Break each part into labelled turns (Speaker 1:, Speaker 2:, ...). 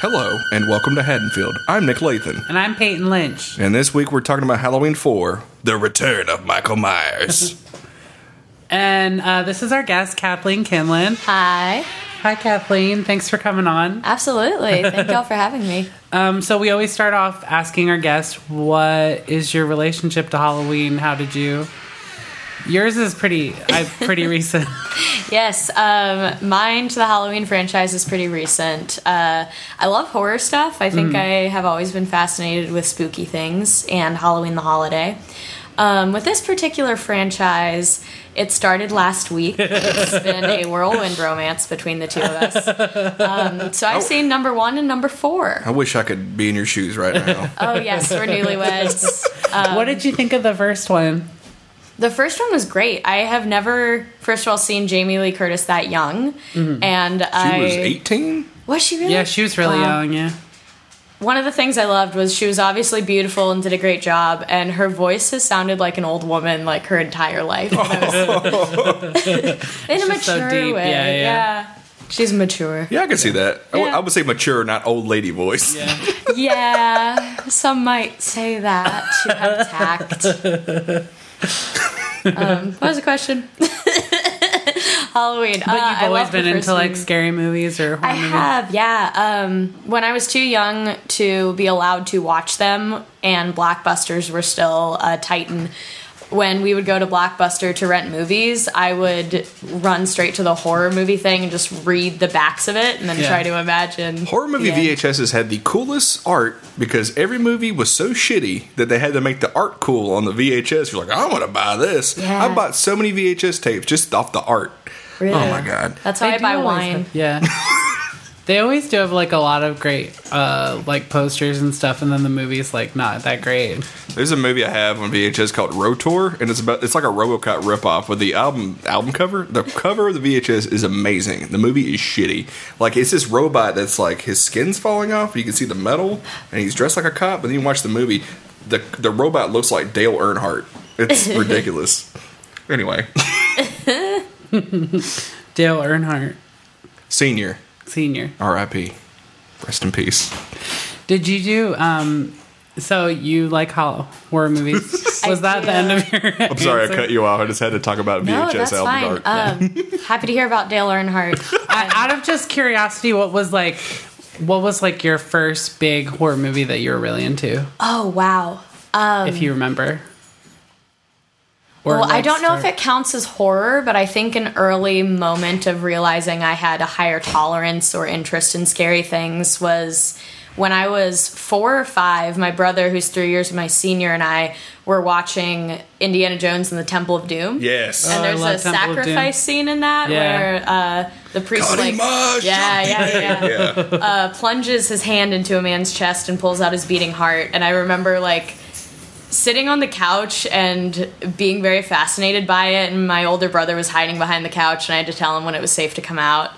Speaker 1: Hello, and welcome to Haddonfield. I'm Nick Lathan,
Speaker 2: And I'm Peyton Lynch.
Speaker 1: and this week we're talking about Halloween 4 The Return of Michael Myers.
Speaker 2: And uh, this is our guest, Kathleen Kinlan.
Speaker 3: Hi.
Speaker 2: Hi, Kathleen. Thanks for coming on.
Speaker 3: Absolutely. Thank y'all for having me.
Speaker 2: Um, so, we always start off asking our guests, what is your relationship to Halloween? How did you. Yours is pretty I, pretty recent.
Speaker 3: Yes, um, mine to the Halloween franchise is pretty recent. Uh, I love horror stuff. I think I have always been fascinated with spooky things and Halloween the holiday. Um, with this particular franchise, it started last week. It's been a whirlwind romance between the two of us. Um, so I've seen number one and number four.
Speaker 1: I wish I could be in your shoes right now.
Speaker 3: Oh, yes, we're newlyweds.
Speaker 2: what did you think of the first one?
Speaker 3: The first one was great. I have never, first of all, seen Jamie Lee Curtis that young,
Speaker 1: Mm-hmm.
Speaker 3: and
Speaker 1: She
Speaker 3: I
Speaker 1: was 18?
Speaker 3: Was she really?
Speaker 2: Yeah, she was really
Speaker 3: Wow.
Speaker 2: young. Yeah,
Speaker 3: One of the things I loved was she was obviously beautiful and did a great job, and her voice has sounded like an old woman like her entire life. In a mature
Speaker 2: so deep.
Speaker 3: way,
Speaker 2: Yeah,
Speaker 3: yeah,
Speaker 2: yeah.
Speaker 3: She's mature.
Speaker 1: Yeah, I can see that. I, w-
Speaker 3: Yeah.
Speaker 1: I would say mature, not old lady voice.
Speaker 3: Yeah, some might say that. She had tact. Um, what was the question? Halloween. Uh,
Speaker 2: but you've always been into like scary movies or horror
Speaker 3: I
Speaker 2: movies.
Speaker 3: have, yeah. Um, when I was too young to be allowed to watch them, and blockbusters were still a titan. When we would go to Blockbuster to rent movies, I would run straight to the horror movie thing and just read the backs of it, and then
Speaker 2: Yeah.
Speaker 3: try to imagine
Speaker 1: Horror movie
Speaker 3: the end.
Speaker 1: VHSs had the coolest art because every movie was so shitty that they had to make the art cool on the VHS. You're like, I want to buy this.
Speaker 3: Yeah.
Speaker 1: I bought so many VHS tapes just off the art.
Speaker 3: Really?
Speaker 1: Oh my god.
Speaker 3: That's how I
Speaker 2: do
Speaker 3: buy
Speaker 2: always
Speaker 3: wine.
Speaker 2: have- yeah. they always do have like a lot of great uh like posters and stuff and then the movie's like not that great.
Speaker 1: There's a movie I have on VHS called Rotor, and it's about it's like a RoboCop ripoff. But the album album cover, the cover of the VHS is amazing. The movie is shitty. Like it's this robot that's like his skin's falling off. You can see the metal, and he's dressed like a cop. But then you watch the movie, the the robot looks like Dale Earnhardt. It's ridiculous. anyway,
Speaker 2: Dale Earnhardt
Speaker 1: senior,
Speaker 2: senior.
Speaker 1: R.I.P. Rest in peace.
Speaker 2: Did you do um so you like hol- horror movies?
Speaker 3: I
Speaker 2: Was that
Speaker 3: do.
Speaker 2: the end of your
Speaker 1: I'm sorry I cut you off. I just had to talk about
Speaker 3: No,
Speaker 1: VHS
Speaker 3: that's
Speaker 1: album
Speaker 3: fine.
Speaker 1: art.
Speaker 3: Um, happy to hear about Dale Earnhardt.
Speaker 2: Out of just curiosity, what was like what was like your first big horror movie that you were really into,
Speaker 3: Oh wow.
Speaker 2: if you remember? Or
Speaker 3: Um, well, I
Speaker 2: like,
Speaker 3: don't know if
Speaker 2: start-
Speaker 3: it counts as horror, but I think an early moment of realizing I had a higher tolerance or interest in scary things was when I was four or five. My brother, who's three years my senior, and I were watching Indiana Jones and the Temple of Doom.
Speaker 1: yes.
Speaker 2: Oh,
Speaker 3: And
Speaker 2: I
Speaker 3: there's
Speaker 2: love
Speaker 3: a
Speaker 2: Temple of Doom.
Speaker 3: sacrifice scene in that
Speaker 2: Yeah.
Speaker 3: where uh, the priest like,
Speaker 1: Kalima
Speaker 3: yeah, yeah, yeah,
Speaker 1: yeah.
Speaker 3: uh, plunges his hand into a man's chest and pulls out his beating heart. And I remember like sitting on the couch and being very fascinated by it. And my older brother was hiding behind the couch, and I had to tell him when it was safe to come out.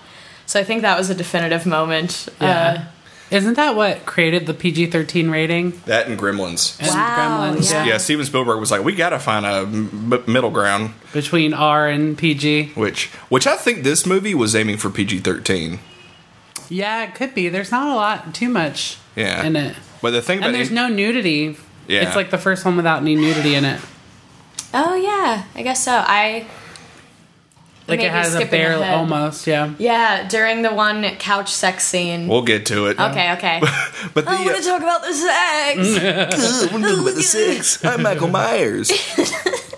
Speaker 3: So I think that was a definitive moment. Uh,
Speaker 2: yeah. Isn't that what created the PG thirteen rating?
Speaker 1: That and Gremlins.
Speaker 2: And
Speaker 3: Wow,
Speaker 2: Gremlins,
Speaker 3: yeah.
Speaker 1: Yeah, Steven Spielberg was like, "We gotta find a m- m- middle ground,"
Speaker 2: between R and PG.
Speaker 1: which, which I think this movie was aiming for PG thirteen.
Speaker 2: Yeah, it could be. There's not a lot, too much
Speaker 1: Yeah,
Speaker 2: in it.
Speaker 1: But the thing about
Speaker 2: And there's no nudity.
Speaker 1: Yeah.
Speaker 2: It's like the first one without any nudity in it.
Speaker 3: oh yeah, I guess so. I
Speaker 2: Like
Speaker 3: Maybe
Speaker 2: it has a
Speaker 3: skipping
Speaker 2: bare
Speaker 3: ahead.
Speaker 2: almost, yeah.
Speaker 3: yeah during the one couch sex scene.
Speaker 1: we'll get to it.
Speaker 3: okay, okay.
Speaker 1: but the, uh,
Speaker 3: I want to talk about the sex.
Speaker 1: I want to talk about the six. I'm Michael Myers.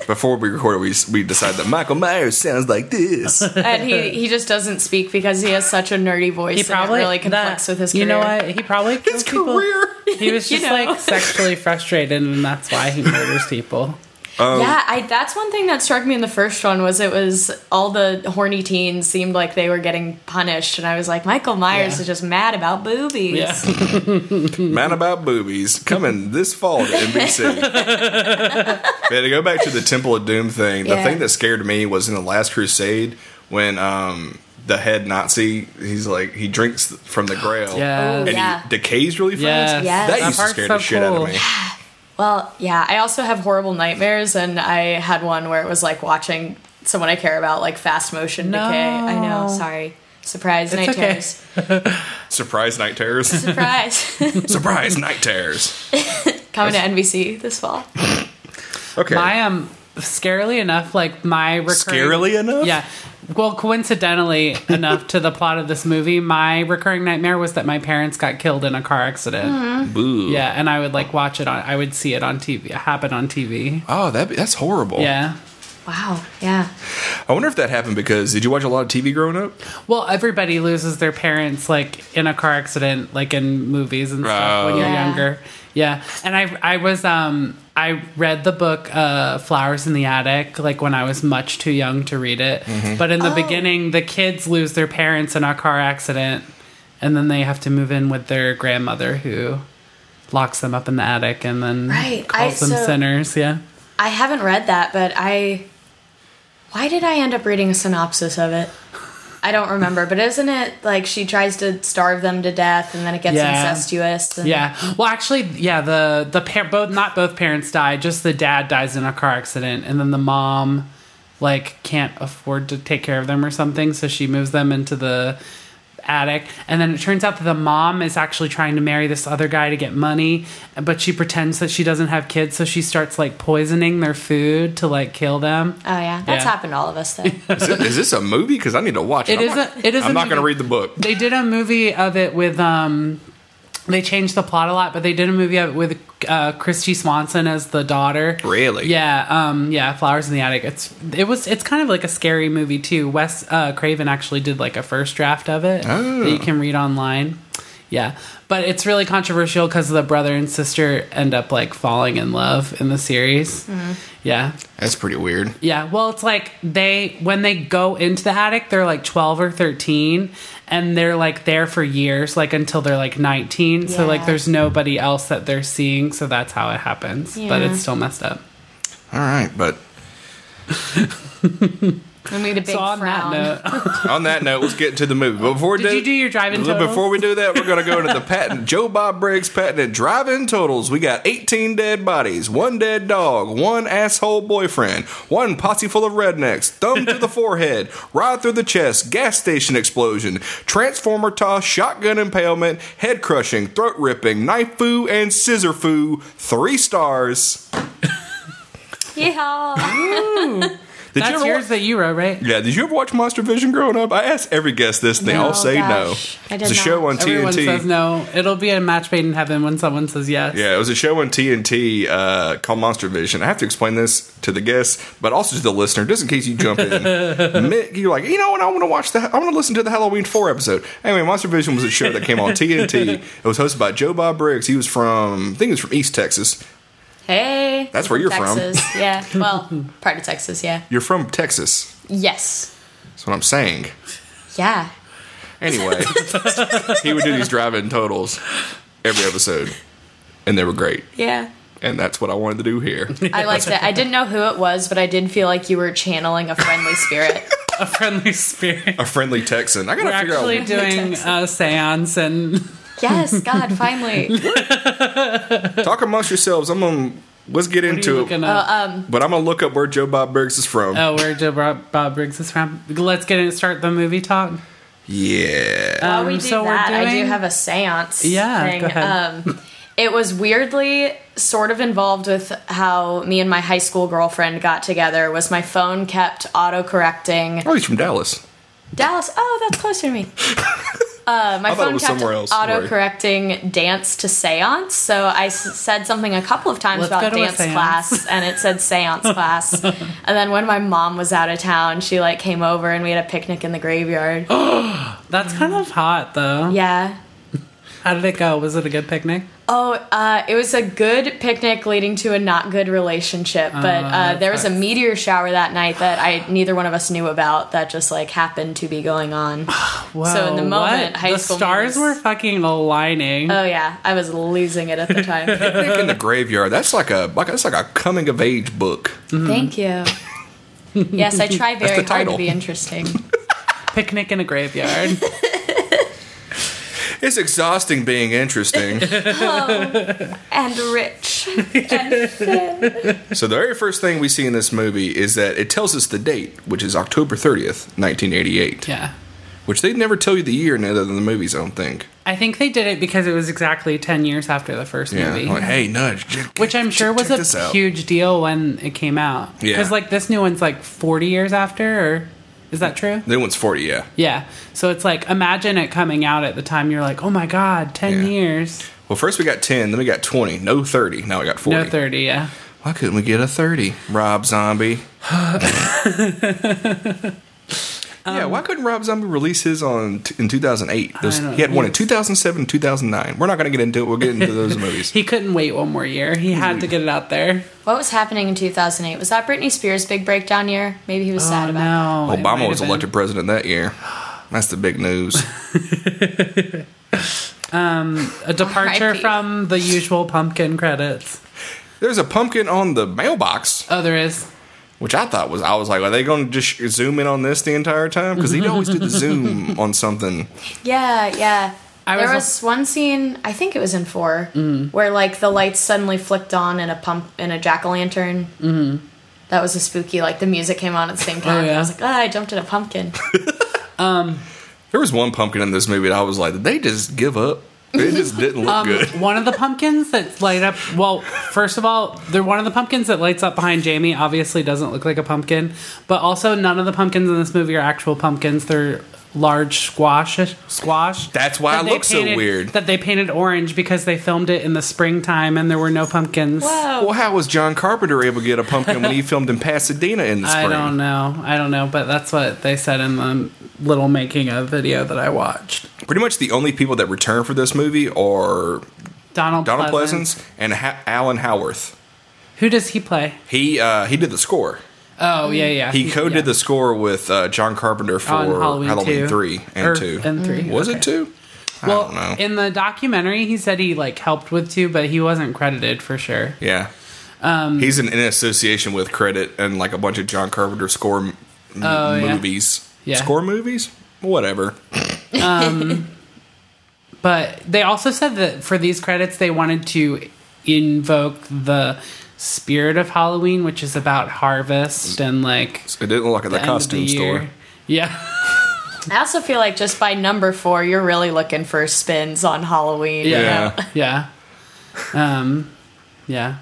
Speaker 1: Before we recorded, we we decided that Michael Myers sounds like this.
Speaker 3: and he, he just doesn't speak because he has such a nerdy voice.
Speaker 2: He probably
Speaker 3: and it really conflicts
Speaker 2: that-
Speaker 3: with his career.
Speaker 2: You know what? He probably
Speaker 1: His
Speaker 2: kills people.
Speaker 1: career.
Speaker 2: He was
Speaker 3: You
Speaker 2: just
Speaker 3: know.
Speaker 2: like sexually frustrated, and that's why he murders people.
Speaker 1: Um,
Speaker 3: yeah, I, that's one thing that struck me in the first one was it was all the horny teens seemed like they were getting punished, and I was like, Michael Myers
Speaker 2: Yeah.
Speaker 3: is just mad about boobies.
Speaker 2: Yeah.
Speaker 1: Man about boobies coming this fall to NBC. yeah, to go back to the Temple of Doom thing, the
Speaker 3: Yeah.
Speaker 1: thing that scared me was in the Last Crusade when um, the head Nazi he's like he drinks from the Grail
Speaker 2: Yeah.
Speaker 1: and
Speaker 3: Yeah.
Speaker 1: he decays really fast.
Speaker 2: Yes.
Speaker 3: Yes.
Speaker 1: That
Speaker 3: That
Speaker 1: used to
Speaker 2: part's
Speaker 1: scare
Speaker 2: so
Speaker 1: the shit out
Speaker 2: cool.
Speaker 1: of me.
Speaker 3: Well, yeah, I also have horrible nightmares, and I had one where it was like watching someone I care about like fast motion
Speaker 2: No.
Speaker 3: decay. I know, sorry. Surprise night
Speaker 2: okay.
Speaker 3: terrors.
Speaker 1: Surprise night terrors.
Speaker 3: Surprise.
Speaker 1: Surprise night terrors.
Speaker 3: Coming to NBC this fall.
Speaker 1: Okay.
Speaker 2: My um, scarily enough, like my recurring,
Speaker 1: Scarily enough.
Speaker 2: yeah. Well, coincidentally enough to the plot of this movie, my recurring nightmare was that my parents got killed in a car accident.
Speaker 3: Mm-hmm.
Speaker 1: Boo.
Speaker 2: Yeah, and I would like watch it on. I would see it on TV, happen on TV.
Speaker 1: Oh, that that's horrible.
Speaker 2: Yeah.
Speaker 3: Wow. Yeah.
Speaker 1: I wonder if that happened because did you watch a lot of TV growing up?
Speaker 2: Well, everybody loses their parents like in a car accident, like in movies and stuff when you're
Speaker 3: Oh. Yeah.
Speaker 2: younger. Yeah. And I I was um I read the book uh Flowers in the Attic like when I was much too young to read it. But in the
Speaker 3: Oh.
Speaker 2: beginning the kids lose their parents in a car accident and then they have to move in with their grandmother who locks them up in the attic and then
Speaker 3: Right. I-
Speaker 2: calls them
Speaker 3: so-
Speaker 2: sinners, yeah.
Speaker 3: I haven't read that, but I. Why did I end up reading a synopsis of it? I don't remember, but isn't it like she tries to starve them to death and then it gets
Speaker 2: Yeah.
Speaker 3: incestuous? And,
Speaker 2: Yeah. Well, actually, yeah. The the par- both not both parents die. Just the dad dies in a car accident, and then the mom like can't afford to take care of them or something, so she moves them into the attic. And then it turns out that the mom is actually trying to marry this other guy to get money, but she pretends that she doesn't have kids, so she starts like poisoning their food to like kill them.
Speaker 3: Oh, yeah. That's
Speaker 2: Yeah.
Speaker 3: happened to all of us, though.
Speaker 1: Is, it, is this a movie? Because I need to watch it.
Speaker 2: It
Speaker 1: I'm
Speaker 2: is
Speaker 1: not-
Speaker 2: a- it is a
Speaker 1: I'm not going to
Speaker 2: movie.
Speaker 1: read the book.
Speaker 2: They did a movie of it with um they changed the plot a lot, but they did a movie of it with uh Christy Swanson as the daughter.
Speaker 1: Really?
Speaker 2: Yeah, um yeah, Flowers in the Attic. It's it was it's kind of like a scary movie too. Wes uh Craven actually did like a first draft of it
Speaker 1: Oh.
Speaker 2: that you can read online. Yeah, but it's really controversial because the brother and sister end up like falling in love in the series. Yeah,
Speaker 1: That's pretty weird.
Speaker 2: yeah, well, it's like they when they go into the attic, they're like twelve or thirteen, and they're like there for years, like until they're like nineteen. So like,
Speaker 3: Yeah.
Speaker 2: there's nobody else that they're seeing, so that's how it happens. But
Speaker 3: Yeah.
Speaker 2: it's still messed up.
Speaker 1: All right, but
Speaker 3: I need a big
Speaker 2: so on
Speaker 3: frown.
Speaker 2: that note,
Speaker 1: on that note, let's get into the movie. But Before
Speaker 2: did
Speaker 1: that-
Speaker 2: you do your drive-in
Speaker 1: Well,
Speaker 2: totals?
Speaker 1: Before we do that, we're going to go into the patent. Joe Bob Briggs patented drive-in totals. We got 18 dead bodies, one dead dog, one asshole boyfriend, one posse full of rednecks, thumb to the forehead, rod through the chest, gas station explosion, transformer toss, shotgun impalement, head crushing, throat ripping, knife foo, and scissor foo. Three stars.
Speaker 3: Yeehaw.
Speaker 1: Did you
Speaker 2: that's
Speaker 1: ever? wa-
Speaker 2: yours that you wrote, right?
Speaker 1: yeah, did you ever watch Monster Vision growing up? I asked every guest this, and they all
Speaker 3: No,
Speaker 1: say
Speaker 3: gosh.
Speaker 1: no.
Speaker 3: I did
Speaker 1: it's a
Speaker 3: not.
Speaker 1: show on
Speaker 2: Everyone
Speaker 1: TNT.
Speaker 2: says no. It'll be a match made in heaven when someone says yes.
Speaker 1: Yeah, it was a show on TNT uh, called Monster Vision. I have to explain this to the guests, but also to the listener, just in case you jump in. Mi- You're like, you know what? I want to watch the. I want to listen to the Halloween Four episode. Anyway, Monster Vision was a show that came on TNT. It was hosted by Joe Bob Briggs. He was from, I think he was from East Texas.
Speaker 3: Hey.
Speaker 1: That's where you're from.
Speaker 3: Texas. Yeah. Well, part of Texas, yeah.
Speaker 1: You're from Texas.
Speaker 3: Yes.
Speaker 1: That's what I'm saying.
Speaker 3: Yeah.
Speaker 1: Anyway, he would do these drive-in totals every episode, and they were great.
Speaker 3: Yeah.
Speaker 1: And that's what I wanted to do here.
Speaker 3: I liked it. I didn't know who it was, but I did feel like you were channeling a friendly spirit.
Speaker 2: A friendly spirit.
Speaker 1: A friendly Texan. I gotta
Speaker 2: We're
Speaker 1: figure
Speaker 2: actually
Speaker 1: out.
Speaker 2: doing a seance and
Speaker 3: yes, God, finally.
Speaker 1: Talk amongst yourselves. I'm gonna let's get
Speaker 2: what are you
Speaker 1: into it.
Speaker 2: looking up?
Speaker 1: But I'm gonna look up where Joe Bob Briggs is from.
Speaker 3: uh,
Speaker 2: oh, where Joe Bob, Bob Briggs is from. Let's get in start the movie talk.
Speaker 1: Yeah.
Speaker 3: While Oh, we
Speaker 2: Um,
Speaker 3: do
Speaker 2: so we're
Speaker 3: that, I do
Speaker 2: doing-
Speaker 3: have a seance
Speaker 2: Yeah,
Speaker 3: thing.
Speaker 2: go ahead.
Speaker 3: Um, it was weirdly sort of involved with how me and my high school girlfriend got together was my phone kept auto-correcting
Speaker 1: Oh, he's from Dallas.
Speaker 3: Dallas. Oh, that's closer to me. Uh, my
Speaker 1: I thought it
Speaker 3: phone
Speaker 1: was
Speaker 3: kept
Speaker 1: somewhere else. Sorry.
Speaker 3: auto-correcting dance to seance, so I s- said something a couple of times
Speaker 2: Let's go
Speaker 3: about
Speaker 2: to a
Speaker 3: dance
Speaker 2: seance.
Speaker 3: class, and it said seance class. And then when my mom was out of town, she like came over and we had a picnic in the graveyard.
Speaker 2: That's kind of hot, though.
Speaker 3: yeah,
Speaker 2: How did it go? Was it a good picnic?
Speaker 3: Oh, uh, it was a good picnic leading to a not good relationship,
Speaker 1: Ah,
Speaker 3: but uh,
Speaker 2: that
Speaker 3: there was a
Speaker 2: sucks.
Speaker 3: meteor shower that night that I neither one of us knew about that just like happened to be going on.
Speaker 2: Whoa,
Speaker 3: So in the moment, high
Speaker 2: the
Speaker 3: school
Speaker 2: stars
Speaker 3: movies-
Speaker 2: were fucking aligning.
Speaker 3: Oh yeah, I was losing it at the time.
Speaker 1: in the graveyard. That's like a like that's like a coming of age book.
Speaker 3: Thank you. Yes, I try very
Speaker 1: the
Speaker 3: hard
Speaker 1: title.
Speaker 3: to be interesting.
Speaker 2: picnic in a graveyard.
Speaker 1: It's exhausting being interesting.
Speaker 3: and rich.
Speaker 1: so the very first thing we see in this movie is that it tells us the date, which is October 30th, 1988.
Speaker 2: yeah.
Speaker 1: which they never tell you the year in other than the movies. I don't think.
Speaker 2: I think they did it because it was exactly 10 years after the first
Speaker 1: Yeah,
Speaker 2: movie.
Speaker 1: like hey, nudge, j-
Speaker 2: which I'm
Speaker 1: j-
Speaker 2: sure was
Speaker 1: check this
Speaker 2: a
Speaker 1: out.
Speaker 2: huge deal when it came out.
Speaker 1: Yeah.
Speaker 2: Because, like, this new one's like 40 years after, or is that true?
Speaker 1: That one's forty. Yeah.
Speaker 2: Yeah. So it's like, imagine it coming out at the time you're like, oh my God, 10
Speaker 1: Yeah.
Speaker 2: years.
Speaker 1: Well, first we got ten, then we got twenty, no thirty. Now we got forty.
Speaker 2: No 30, yeah.
Speaker 1: Why couldn't we get a 30? Rob Zombie. yeah, why couldn't Rob Zombie release his on t- in 2008? Those-
Speaker 2: Um, don't-
Speaker 1: he had one in 2007 and 2009. We're not going to get into it. We'll get into those movies.
Speaker 2: He couldn't wait one more year. He had to get it out there.
Speaker 3: What was happening in 2008? Was that Britney Spears' big breakdown year? Maybe he was sad
Speaker 2: Oh,
Speaker 3: about that.
Speaker 2: no. it might
Speaker 1: Obama
Speaker 2: have
Speaker 1: was
Speaker 2: been.
Speaker 1: elected president that year. That's the big news.
Speaker 2: A departure
Speaker 3: R.I.P.
Speaker 2: from the usual pumpkin credits.
Speaker 1: There's a pumpkin on the mailbox,
Speaker 2: Oh, there is.
Speaker 1: which I thought was, I was like, are they going to just sh- zoom in on this the entire time? Because he'd always do the zoom on something.
Speaker 3: Yeah, yeah.
Speaker 2: I
Speaker 3: there
Speaker 2: was- Mm.
Speaker 3: was one scene, I think it was in 4, where like the lights suddenly flicked on in a pump in a jack-o'-lantern. Mm-hmm. That was a spooky like the music came on at the same time.
Speaker 2: Oh, yeah.
Speaker 3: I was like, "Ah, I jumped in a pumpkin."
Speaker 1: There was one pumpkin in this movie that I was like, did they just give up? It just didn't look
Speaker 2: Um,
Speaker 1: good.
Speaker 2: One of the pumpkins that light up. Well, first of all, they're one of the pumpkins that lights up behind Jamie. Obviously, doesn't look like a pumpkin, but also none of the pumpkins in this movie are actual pumpkins. They're large squash squash.
Speaker 1: That's why
Speaker 2: that
Speaker 1: it
Speaker 2: they
Speaker 1: looks so
Speaker 2: painted-
Speaker 1: weird.
Speaker 2: That they painted orange because they filmed it in the springtime and there were no pumpkins.
Speaker 1: Well, how was John Carpenter able to get a pumpkin when he filmed in Pasadena in the
Speaker 2: I
Speaker 1: spring?
Speaker 2: don't know. I don't know, but that's what they said in the little making of video that I watched.
Speaker 1: Pretty much the only people that return for this movie are
Speaker 2: Donald
Speaker 1: Donald
Speaker 2: Pleasance.
Speaker 1: Pleasance, and ha- Alan Howarth.
Speaker 2: Who does he play?
Speaker 1: He uh, he did the score.
Speaker 2: Oh yeah, yeah.
Speaker 1: He coded
Speaker 2: yeah.
Speaker 1: the score with uh, John Carpenter for
Speaker 2: On
Speaker 1: Halloween,
Speaker 2: Halloween, 2.
Speaker 1: three and
Speaker 2: Or-
Speaker 1: two.
Speaker 2: and three.
Speaker 1: was
Speaker 2: okay.
Speaker 1: it two? I
Speaker 2: Well,
Speaker 1: don't know.
Speaker 2: in the documentary, he said he like helped with two, but he wasn't credited for sure.
Speaker 1: yeah,
Speaker 2: Um,
Speaker 1: he's in, in association with credit and like a bunch of John Carpenter score m-
Speaker 2: Oh, yeah.
Speaker 1: movies,
Speaker 2: Yeah.
Speaker 1: score movies, whatever.
Speaker 2: But they also said that for these credits, they wanted to invoke the spirit of Halloween, which is about harvest and like
Speaker 1: It didn't look like the
Speaker 2: end of
Speaker 1: costume store.
Speaker 2: year. Yeah,
Speaker 3: I also feel like just by number 4, you're really looking for spins on Halloween.
Speaker 2: Yeah.
Speaker 1: yeah.
Speaker 2: yeah, um, yeah.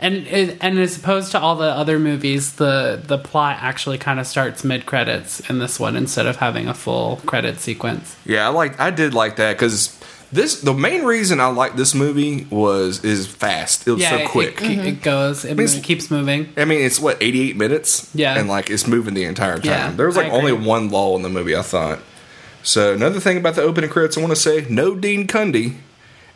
Speaker 2: And and as opposed to all the other movies, the the plot actually kind of starts mid credits in this one instead of having a full credit sequence.
Speaker 1: Yeah, I like I did like that because this the main reason I liked this movie was is fast. It was
Speaker 2: Yeah,
Speaker 1: so
Speaker 2: it-
Speaker 1: quick.
Speaker 2: It, it goes. It,
Speaker 1: Means-
Speaker 2: mo- keeps moving.
Speaker 1: I mean, it's what eighty eight minutes.
Speaker 2: Yeah.
Speaker 1: and like it's moving the entire time.
Speaker 2: Yeah,
Speaker 1: there was
Speaker 2: I
Speaker 1: like only
Speaker 2: agree.
Speaker 1: one lull in the movie. I thought. So another thing about the opening credits, I want to say no Dean Cundy,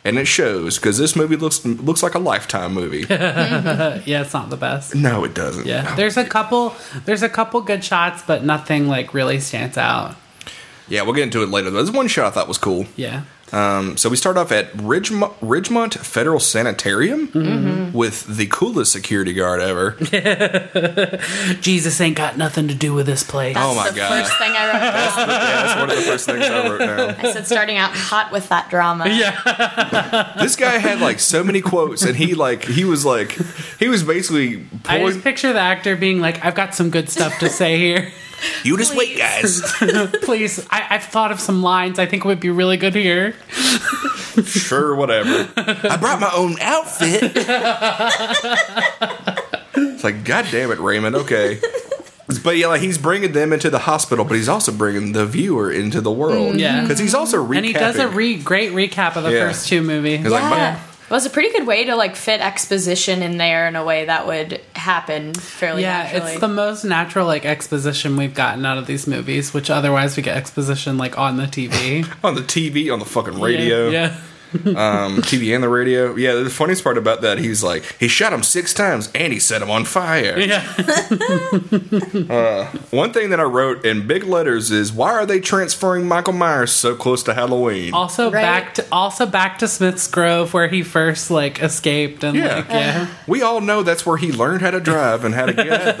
Speaker 1: and it shows because this movie looks looks like a lifetime movie.
Speaker 2: Yeah, it's not the best.
Speaker 1: no, it doesn't.
Speaker 2: Yeah, there's a couple. There's a couple good shots, but nothing like really stands out.
Speaker 1: yeah, we'll get into it later. There's one shot I thought was cool.
Speaker 2: Yeah,
Speaker 1: Um, so we start off at Ridgemont, Ridgemont Federal Sanitarium with the coolest security guard ever.
Speaker 2: Jesus ain't got nothing to do with this place.
Speaker 1: Oh my
Speaker 3: the
Speaker 1: God.
Speaker 3: first thing I wrote down.
Speaker 1: That's one of the first things I wrote down.
Speaker 3: I said starting out hot with that drama.
Speaker 2: Yeah,
Speaker 1: This guy had like so many quotes, and he like he was like he was basically
Speaker 2: I
Speaker 1: pulling.
Speaker 2: just picture the actor being like, "I've got some good stuff to say here.
Speaker 1: you just wait,
Speaker 3: Please.
Speaker 1: guys.
Speaker 2: Please, I, I've thought of some lines I think would be really good here."
Speaker 1: sure, whatever. I brought my own outfit. it's like, god damn it, Raymond. Okay. But yeah, like he's bringing them into the hospital, but he's also bringing the viewer into the world.
Speaker 2: Mm-hmm. Yeah.
Speaker 1: because he's also recapping.
Speaker 2: And he does a re- great recap of the
Speaker 1: Yeah.
Speaker 2: first two movies.
Speaker 1: He's like, my-
Speaker 3: Yeah. It was a pretty good way to like fit exposition in there in a way that would happen fairly
Speaker 2: yeah,
Speaker 3: naturally.
Speaker 2: it's the most natural like exposition we've gotten out of these movies, which otherwise we get exposition like on the TV,
Speaker 1: on the TV, on the fucking radio.
Speaker 2: Yeah,
Speaker 1: um, TV and the radio. Yeah, the funniest part about that, he's like, he shot him six times and he set him on fire.
Speaker 2: yeah.
Speaker 1: One thing that I wrote in big letters is, why are they transferring Michael Myers so close to Halloween?
Speaker 2: Also
Speaker 3: Right.
Speaker 2: back to also back to Smith's Grove where he first like escaped and
Speaker 1: Yeah.
Speaker 2: like yeah.
Speaker 1: We all know that's where he learned how to drive and how to get out of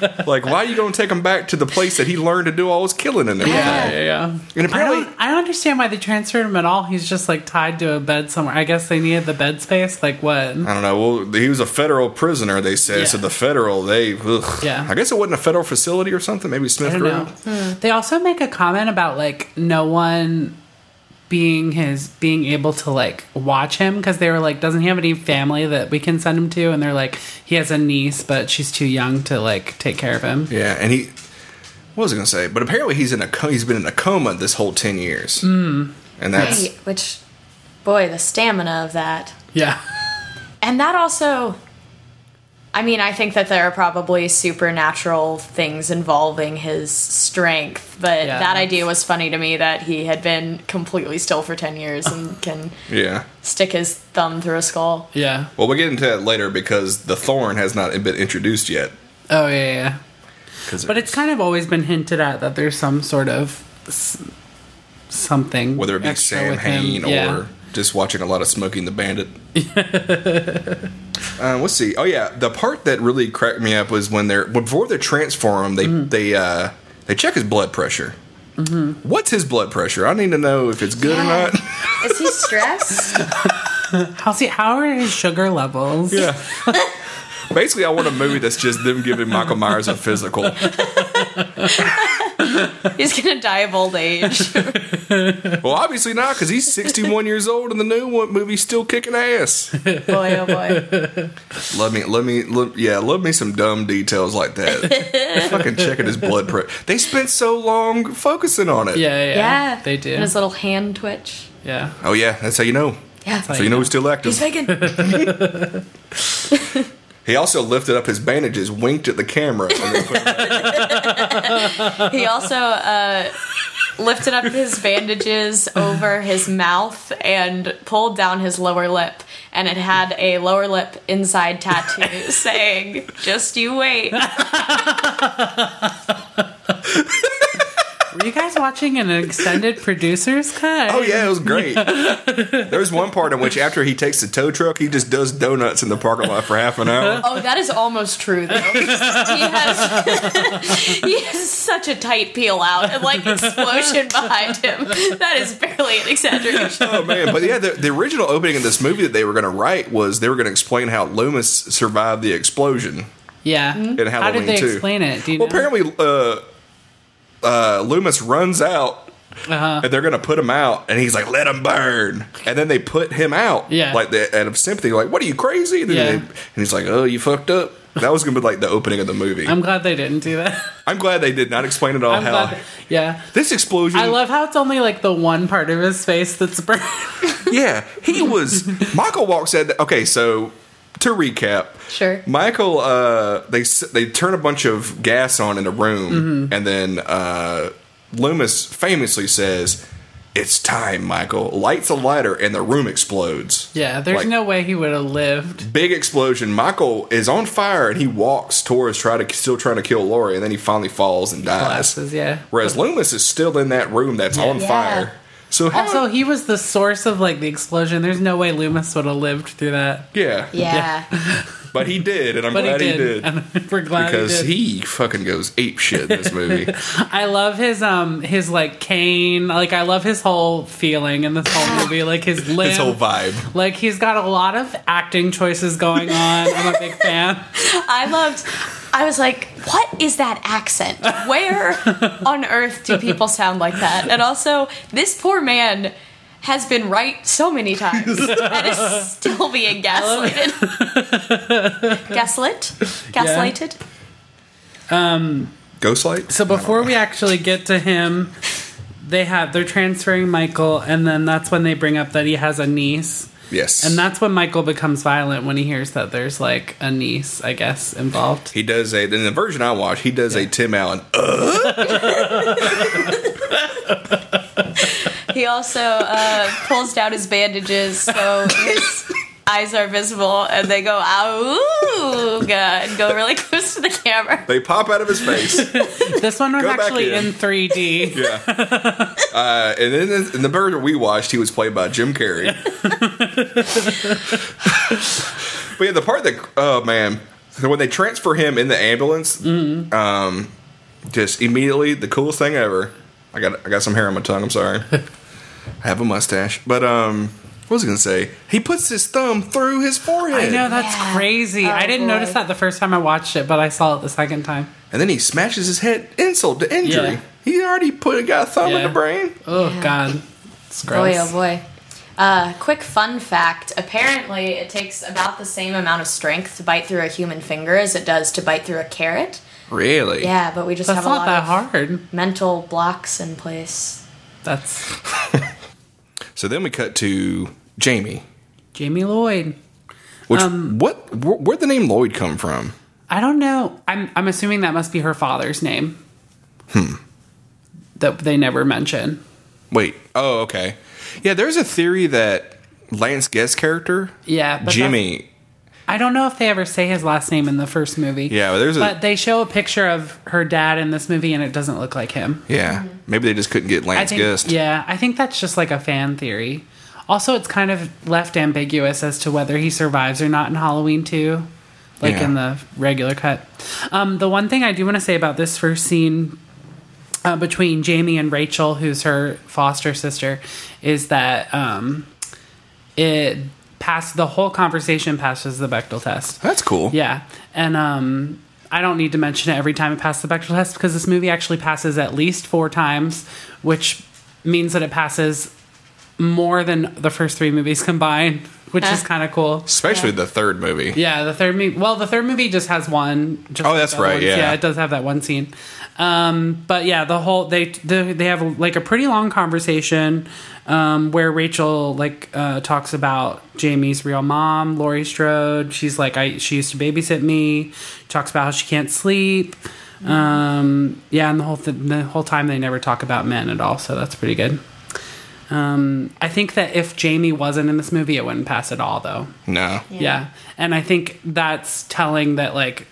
Speaker 1: there. Like, why are you going to take him back to the place that he learned to do all his killing and everything?
Speaker 2: yeah.
Speaker 1: And
Speaker 2: I
Speaker 1: apparently,
Speaker 2: don't I don't understand why they transferred him at all. He's just like tied tied to a bed somewhere. I guess they needed the bed space. Like what?
Speaker 1: I don't know. Well, he was a federal prisoner. They said
Speaker 2: Yeah.
Speaker 1: so. The federal, they, ugh.
Speaker 2: Yeah.
Speaker 1: I guess it wasn't a federal facility or something. Maybe Smith
Speaker 2: I don't
Speaker 1: Road.
Speaker 2: know. Hmm. They also make a comment about like no one being his being able to like watch him because they were like, doesn't he have any family that we can send him to? And they're like, he has a niece, but she's too young to like take care of him.
Speaker 1: Yeah, and he. What was I going to say? But apparently, he's in a co- he's been in a coma this whole ten years. Mm.
Speaker 2: Hmm.
Speaker 1: And that's
Speaker 3: Hey, Which, boy, the stamina of that.
Speaker 2: Yeah,
Speaker 3: And that also, I mean, I think that there are probably supernatural things involving his strength, but
Speaker 2: Yeah.
Speaker 3: that idea was funny to me that he had been completely still for 10 years and can
Speaker 1: yeah.
Speaker 3: stick his thumb through a skull.
Speaker 2: yeah.
Speaker 1: Well, we'll get into that later because the thorn has not been introduced yet.
Speaker 2: Oh yeah, yeah.
Speaker 1: 'Cause
Speaker 2: But it's kind of always been hinted at that there's some sort of s- something,
Speaker 1: whether it be
Speaker 2: extra
Speaker 1: Sam
Speaker 2: with him.
Speaker 1: Hain
Speaker 2: Yeah.
Speaker 1: or just watching a lot of Smoking the Bandit. uh, let's see. Oh yeah, the part that really cracked me up was when they're before they transform him, they
Speaker 2: Mm-hmm.
Speaker 1: they uh, they check his blood pressure. What's his blood pressure? I need to know if it's good
Speaker 3: Yeah.
Speaker 1: or not.
Speaker 3: Is he stressed?
Speaker 2: how's he? How are his sugar levels?
Speaker 1: Yeah. Basically, I want a movie that's just them giving Michael Myers a physical.
Speaker 3: He's gonna die of old age.
Speaker 1: Well, obviously not, because he's 61 years old and the new one movie's still kicking ass.
Speaker 3: boy, oh boy.
Speaker 1: Love me, let me, love, yeah, love me some dumb details like that. Fucking checking his blood pressure. They spent so long focusing on it.
Speaker 2: yeah, yeah.
Speaker 3: Yeah.
Speaker 2: They do.
Speaker 3: And his little hand twitch.
Speaker 2: yeah.
Speaker 1: Oh yeah, that's how you know.
Speaker 3: Yeah.
Speaker 1: So you know he's still
Speaker 3: He's
Speaker 1: active.
Speaker 3: vegan.
Speaker 1: He also lifted up his bandages, winked at the camera. and then put it back.
Speaker 3: He also uh, lifted up his bandages over his mouth and pulled down his lower lip. And it had a lower lip inside tattoo saying, just you wait.
Speaker 2: Were you guys watching an extended producer's cut?
Speaker 1: oh yeah, it was great. There was one part in which after he takes the tow truck, he just does donuts in the parking lot for half an hour.
Speaker 3: Oh, that is almost true, though. he, has, he has such a tight peel out and like explosion behind him. That is barely an exaggeration.
Speaker 1: Oh man, but yeah, the, the original opening of this movie that they were going to write was they were going to explain how Loomis survived the explosion
Speaker 2: Yeah.
Speaker 1: in Halloween
Speaker 2: Hmm? How did they
Speaker 1: too.
Speaker 2: explain it? Do you
Speaker 1: Well,
Speaker 2: know?
Speaker 1: apparently, uh, uh, Loomis runs out,
Speaker 2: Uh-huh.
Speaker 1: and they're going to put him out, and he's like, "Let him burn," and then they put him out,
Speaker 2: Yeah.
Speaker 1: like the, out of sympathy, like, "What are you crazy?" And, then
Speaker 2: Yeah.
Speaker 1: they- and he's like, "Oh, you fucked up." That was going to be like the opening of the movie.
Speaker 2: I'm
Speaker 1: I'm,
Speaker 2: glad they didn't do that.
Speaker 1: glad they did not explain at all
Speaker 2: I'm
Speaker 1: how
Speaker 2: glad. yeah.
Speaker 1: this explosion.
Speaker 2: I love how it's only like the one part of his face that's burned.
Speaker 1: Yeah, he was. Michael walks at. The, okay, so to recap,
Speaker 3: Sure.
Speaker 1: Michael, uh, they s- they turn a bunch of gas on in a room,
Speaker 2: Mm-hmm.
Speaker 1: and then uh, Loomis famously says, "It's time, Michael." Lights a lighter, and the room explodes.
Speaker 2: yeah. There's
Speaker 1: Like,
Speaker 2: no way he would have lived.
Speaker 1: big explosion. Michael is on fire, and he walks towards try to still trying to kill Laurie, and then he finally falls and dies.
Speaker 2: Glasses. Yeah.
Speaker 1: Whereas Loomis is still in that room that's on
Speaker 3: Yeah.
Speaker 1: fire. So how,
Speaker 2: Also, he was the source of like the explosion. There's no way Loomis would have lived through that.
Speaker 1: yeah,
Speaker 3: Yeah.
Speaker 1: but he did, and I'm
Speaker 2: But
Speaker 1: glad
Speaker 2: he did.
Speaker 1: He did.
Speaker 2: And we're glad
Speaker 1: because
Speaker 2: he did.
Speaker 1: he fucking goes ape shit in this movie.
Speaker 2: I love his um his like cane. Like I love his whole feeling in this whole movie. Like his limp.
Speaker 1: His whole vibe.
Speaker 2: Like he's got a lot of acting choices going on. I'm a big fan.
Speaker 3: I loved. I was like, what is that accent? Where on earth do people sound like that? And also, this poor man has been right so many times and is still being gaslighted. Gaslit? Gaslighted?
Speaker 1: Ghostlight.
Speaker 2: So before we actually get to him, they have they're transferring Michael, and then that's when they bring up that he has a niece,
Speaker 1: Yes,
Speaker 2: and that's when Michael becomes violent when he hears that there's like a niece, I guess, involved.
Speaker 1: he does a. In the version I watch, he does a Tim Allen. Uh,
Speaker 3: He also uh, pulls down his bandages so his eyes are visible and they go, ooh, and go really close to the camera.
Speaker 1: they pop out of his face.
Speaker 2: This one was
Speaker 1: Go back
Speaker 2: actually
Speaker 1: in.
Speaker 2: in 3D.
Speaker 1: yeah. Uh, and then in- in the version we watched, he was played by Jim Carrey. but yeah, the part that oh man, so when they transfer him in the ambulance,
Speaker 2: Mm-hmm.
Speaker 1: um, just immediately the coolest thing ever. I got I got some hair on my tongue. I'm sorry. I have a mustache, but um, What was I going to say? He puts his thumb through his forehead.
Speaker 2: I know that's
Speaker 3: Yeah.
Speaker 2: crazy.
Speaker 3: Oh,
Speaker 2: I didn't
Speaker 3: boy.
Speaker 2: notice that the first time I watched it, but I saw it the second time.
Speaker 1: And then he smashes his head, insult to injury.
Speaker 2: Yeah.
Speaker 1: He already put a guy a thumb in
Speaker 2: Yeah.
Speaker 1: the brain.
Speaker 2: Oh
Speaker 3: Yeah.
Speaker 2: god, it's gross.
Speaker 3: Boy, oh boy. Uh, quick fun fact. Apparently, it takes about the same amount of strength to bite through a human finger as it does to bite through a carrot.
Speaker 1: Really?
Speaker 3: Yeah, but we just
Speaker 2: That's
Speaker 3: have a lot
Speaker 2: not that
Speaker 3: of
Speaker 2: hard.
Speaker 3: mental blocks in place.
Speaker 2: That's
Speaker 1: So then we cut to Jamie.
Speaker 2: Jamie Lloyd.
Speaker 1: Which
Speaker 2: Um,
Speaker 1: what wh- where'd the name Lloyd come from?
Speaker 2: I don't know. I'm I'm assuming that must be her father's name. Hmm. That they never mention.
Speaker 1: Wait. Oh, okay. Yeah, there's a theory that Lance Guest character
Speaker 2: Yeah, but that-
Speaker 1: Jimmy.
Speaker 2: I don't know if they ever say his last name in the first movie.
Speaker 1: Yeah, but there's a
Speaker 2: But they show a picture of her dad in this movie, and it doesn't look like him.
Speaker 1: yeah. Maybe they just couldn't get
Speaker 2: Mm-hmm. I
Speaker 1: Lance
Speaker 2: think,
Speaker 1: Guest.
Speaker 2: yeah, I think that's just like a fan theory. Also, it's kind of left ambiguous as to whether he survives or not in Halloween 2, like
Speaker 1: Yeah.
Speaker 2: in the regular cut. Um, the one thing I do want to say about this first scene uh, between Jamie and Rachel, who's her foster sister, is that um, it passed the whole conversation passes the Bechtel test.
Speaker 1: That's cool.
Speaker 2: Yeah, and um, I don't need to mention it every time it passes the Bechdel test because this movie actually passes at least four times, which means that it passes more than the first three movies combined, which is
Speaker 3: Huh.
Speaker 2: kind of cool.
Speaker 1: Especially the third movie.
Speaker 2: Yeah, the third movie. Well, the third movie just has one. Just
Speaker 1: Oh,
Speaker 2: like
Speaker 1: that's
Speaker 2: the other
Speaker 1: right,
Speaker 2: ones.
Speaker 1: yeah.
Speaker 2: it does have that one scene. Um, but yeah, the whole they the, they have like a pretty long conversation um, where Rachel like uh, talks about Jamie's real mom, Laurie Strode. She's like, I she used to babysit me. Talks about how she can't sleep. Um, yeah, and the whole th- the whole time they never talk about men at all. So that's pretty good. Um, I think that if Jamie wasn't in this movie, it wouldn't pass at all, though.
Speaker 1: No.
Speaker 2: Yeah. And I think that's telling that, like,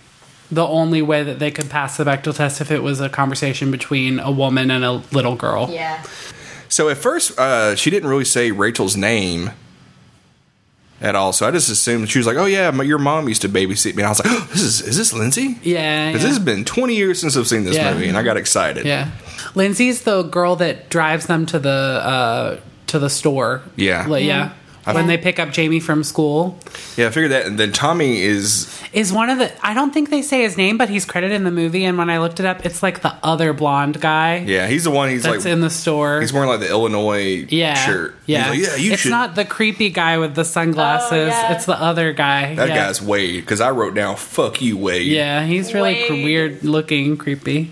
Speaker 2: the only way that they could pass the Bechtel test if it was a conversation between a woman and a little girl.
Speaker 3: Yeah.
Speaker 1: So at first, uh, she didn't really say Rachel's name at all. So I just assumed she was like, "Oh yeah, my, your mom used to babysit me." And I was like, oh, "This is is this Lindsay?"
Speaker 2: Yeah.
Speaker 1: 'Cause
Speaker 2: yeah.
Speaker 1: this has been 20 years since I've seen this
Speaker 2: Yeah.
Speaker 1: movie, and I got excited.
Speaker 2: yeah. Lindsay's the girl that drives them to the uh, to the store.
Speaker 1: Yeah.
Speaker 2: Like, Mm-hmm. yeah.
Speaker 1: I-
Speaker 2: when they pick up Jamie from school,
Speaker 1: Yeah, I figured that. And then Tommy is
Speaker 2: is one of the. I don't think they say his name, but he's credited in the movie. And when I looked it up, it's like the other blonde guy
Speaker 1: yeah, he's the one. He's like
Speaker 2: that's in the store.
Speaker 1: he's wearing like the Illinois
Speaker 2: yeah,
Speaker 1: shirt. He's
Speaker 2: Yeah,
Speaker 1: like, yeah, you
Speaker 2: it's
Speaker 1: should.
Speaker 2: not the creepy guy with the sunglasses.
Speaker 3: Oh, yeah.
Speaker 2: It's the other guy.
Speaker 1: that
Speaker 2: yeah.
Speaker 1: guy's Wade because I wrote down "fuck you, Wade."
Speaker 2: Yeah, he's really cr-
Speaker 3: Wait.
Speaker 2: weird looking, creepy.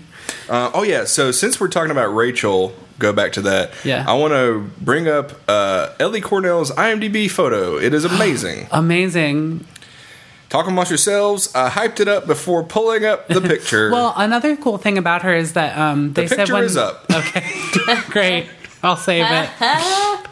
Speaker 1: Uh, oh yeah. So since we're talking about Rachel, go back to that.
Speaker 2: Yeah.
Speaker 1: I want to bring up uh, Ellie Cornell's IMDb photo. It is amazing.
Speaker 2: Amazing.
Speaker 1: Talk amongst yourselves. I hyped it up before pulling up the picture.
Speaker 2: Well, another cool thing about her is that um, they
Speaker 1: the
Speaker 2: said
Speaker 1: picture
Speaker 2: when
Speaker 1: is up.
Speaker 2: great. I'll save it.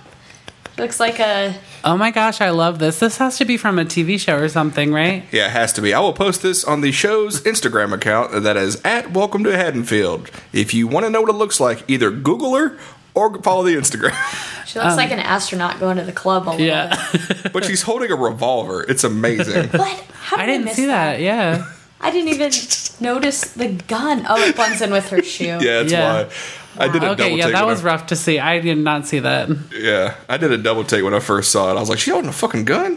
Speaker 3: Looks like a.
Speaker 2: Oh my gosh, I love this. This has to be from a TV show or something, right?
Speaker 1: Yeah, it has to be. I will post this on the show's Instagram account uh, that is at Welcome to Haddonfield. If you want to know what it looks like, either Google her or follow the Instagram.
Speaker 3: She looks like an astronaut going to the club a little bit.
Speaker 2: Um, Yeah,
Speaker 1: but she's holding a revolver. It's amazing.
Speaker 3: What? How did
Speaker 2: I didn't
Speaker 3: miss
Speaker 2: see that. Yeah,
Speaker 3: I didn't even notice the gun. Oh, it blends in with her shoe.
Speaker 1: Yeah, that's
Speaker 2: Yeah.
Speaker 1: why. I did a double
Speaker 2: okay, yeah,
Speaker 1: take.
Speaker 2: that
Speaker 1: when
Speaker 2: was
Speaker 1: I,
Speaker 2: rough to see. I did not see that.
Speaker 1: yeah, I did a double take when I first saw it. I was like, "She holding a fucking gun."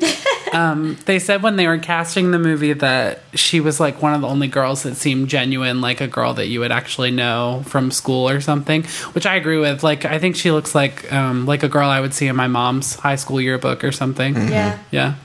Speaker 2: They said when they were casting the movie that she was like one of the only girls that seemed genuine, like a girl that you would actually know from school or something, which I agree with. Like, I think she looks like um, like a girl I would see in my mom's high school yearbook or something.
Speaker 3: Yeah.
Speaker 2: Yeah.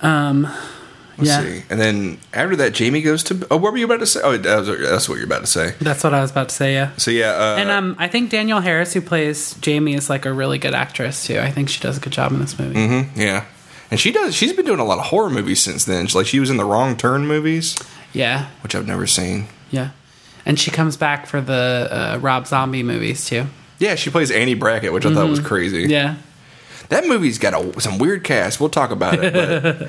Speaker 1: Let's
Speaker 2: Yeah.
Speaker 1: see. And then after that, Jamie goes to. Oh, what were you about to say? Oh, that was, that's what you're about to say.
Speaker 2: That's what I was about to say. Yeah.
Speaker 1: So yeah, uh,
Speaker 2: And um, I think Danielle Harris, who plays Jamie, is like a really good actress too. I think she does a good job in this movie.
Speaker 1: Mm-hmm. hmm, yeah. And she does. She's been doing a lot of horror movies since then. Like she was in the Wrong Turn movies,
Speaker 2: Yeah,
Speaker 1: which I've never seen.
Speaker 2: yeah. And she comes back for the uh, Rob Zombie movies too.
Speaker 1: Yeah, she plays Annie Brackett, which I thought was crazy.
Speaker 2: Mm-hmm. Yeah,
Speaker 1: That movie's got a, some weird cast. We'll talk about it.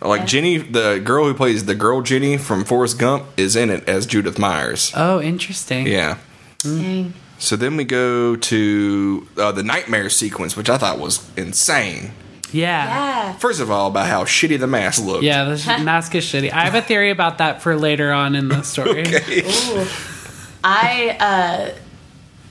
Speaker 1: But like Jenny, the girl who plays the girl Jenny from Forrest Gump, is in it as Judith Myers.
Speaker 2: Oh, interesting.
Speaker 1: Yeah.
Speaker 3: Dang.
Speaker 1: So then we go to uh, the nightmare sequence, which I thought was insane.
Speaker 2: Yeah.
Speaker 3: Yeah.
Speaker 1: First of all, about how shitty the mask looked.
Speaker 2: Yeah, the sh- mask is shitty. I have a theory about that for later on in the story.
Speaker 3: Ooh. I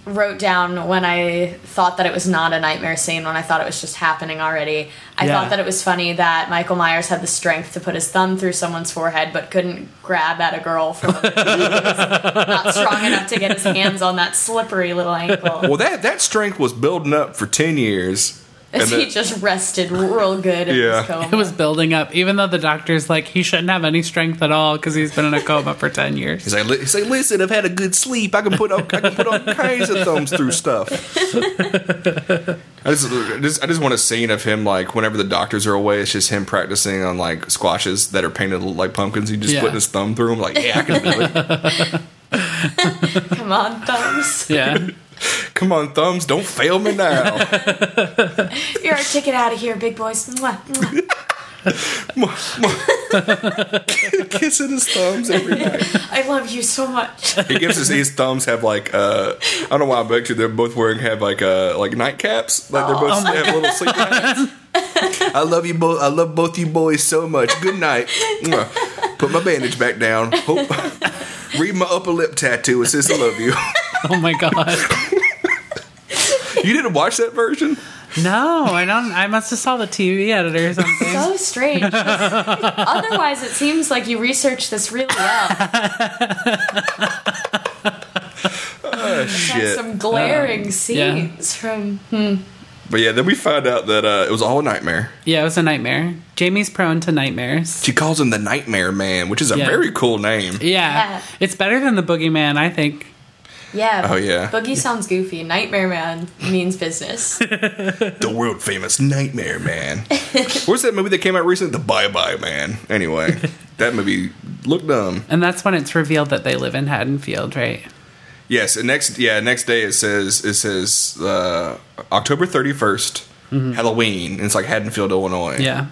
Speaker 3: uh, wrote down when I thought that it was not a nightmare scene, when I thought it was just happening already. I
Speaker 2: Yeah.
Speaker 3: thought that it was funny that Michael Myers had the strength to put his thumb through someone's forehead, but couldn't grab at a girl from a not strong enough to get his hands on that slippery little ankle.
Speaker 1: Well, that that strength was building up for ten years. And
Speaker 3: As he
Speaker 1: that-
Speaker 3: just rested real good in
Speaker 1: Yeah.
Speaker 3: his coma.
Speaker 2: It was building up, even though the doctor's like, he shouldn't have any strength at all because he's been in a coma for 10 years.
Speaker 1: he's like, li- he's like, listen, I've had a good sleep. I can put all, I can put all kinds of thumbs through stuff. I just, I just I just want a scene of him like whenever the doctors are away, it's just him practicing on like squashes that are painted like pumpkins. He just
Speaker 2: Yeah.
Speaker 1: putting his thumb through them, like yeah, I can do it.
Speaker 3: Come on, thumbs.
Speaker 2: Yeah.
Speaker 1: Come on, thumbs, don't fail me now.
Speaker 3: You're our ticket out of here, big boys. Mwah, mwah.
Speaker 1: Kissing his thumbs every night.
Speaker 3: I love you so much.
Speaker 1: He gives his, his thumbs have like uh, I don't know why I picture they're both wearing have like uh like nightcaps like they're both have little sleep hats. I love you both. I love both you boys so much. Good night. Mwah. Put my bandage back down. Hope. Read my upper lip tattoo. It says I love you.
Speaker 2: Oh my God.
Speaker 1: You didn't watch that version?
Speaker 2: No, I don't. I must have saw the TV editor or something.
Speaker 3: So strange. Otherwise, it seems like you researched this really well. Had
Speaker 1: Shit.
Speaker 3: some
Speaker 2: Um,
Speaker 3: glaring scenes from.
Speaker 1: But yeah, then we find out that uh, it was all a nightmare.
Speaker 2: Yeah, it was a nightmare. Jamie's prone to nightmares.
Speaker 1: She calls him the Nightmare Man, which is a
Speaker 2: Yeah.
Speaker 1: very cool name.
Speaker 2: Yeah.
Speaker 3: Yeah.
Speaker 2: It's better than the boogeyman, I think.
Speaker 3: Yeah.
Speaker 1: Oh, yeah.
Speaker 3: Boogie sounds goofy. Nightmare Man means business.
Speaker 1: the world famous Nightmare Man. Where's that movie that came out recently? The Bye Bye Man. Anyway, that movie looked dumb.
Speaker 2: And that's when it's revealed that they live in Haddonfield, right?
Speaker 1: Yes, and next yeah next day it says it says uh, October thirty Halloween. And it's like Haddonfield, Illinois.
Speaker 2: Mm-hmm. Yeah.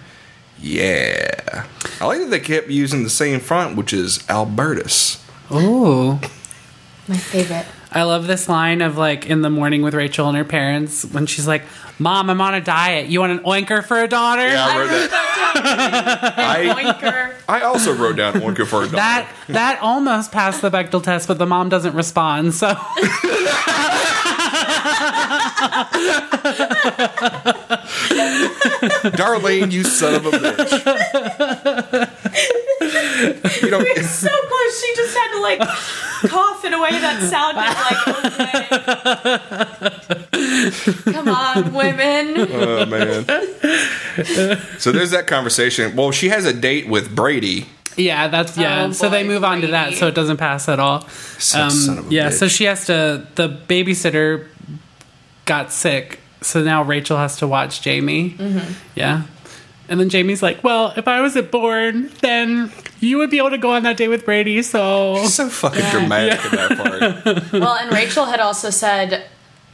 Speaker 1: yeah. I like that they kept using the same font, which is Albertus.
Speaker 2: Ooh.
Speaker 3: My favorite.
Speaker 2: I love this line of like in the morning with Rachel and her parents when she's like, Mom, I'm on a diet. You want an oinker for a daughter?
Speaker 1: Yeah, I
Speaker 3: I
Speaker 1: wrote
Speaker 3: wrote
Speaker 1: that. I
Speaker 3: Oinker.
Speaker 1: I also wrote down Oinker for a dog.
Speaker 2: That that almost passed the Bechtel test, but the mom doesn't respond. So
Speaker 1: Darlene, you son of a bitch. you don't.
Speaker 3: It's so close. She just had to like cough in a way that sounded like okay. Come on, women.
Speaker 1: Oh man. so there's that conversation. Well, she has a date with Brady.
Speaker 2: yeah, that's yeah.
Speaker 3: Oh,
Speaker 2: so they
Speaker 3: boy,
Speaker 2: move on to that,
Speaker 3: Brady.
Speaker 2: so it doesn't pass at all. Um,
Speaker 1: son of a
Speaker 2: yeah,
Speaker 1: bitch.
Speaker 2: so she has to. The babysitter got sick, so now Rachel has to watch Jamie.
Speaker 3: Mm-hmm.
Speaker 2: Yeah. And then Jamie's like, Well, if I wasn't born, then you would be able to go on that day with Brady, so.
Speaker 1: so fucking dramatic in that part.
Speaker 3: Well, and Rachel had also said,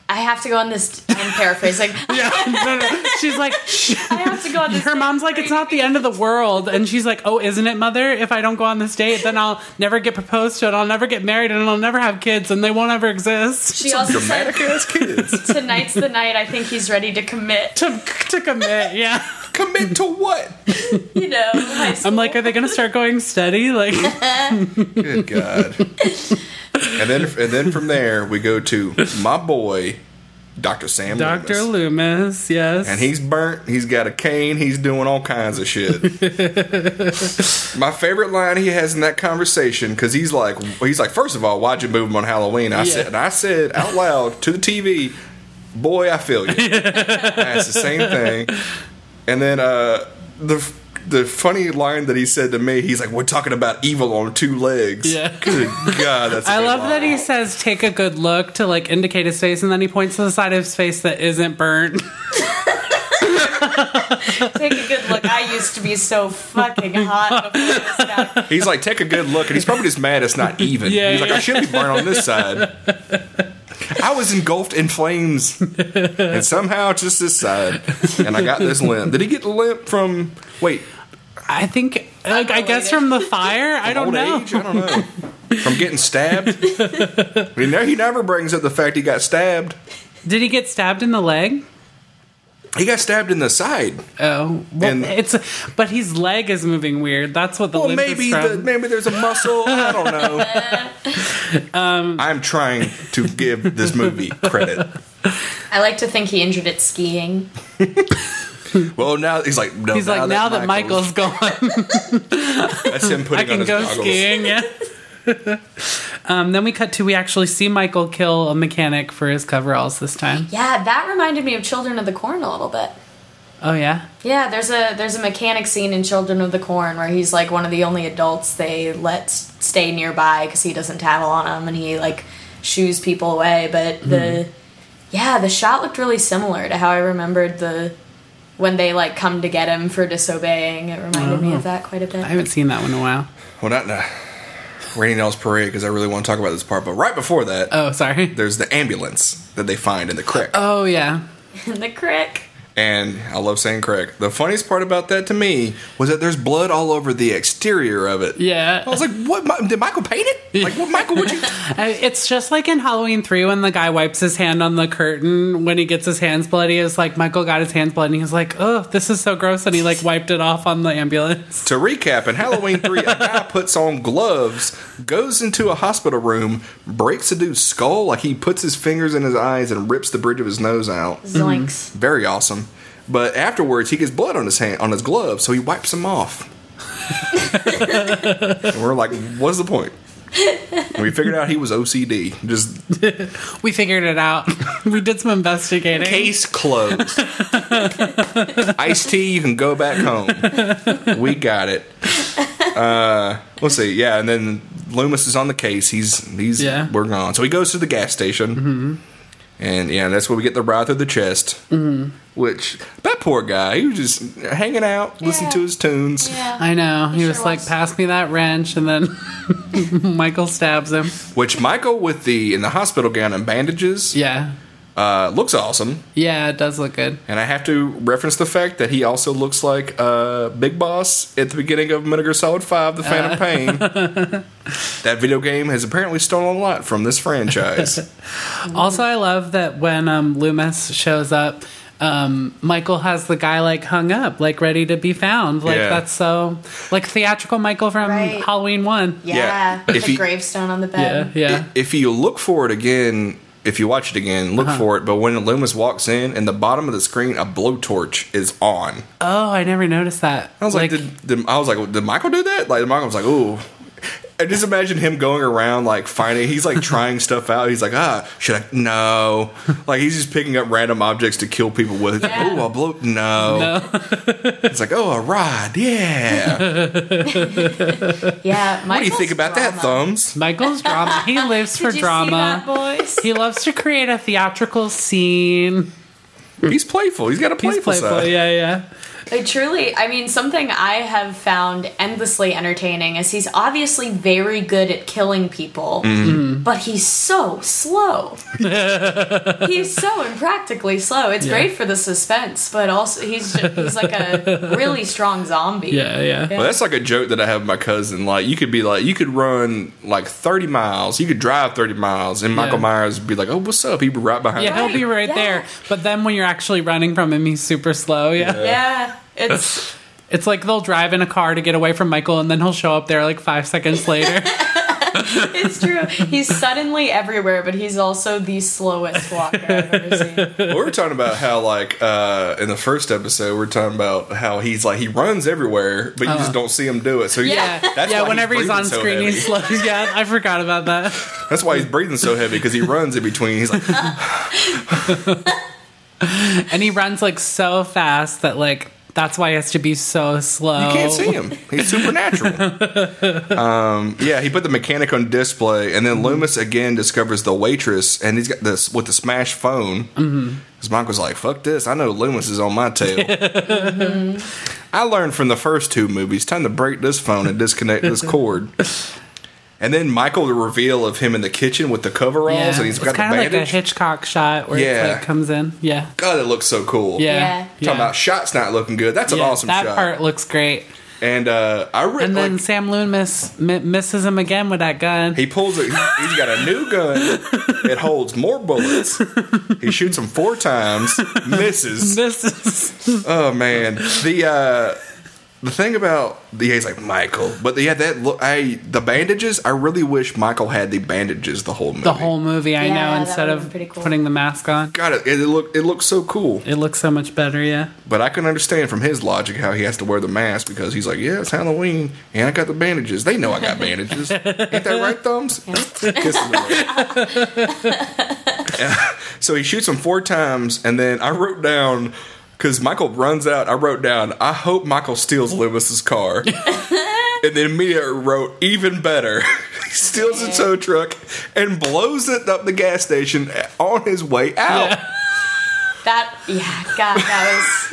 Speaker 3: "I have to go on this." I'm paraphrasing.
Speaker 2: Yeah. No, no. She's like, "Shh."
Speaker 3: I have to go on this.
Speaker 2: her mom's like, It's not the end of the world. And she's like, Oh, isn't it, mother? If I don't go on this date, then I'll never get proposed to, and I'll never get married, and I'll never have kids, and they won't ever exist.
Speaker 3: She also said,
Speaker 1: Dramatic ass kids.
Speaker 3: "Tonight's the night. I think he's ready to commit."
Speaker 2: To, to commit, yeah.
Speaker 1: Commit to what?
Speaker 3: You know, high school.
Speaker 2: I'm like, are they going to start going steady? Like,
Speaker 1: Good God. And then and then from there we go to my boy, Dr. Sam
Speaker 2: Dr.
Speaker 1: Loomis.
Speaker 2: Loomis, yes.
Speaker 1: And he's burnt, he's got a cane, he's doing all kinds of shit. My favorite line he has in that conversation, because he's like he's like, first of all, why'd you move him on Halloween? I
Speaker 2: Yeah.
Speaker 1: said and I said out loud to the TV, boy, I feel you. That's the same thing. And then uh the the funny line that he said to me, he's like, "We're talking about evil on two legs."
Speaker 2: Yeah.
Speaker 1: Good God, that's. a
Speaker 2: I
Speaker 1: good
Speaker 2: love
Speaker 1: line.
Speaker 2: that he says, take a good look to like indicate his face, and then he points to the side of his face that isn't burnt.
Speaker 3: Take a good look. I used to be so fucking hot before this guy.
Speaker 1: He's like, take a good look, and he's probably just mad it's not even.
Speaker 2: Yeah,
Speaker 1: he's like,
Speaker 2: yeah.
Speaker 1: I should be burnt on this side. I was engulfed in flames, and somehow it's just this side, and I got this limp. Did he get the limp from? Wait,
Speaker 2: I think, like, I guess
Speaker 3: Unrelated.
Speaker 2: from the fire? I don't
Speaker 1: old
Speaker 2: know.
Speaker 1: age? I don't know. From getting stabbed. You know, he never brings up the fact he got stabbed.
Speaker 2: Did he get stabbed in the leg?
Speaker 1: He got stabbed in the side.
Speaker 2: Oh, well,
Speaker 1: And-
Speaker 2: it's but his leg is moving weird. That's what the
Speaker 1: Well,
Speaker 2: limp
Speaker 1: Oh, maybe
Speaker 2: is
Speaker 1: the,
Speaker 2: from.
Speaker 1: maybe there's a muscle. I don't know.
Speaker 2: Um,
Speaker 1: I'm trying to give this movie credit.
Speaker 3: I like to think he injured it skiing.
Speaker 1: Well, now he's like, no,
Speaker 2: He's like, now that Michael's gone,
Speaker 1: that's him putting
Speaker 2: I
Speaker 1: on
Speaker 2: can
Speaker 1: his
Speaker 2: go
Speaker 1: goggles.
Speaker 2: skiing. Yeah. um, then we cut to we actually see Michael kill a mechanic for his coveralls this time.
Speaker 3: Yeah, that reminded me of Children of the Corn a little bit.
Speaker 2: Oh yeah,
Speaker 3: Yeah, there's a there's a mechanic scene in Children of the Corn where he's like one of the only adults they let s- stay nearby because he doesn't tattle on them and he like shoos people away. But the yeah, the shot looked really similar to how I remembered the when they like come to get him for disobeying. It reminded me of that quite a bit.
Speaker 2: I haven't seen that one in a while.
Speaker 1: Well, not uh, Rainy Nell's Parade because I really want to talk about this part. But right before that,
Speaker 2: Oh sorry.
Speaker 1: there's the ambulance that they find in the creek.
Speaker 2: Oh yeah.
Speaker 3: the crick.
Speaker 1: And I love saying creek. The funniest part about that to me was that there's blood all over the exterior of it.
Speaker 2: Yeah.
Speaker 1: I was like, what? Mi- Did Michael paint it? Like, what, Michael, would you?
Speaker 2: I- It's just like in Halloween 3 when the guy wipes his hand on the curtain when he gets his hands bloody. It's like Michael got his hands bloody and he's like, oh, this is so gross. And he like wiped it off on the ambulance.
Speaker 1: To recap, in Halloween 3, a guy puts on gloves, goes into a hospital room, breaks a dude's skull, like he puts his fingers in his eyes and rips the bridge of his nose out.
Speaker 3: Mm-hmm. Zoinks.
Speaker 1: Very awesome. But afterwards, he gets blood on his hand, on his glove, so he wipes them off. and we're like, what's the point? And we figured out he was OCD. Just
Speaker 2: We figured it out. we did some investigating.
Speaker 1: case closed. Ice tea, you can go back home. We got it. Uh, we'll see. Yeah, and then Loomis is on the case. He's he's
Speaker 2: Yeah. Mm-hmm.
Speaker 1: we're gone. So he goes to the gas station, and yeah, that's where we get the ride through the chest.
Speaker 2: Mm-hmm.
Speaker 1: Which that poor guy, he was just hanging out, listening
Speaker 3: Yeah.
Speaker 1: to his tunes.
Speaker 3: Yeah.
Speaker 2: I know. He,
Speaker 3: He
Speaker 2: was
Speaker 3: sure
Speaker 2: like,
Speaker 3: was.
Speaker 2: pass me that wrench. And then Michael stabs him.
Speaker 1: Which Michael with the in the hospital gown and bandages
Speaker 2: Yeah.
Speaker 1: uh, looks awesome.
Speaker 2: Yeah, it does look good.
Speaker 1: And I have to reference the fact that he also looks like uh, Big Boss at the beginning of Metal Gear Solid 5, The Phantom Pain. that video game has apparently stolen a lot from this franchise.
Speaker 2: Mm-hmm. Also, I love that when um, Loomis shows up, um, Michael has the guy like hung up, like ready to be found. Like
Speaker 1: Yeah.
Speaker 2: that's so like theatrical Michael from
Speaker 3: Right.
Speaker 2: Halloween One.
Speaker 3: Yeah.
Speaker 1: Yeah.
Speaker 3: With
Speaker 1: If
Speaker 3: the
Speaker 1: he-
Speaker 3: gravestone on the
Speaker 2: Yeah,
Speaker 3: bed.
Speaker 2: yeah.
Speaker 1: if you look for it again, if you watch it again, look for it. But when Loomis walks in, in the bottom of the screen, a blowtorch is on.
Speaker 2: Oh, I never noticed that.
Speaker 1: I was like, did, did, I was like, did Michael do that? Like, Michael was like, ooh. And just imagine him going around like finding. He's like trying stuff out. He's like, ah, should I? No. Like he's just picking up random objects to kill people with. He's like,
Speaker 3: Yeah.
Speaker 1: Ooh, a blow. No. it's like, oh, a rod. Yeah.
Speaker 3: Yeah.
Speaker 1: what do you think about that, thumbs?
Speaker 2: Michael's drama. He lives for
Speaker 3: Did you See
Speaker 2: drama.
Speaker 3: that, boys?
Speaker 2: He loves to create a theatrical scene.
Speaker 1: He's playful. He's got a playful,
Speaker 2: He's playful.
Speaker 1: side.
Speaker 2: Yeah, yeah.
Speaker 3: I truly, I mean, something I have found endlessly entertaining is he's obviously very good at killing people,
Speaker 2: Mm-hmm.
Speaker 3: but he's so slow. he's so impractically slow. It's great for the suspense, but also he's ju- he's like a really strong zombie.
Speaker 2: Yeah, yeah.
Speaker 1: Well, that's like a joke that I have with my cousin. Like, you could be like, you could run like 30 miles, you could drive 30 miles, and Michael
Speaker 2: Yeah.
Speaker 1: Myers would be like, oh, what's up? He'd be right behind
Speaker 2: Yeah,
Speaker 1: you.
Speaker 2: he'll be right
Speaker 3: yeah.
Speaker 2: there. But then when you're actually running from him, he's super slow. yeah.
Speaker 3: Yeah, it's
Speaker 2: It's like they'll drive in a car to get away from Michael, and then he'll show up there like five seconds later.
Speaker 3: it's true. He's suddenly everywhere, but he's also the slowest walker I've ever seen.
Speaker 1: Well, we were talking about how, like, uh, in the first episode, we were talking about how he's like he runs everywhere, but you just don't see him do it. So
Speaker 2: Uh-huh. yeah,
Speaker 1: that's
Speaker 2: yeah.
Speaker 1: why
Speaker 2: Whenever he's,
Speaker 1: breathing
Speaker 2: on
Speaker 1: so
Speaker 2: screen,
Speaker 1: heavy.
Speaker 2: he's slow. Yeah, I forgot about that.
Speaker 1: that's why he's breathing so heavy because he runs in between. He's like,
Speaker 2: And he runs like so fast that like that's why he has to be so slow.
Speaker 1: you can't see him. He's supernatural. um, yeah, he put the mechanic on display, and then
Speaker 2: Mm-hmm.
Speaker 1: Loomis again discovers the waitress, and he's got this with the smash phone. Because
Speaker 2: Mm-hmm.
Speaker 1: Michael's like, "Fuck this! I know Loomis is on my tail."
Speaker 2: Mm-hmm.
Speaker 1: I learned from the first two movies. Time to break this phone and disconnect this cord. And then Michael, the reveal of him in the kitchen with the coveralls,
Speaker 2: Yeah,
Speaker 1: and he's
Speaker 2: it's
Speaker 1: got the
Speaker 2: kind of like a
Speaker 1: bandage.
Speaker 2: Hitchcock shot where it
Speaker 1: Yeah.
Speaker 2: like comes in. Yeah,
Speaker 1: God, it looks so cool.
Speaker 2: yeah,
Speaker 3: Yeah.
Speaker 2: yeah.
Speaker 3: Talking
Speaker 1: Talking about shots not looking good. That's an
Speaker 2: Yeah,
Speaker 1: awesome
Speaker 2: that
Speaker 1: shot.
Speaker 2: part looks great.
Speaker 1: And uh, I read,
Speaker 2: And then
Speaker 1: like,
Speaker 2: Sam Loomis m- misses him again with that gun.
Speaker 1: He pulls it. He's got a new gun. It holds more bullets. He shoots them four times, misses.
Speaker 2: this is
Speaker 1: Oh man, the uh, the thing about the he's like Michael, but yeah, that look. I the bandages. I really wish Michael had the bandages the whole movie.
Speaker 2: the whole movie. I
Speaker 3: Yeah,
Speaker 2: know
Speaker 3: that
Speaker 2: instead
Speaker 3: would've
Speaker 2: of
Speaker 3: been pretty cool.
Speaker 2: putting the mask on,
Speaker 1: God, it, it looked it looked so cool.
Speaker 2: it looks so much better. Yeah,
Speaker 1: But I can understand from his logic how he has to wear the mask because he's like, yeah, it's Halloween and I got the bandages. They know I got bandages. Ain't that right, thumbs? Kisses him away. Yeah. so he shoots him four times, and then I wrote down. Because Michael runs out, I wrote down, I hope Michael steals Loomis's car. and then immediately wrote, even better. he steals a tow truck and blows it up the gas station on his way out.
Speaker 3: That yeah, God, that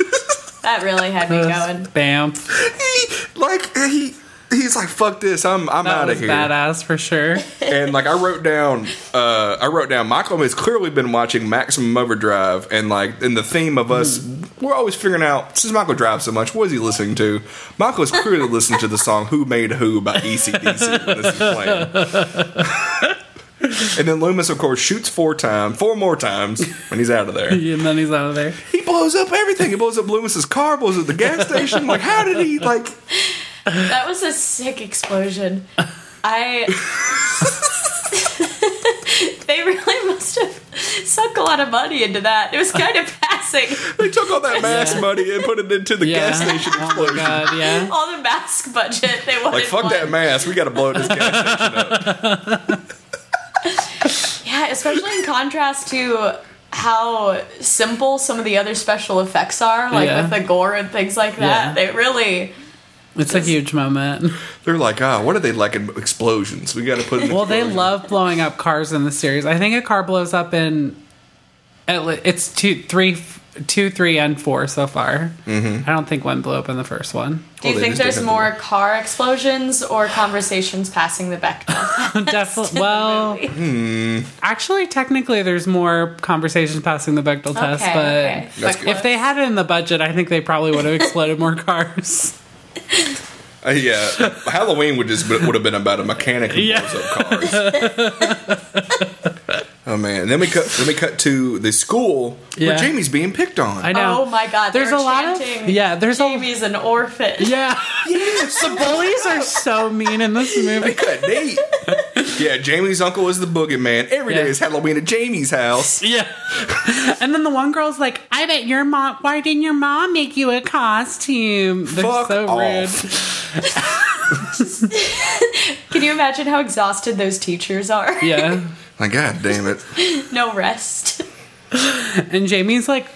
Speaker 3: was that really had me going.
Speaker 2: bam,
Speaker 1: he like he he's like fuck this i'm i'm
Speaker 2: that
Speaker 1: out
Speaker 2: was
Speaker 1: of here
Speaker 2: badass for sure.
Speaker 1: and like i wrote down uh i wrote down michael has clearly been watching maximum overdrive and like and the theme of us
Speaker 2: Hmm.
Speaker 1: we're always figuring out since michael drives so much what is he listening to michael is clearly listening to the song who made who by E ecdc when this is playing and then loomis of course shoots four times four more times when he's out of there
Speaker 2: and then he's out of there.
Speaker 1: he blows up everything he blows up loomis's car blows up the gas station like how did he like
Speaker 3: That was a sick explosion. I they really must have sunk a lot of money into that. It was kind of passing.
Speaker 1: They took all that mask money and put it into the
Speaker 2: Yeah.
Speaker 1: gas station
Speaker 2: Oh my
Speaker 1: explosion.
Speaker 2: god, yeah.
Speaker 3: All the mask budget they wanted.
Speaker 1: like fuck
Speaker 3: one.
Speaker 1: that mask, we gotta blow this gas station.
Speaker 3: Yeah, especially in contrast to how simple some of the other special effects are, like
Speaker 2: Yeah.
Speaker 3: with the gore and things like that.
Speaker 2: Yeah.
Speaker 3: They really
Speaker 2: It's a huge moment.
Speaker 1: They're like, ah, what are they like in explosions? We gotta put. An
Speaker 2: Well, they
Speaker 1: explosion."
Speaker 2: love blowing up cars in the series. I think a car blows up in at le- it's two, three, two, three, and four so far. Mm-hmm. I don't think one blew up in the first one.
Speaker 3: do
Speaker 1: Well,
Speaker 3: you
Speaker 1: they
Speaker 3: think
Speaker 1: just
Speaker 3: there's
Speaker 1: did have
Speaker 3: more
Speaker 1: the-
Speaker 3: car explosions or conversations passing the back?
Speaker 2: Definitely. Well, actually, technically, there's more conversations passing the Bechdel test,
Speaker 3: Okay,
Speaker 2: but
Speaker 3: okay.
Speaker 1: That's
Speaker 2: if
Speaker 1: good.
Speaker 2: they had it in the budget, I think they probably would have exploded more cars.
Speaker 1: Uh, yeah, Halloween would just would have been about a mechanic who
Speaker 2: Yeah.
Speaker 1: blows up cars. oh man, then we cut. Then we cut to the school
Speaker 2: Yeah.
Speaker 1: where Jamie's being picked on.
Speaker 2: I know.
Speaker 3: Oh my god,
Speaker 2: There's
Speaker 3: they
Speaker 2: a
Speaker 3: were
Speaker 2: lot of-
Speaker 3: chanting,
Speaker 2: yeah, there's a-
Speaker 3: Jamie's an orphan.
Speaker 2: Yeah, the bullies are so mean in this
Speaker 1: They
Speaker 2: movie.
Speaker 1: cut Nate. yeah, Jamie's uncle is the boogeyman. Every day
Speaker 2: Yeah.
Speaker 1: is Halloween at Jamie's house.
Speaker 2: Yeah. And then the one girl's like, I bet your mom, why didn't your mom make you a costume? They're
Speaker 1: Fuck
Speaker 2: so
Speaker 1: off.
Speaker 2: rude.
Speaker 3: Can you imagine how exhausted those teachers are?
Speaker 2: Yeah.
Speaker 1: My god damn it.
Speaker 3: no rest.
Speaker 2: And Jamie's like,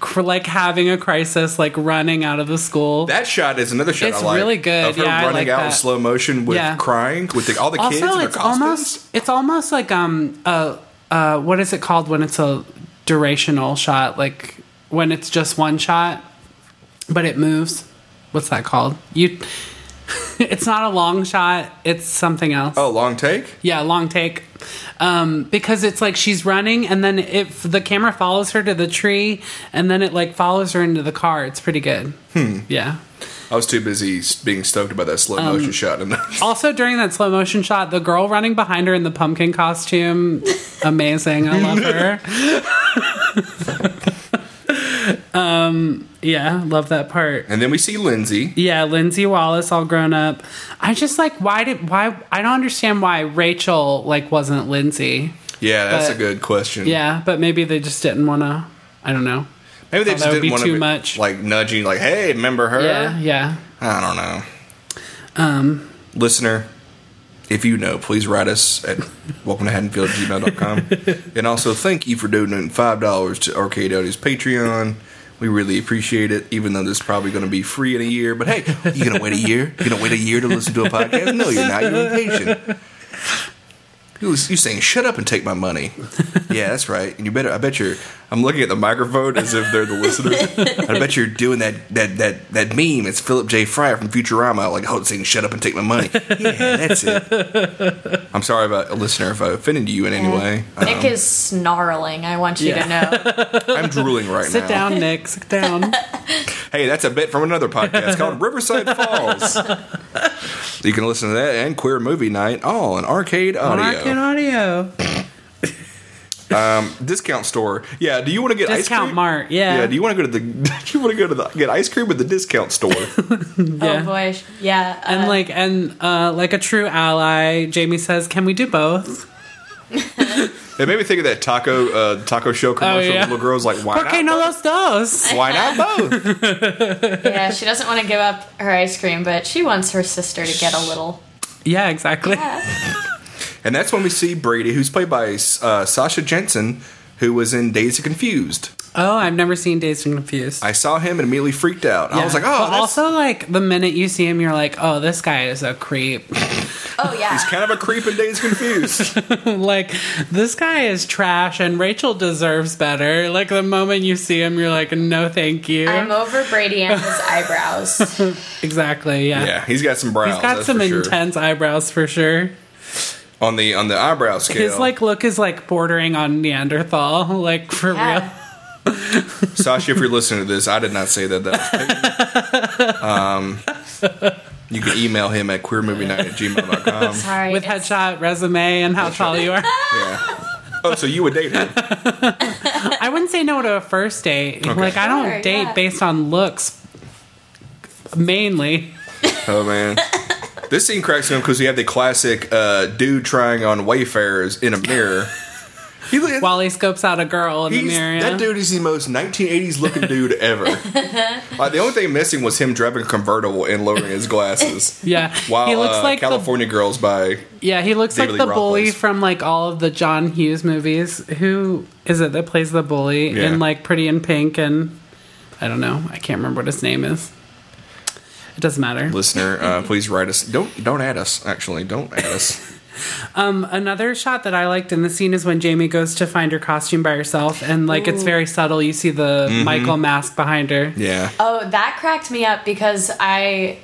Speaker 2: cr- like having a crisis, like running out of the school.
Speaker 1: That shot is another shot.
Speaker 2: It's
Speaker 1: I like,
Speaker 2: really good.
Speaker 1: Of her
Speaker 2: Yeah, I
Speaker 1: running
Speaker 2: like
Speaker 1: out in
Speaker 2: that.
Speaker 1: slow motion with
Speaker 2: Yeah.
Speaker 1: crying with the, all the kids
Speaker 2: also,
Speaker 1: in their
Speaker 2: it's
Speaker 1: costumes.
Speaker 2: almost it's almost like um uh uh what is it called when it's a durational shot? Like when it's just one shot, but it moves. What's that called? You. it's not a long shot. It's something else.
Speaker 1: oh, long take.
Speaker 2: Yeah, long take. Um, because it's like she's running, and then if the camera follows her to the tree, and then it like follows her into the car, it's pretty good. Hmm. Yeah.
Speaker 1: I was too busy s- being stoked about that slow
Speaker 2: Um,
Speaker 1: motion shot. And
Speaker 2: Also, during that slow motion shot, the girl running behind her in the pumpkin costume, amazing. I love her. um, Um, yeah, love that part.
Speaker 1: and then we see Lindsay.
Speaker 2: Yeah, Lindsay Wallace all grown up. I just like why did why I don't understand why Rachel like wasn't Lindsay.
Speaker 1: Yeah, that's
Speaker 2: But-
Speaker 1: a good question.
Speaker 2: Yeah, but maybe they just didn't want to. I don't know.
Speaker 1: maybe they
Speaker 2: thought
Speaker 1: just
Speaker 2: that would
Speaker 1: didn't
Speaker 2: be
Speaker 1: want
Speaker 2: too
Speaker 1: to
Speaker 2: much.
Speaker 1: like nudging, like, "Hey, remember her?"
Speaker 2: Yeah, yeah.
Speaker 1: I don't know. Um, listener, if you know, please write us at welcome to Haddonfield gmail.com. and also, thank you for donating five dollars to Arcade Audio's Patreon. We really appreciate it, even though this is probably going to be free in a year. But hey, you gonna wait a year? You gonna wait a year to listen to a podcast? No, you're not. You're impatient. You was- you saying, "Shut up and take my money." Yeah, that's right. And you better. I bet you're. I'm looking at the microphone as if they're the listener. I bet you're doing that that that that meme. It's Philip J. Fryer from Futurama. Like, oh, saying, "Shut up and take my money." Yeah, that's it. I'm sorry about a listener if I offended you in any way. Um,
Speaker 3: Nick is snarling. I want you
Speaker 2: Yeah.
Speaker 3: to know.
Speaker 1: I'm drooling right
Speaker 2: Sit
Speaker 1: now.
Speaker 2: down, Nick. Sit down.
Speaker 1: Hey, that's a bit from another podcast called Riverside Falls. you can listen to that and Queer Movie Night all on Arcade Audio.
Speaker 2: Market audio.
Speaker 1: Discount store. Yeah. Do you want to get ice
Speaker 2: Discount
Speaker 1: cream?
Speaker 2: Mart, yeah.
Speaker 1: Do you want to go to the? Do you want to go to the get ice cream at the discount store?
Speaker 2: Yeah.
Speaker 3: Oh boy, yeah.
Speaker 2: And
Speaker 3: uh,
Speaker 2: like and uh, like a true ally, Jamie says, "Can we do both?"
Speaker 1: it made me think of that taco uh, taco show commercial.
Speaker 2: Oh, yeah.
Speaker 1: The little girl's like, why
Speaker 2: ¿Por qué
Speaker 1: not?
Speaker 2: no los dos?
Speaker 1: Why not both?
Speaker 3: yeah, she doesn't want to give up her ice cream, but she wants her sister to get a little.
Speaker 2: Yeah, exactly.
Speaker 1: and that's when we see Brady, who's played by uh, Sasha Jensen, who was in Days of Confused.
Speaker 2: Oh, I've never seen Dazed and Confused.
Speaker 1: I saw him and immediately freaked out. I was like, oh,
Speaker 2: But
Speaker 1: that's
Speaker 2: also like the minute you see him, you're like, "Oh, this guy is a creep."
Speaker 3: Oh yeah.
Speaker 1: kind of a creep in Days Confused.
Speaker 2: like this guy is trash, and Rachel deserves better. Like the moment you see him, you're like, "No, thank you."
Speaker 3: I'm over Brady and his eyebrows.
Speaker 2: exactly. Yeah.
Speaker 1: yeah, he's got some brows.
Speaker 2: He's got
Speaker 1: that's
Speaker 2: some
Speaker 1: for sure.
Speaker 2: intense eyebrows for sure.
Speaker 1: on the on the eyebrow scale.
Speaker 2: His like look is like bordering on Neanderthal, like for real.
Speaker 3: Yeah.
Speaker 1: Sasha, if you're listening to this, I did not say that. That was Peyton. um, you can email him at queermovienight at gmail.com.
Speaker 3: Sorry.
Speaker 2: with
Speaker 3: it's-
Speaker 2: headshot, resume, and how tall you are.
Speaker 1: Yeah. Oh, so you would date him?
Speaker 2: I wouldn't say no to a first date. Like I don't
Speaker 3: Sure,
Speaker 2: date
Speaker 3: yeah.
Speaker 2: based on looks, mainly.
Speaker 1: Oh man. This scene cracks me up because we have the classic uh, dude trying on wayfarers in a mirror. He, look-
Speaker 2: While he scopes out a girl in the
Speaker 1: he's-
Speaker 2: mirror, yeah.
Speaker 1: That dude is the most 1980s looking dude ever. like, the only thing missing was him driving a convertible and lowering his glasses.
Speaker 2: yeah,
Speaker 1: While
Speaker 2: he looks
Speaker 1: uh,
Speaker 2: like
Speaker 1: California Girls by
Speaker 2: the yeah he looks
Speaker 1: David
Speaker 2: like the
Speaker 1: Lee Roth
Speaker 2: bully
Speaker 1: plays.
Speaker 2: from like all of the John Hughes movies. Who is it that plays the bully
Speaker 1: Yeah.
Speaker 2: in like Pretty in Pink and I don't know. I can't remember what his name is. It doesn't matter.
Speaker 1: listener, uh, please write us. Don't don't add us. Actually, don't add us.
Speaker 2: Another shot that I liked in the scene is when Jamie goes to find her costume by herself, and like it's very subtle. You see the Michael mask behind her.
Speaker 1: Mm-hmm. Yeah,
Speaker 3: Oh, that cracked me up because I.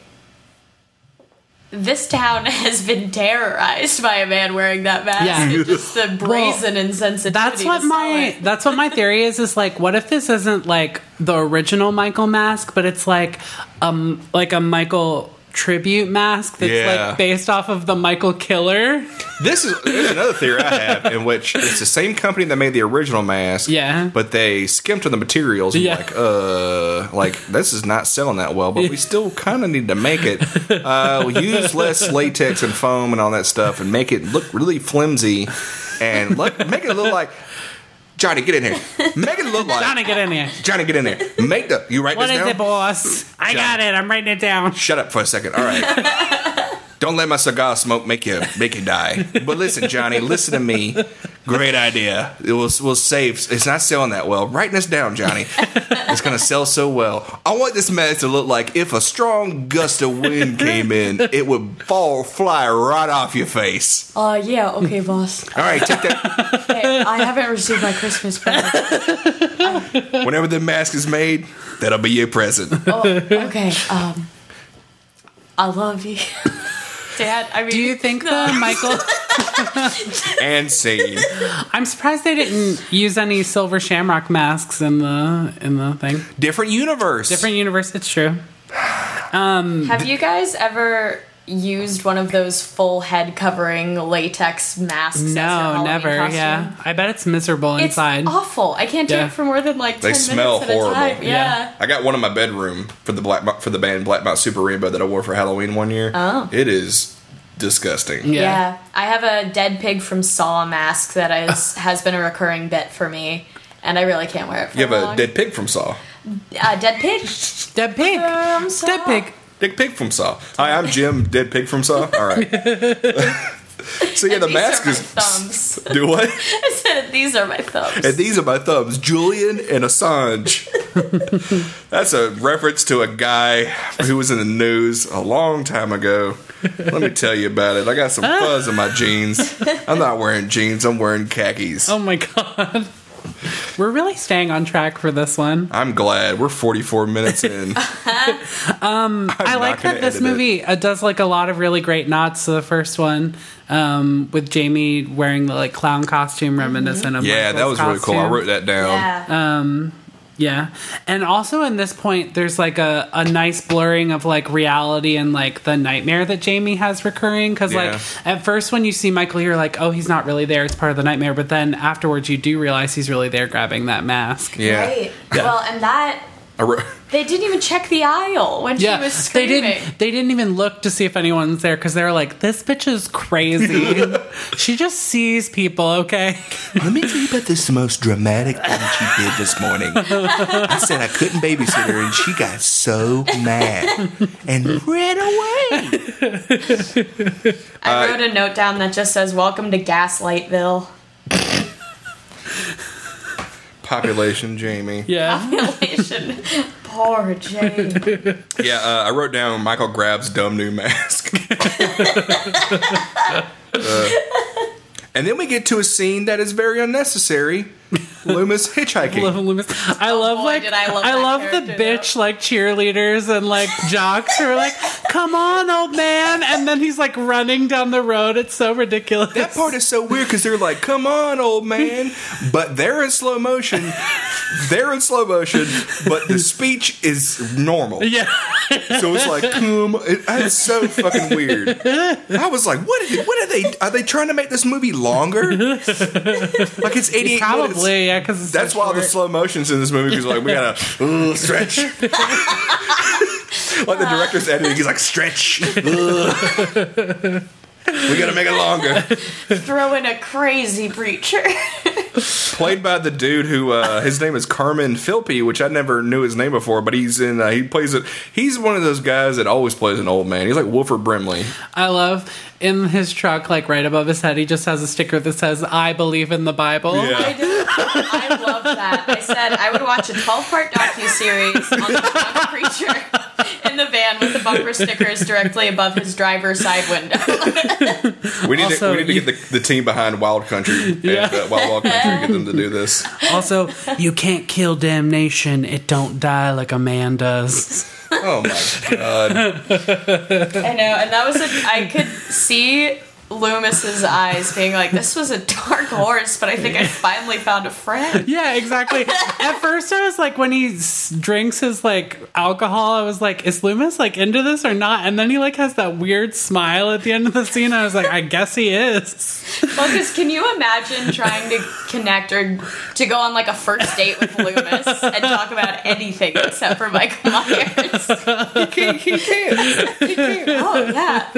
Speaker 3: This town has been terrorized by a man wearing that mask.
Speaker 2: Yeah.
Speaker 3: And just the brazen insensitivity.
Speaker 2: That's
Speaker 3: to
Speaker 2: what
Speaker 3: sell
Speaker 2: my
Speaker 3: it.
Speaker 2: that's what my theory is. Is like, what if this isn't like the original Michael mask, but it's like um like a Michael tribute mask that's
Speaker 1: Yeah.
Speaker 2: like based off of the Michael Killer.
Speaker 1: this is there's another theory I have in which it's the same company that made the original mask.
Speaker 2: Yeah.
Speaker 1: but they skimped on the materials. And
Speaker 2: Yeah.
Speaker 1: like uh, like this is not selling that well, but we still kind of need to make it. Uh, we use less latex and foam and all that stuff, and make it look really flimsy, and look, make it look like. Johnny, get in here. Make it look like
Speaker 2: Trying to get in here.
Speaker 1: Johnny, get in there. Make the you write
Speaker 2: What
Speaker 1: this
Speaker 2: is
Speaker 1: down.
Speaker 2: it, boss? I
Speaker 1: John.
Speaker 2: got it. I'm writing it down.
Speaker 1: Shut up for a second. All right. Don't let my cigar smoke make you make you die. But listen, Johnny, listen to me. Great idea. It will will save. It's not selling that well. Write this down, Johnny. It's gonna sell so well. I want this mask to look like if a strong gust of wind came in, it would fall fly right off your face.
Speaker 3: Oh, yeah, okay, boss.
Speaker 1: All right, take that.
Speaker 3: Okay, I haven't received my Christmas present.
Speaker 1: Whenever the mask is made, that'll be your present.
Speaker 3: Oh, okay, um. I love you. Dad, I mean.
Speaker 2: Do you think the Michael?
Speaker 1: And scene.
Speaker 2: I'm surprised they didn't use any silver shamrock masks in the in the thing.
Speaker 1: Different universe.
Speaker 2: Different universe. It's true.
Speaker 3: Have you guys ever used one of those full head covering latex masks? as your
Speaker 2: No,
Speaker 3: Halloween
Speaker 2: never.
Speaker 3: costume?
Speaker 2: Yeah, I bet it's miserable
Speaker 3: It's
Speaker 2: inside.
Speaker 3: awful. I can't do
Speaker 2: Yeah.
Speaker 3: it for more than like
Speaker 1: They
Speaker 3: 10
Speaker 1: smell
Speaker 3: minutes at
Speaker 1: horrible.
Speaker 3: a time. Yeah.
Speaker 2: Yeah.
Speaker 1: I got one in my bedroom for the black Mo- for the band Black Mount Super Rainbow that I wore for Halloween one year.
Speaker 3: Oh.
Speaker 1: it is disgusting.
Speaker 3: yeah. I have a dead pig from Saw mask that is has been a recurring bit for me. And I really can't wear it for
Speaker 1: You have
Speaker 3: long.
Speaker 1: a dead pig from Saw.
Speaker 3: uh, dead pig.
Speaker 2: Dead pig.
Speaker 3: Um, so-
Speaker 2: Dead pig.
Speaker 1: Dead pig from Saw. Hi, I'm Jim. Dead pig from Saw. All right. so yeah, the
Speaker 3: These
Speaker 1: mask
Speaker 3: are my
Speaker 1: is.
Speaker 3: thumbs.
Speaker 1: Do what?
Speaker 3: I said these are my thumbs.
Speaker 1: And these are my thumbs, Julian and Assange. That's a reference to a guy who was in the news a long time ago. Let me tell you about it. I got some
Speaker 3: Ah.
Speaker 1: fuzz in my jeans. I'm not wearing jeans. I'm wearing khakis.
Speaker 2: Oh my god. We're really staying on track for this one.
Speaker 1: I'm glad we're 44 minutes in. um,
Speaker 2: i like that this movie uh, does like a lot of really great nods to the first one, um, with Jamie wearing the like clown costume reminiscent of
Speaker 1: Yeah, that was
Speaker 2: Michael's
Speaker 1: really cool. I
Speaker 2: costume.
Speaker 1: wrote that down.
Speaker 3: yeah.
Speaker 2: Yeah. And also in this point there's like a, a nice blurring of like reality and like the nightmare that Jamie has recurring cuz
Speaker 1: Yeah.
Speaker 2: like at first when you see Michael you're like oh he's not really there it's part of the nightmare but then afterwards you do realize he's really there grabbing that mask.
Speaker 1: Yeah.
Speaker 3: Right.
Speaker 1: Yeah.
Speaker 3: Well, and that
Speaker 1: I wrote-
Speaker 3: they didn't even check the aisle when she was
Speaker 2: they
Speaker 3: screaming.
Speaker 2: didn't. They didn't even look to see if anyone's there because they were like, "This bitch is crazy. she just sees people." Okay,
Speaker 1: Let me tell you about this most dramatic thing she did this morning. I said I couldn't babysit her, and she got so mad and ran away. Uh,
Speaker 3: I wrote a note down that just says "Welcome to Gaslightville."
Speaker 1: Population, Jamie.
Speaker 2: yeah.
Speaker 3: Population. Poor Jane.
Speaker 1: Yeah, uh, I wrote down Michael grabs dumb new mask. Uh, and then we get to a scene that is very unnecessary. Loomis
Speaker 2: Love
Speaker 1: hitchhiking.
Speaker 2: Loomis. I love
Speaker 3: Oh boy,
Speaker 2: like
Speaker 3: did
Speaker 2: I
Speaker 3: I
Speaker 2: love,
Speaker 3: love
Speaker 2: the
Speaker 3: that character, though.
Speaker 2: bitch like cheerleaders and like jocks who are like, "Come on, old man," and then he's like running down the road. It's so ridiculous.
Speaker 1: That part is so weird because they're like, "Come on, old man," but they're in slow motion. They're in slow motion, but the speech is normal.
Speaker 2: yeah.
Speaker 1: So it's like, "Come," it, it's so fucking weird. I was like, "What? Is, what are they? Are they trying to make this movie longer? like it's eighty-eight minutes."
Speaker 2: Probably yeah, because
Speaker 1: That's why all the slow motions in this movie because like we gotta "Ooh, stretch. like the
Speaker 2: Uh-huh.
Speaker 1: director's editing, he's like stretch. Ugh. we gotta make it longer.
Speaker 3: Throw in a crazy preacher.
Speaker 1: Played by the dude who uh, his name is Carmen Philpy, which I never knew his name before, but he's in. Uh, he plays it. He's one of those guys that always plays an old man. He's like Wilford Brimley.
Speaker 2: I love in his truck, like right above his head, he just has a sticker that says, "I believe in the Bible."
Speaker 3: I, did- I love that. I said I would watch a 12-part docu-series on the drunk preacher in the van with the bumper stickers directly above his driver's side window.
Speaker 1: We need
Speaker 2: Also,
Speaker 1: to, we need to
Speaker 2: you-
Speaker 1: get the, the team behind Wild Country
Speaker 2: Yeah.
Speaker 1: and uh, Wild Wild Country and get them to do this.
Speaker 2: Also, you can't kill damnation. It don't die like a man does.
Speaker 1: Oh my god!
Speaker 3: I know, and that was a, I could see Loomis's eyes being like, "This was a dark horse," but I think I finally found a friend.
Speaker 2: Yeah, exactly. At first, I was like, when he s- drinks his like alcohol, I was like, is Loomis like into this or not? And then he like has that weird smile at the end of the scene. I was like, I guess he is.
Speaker 3: Lucas, can you imagine trying to connect or to go on like a first date with Loomis and talk about anything except for Michael Myers?
Speaker 1: he can't.
Speaker 3: Oh yeah,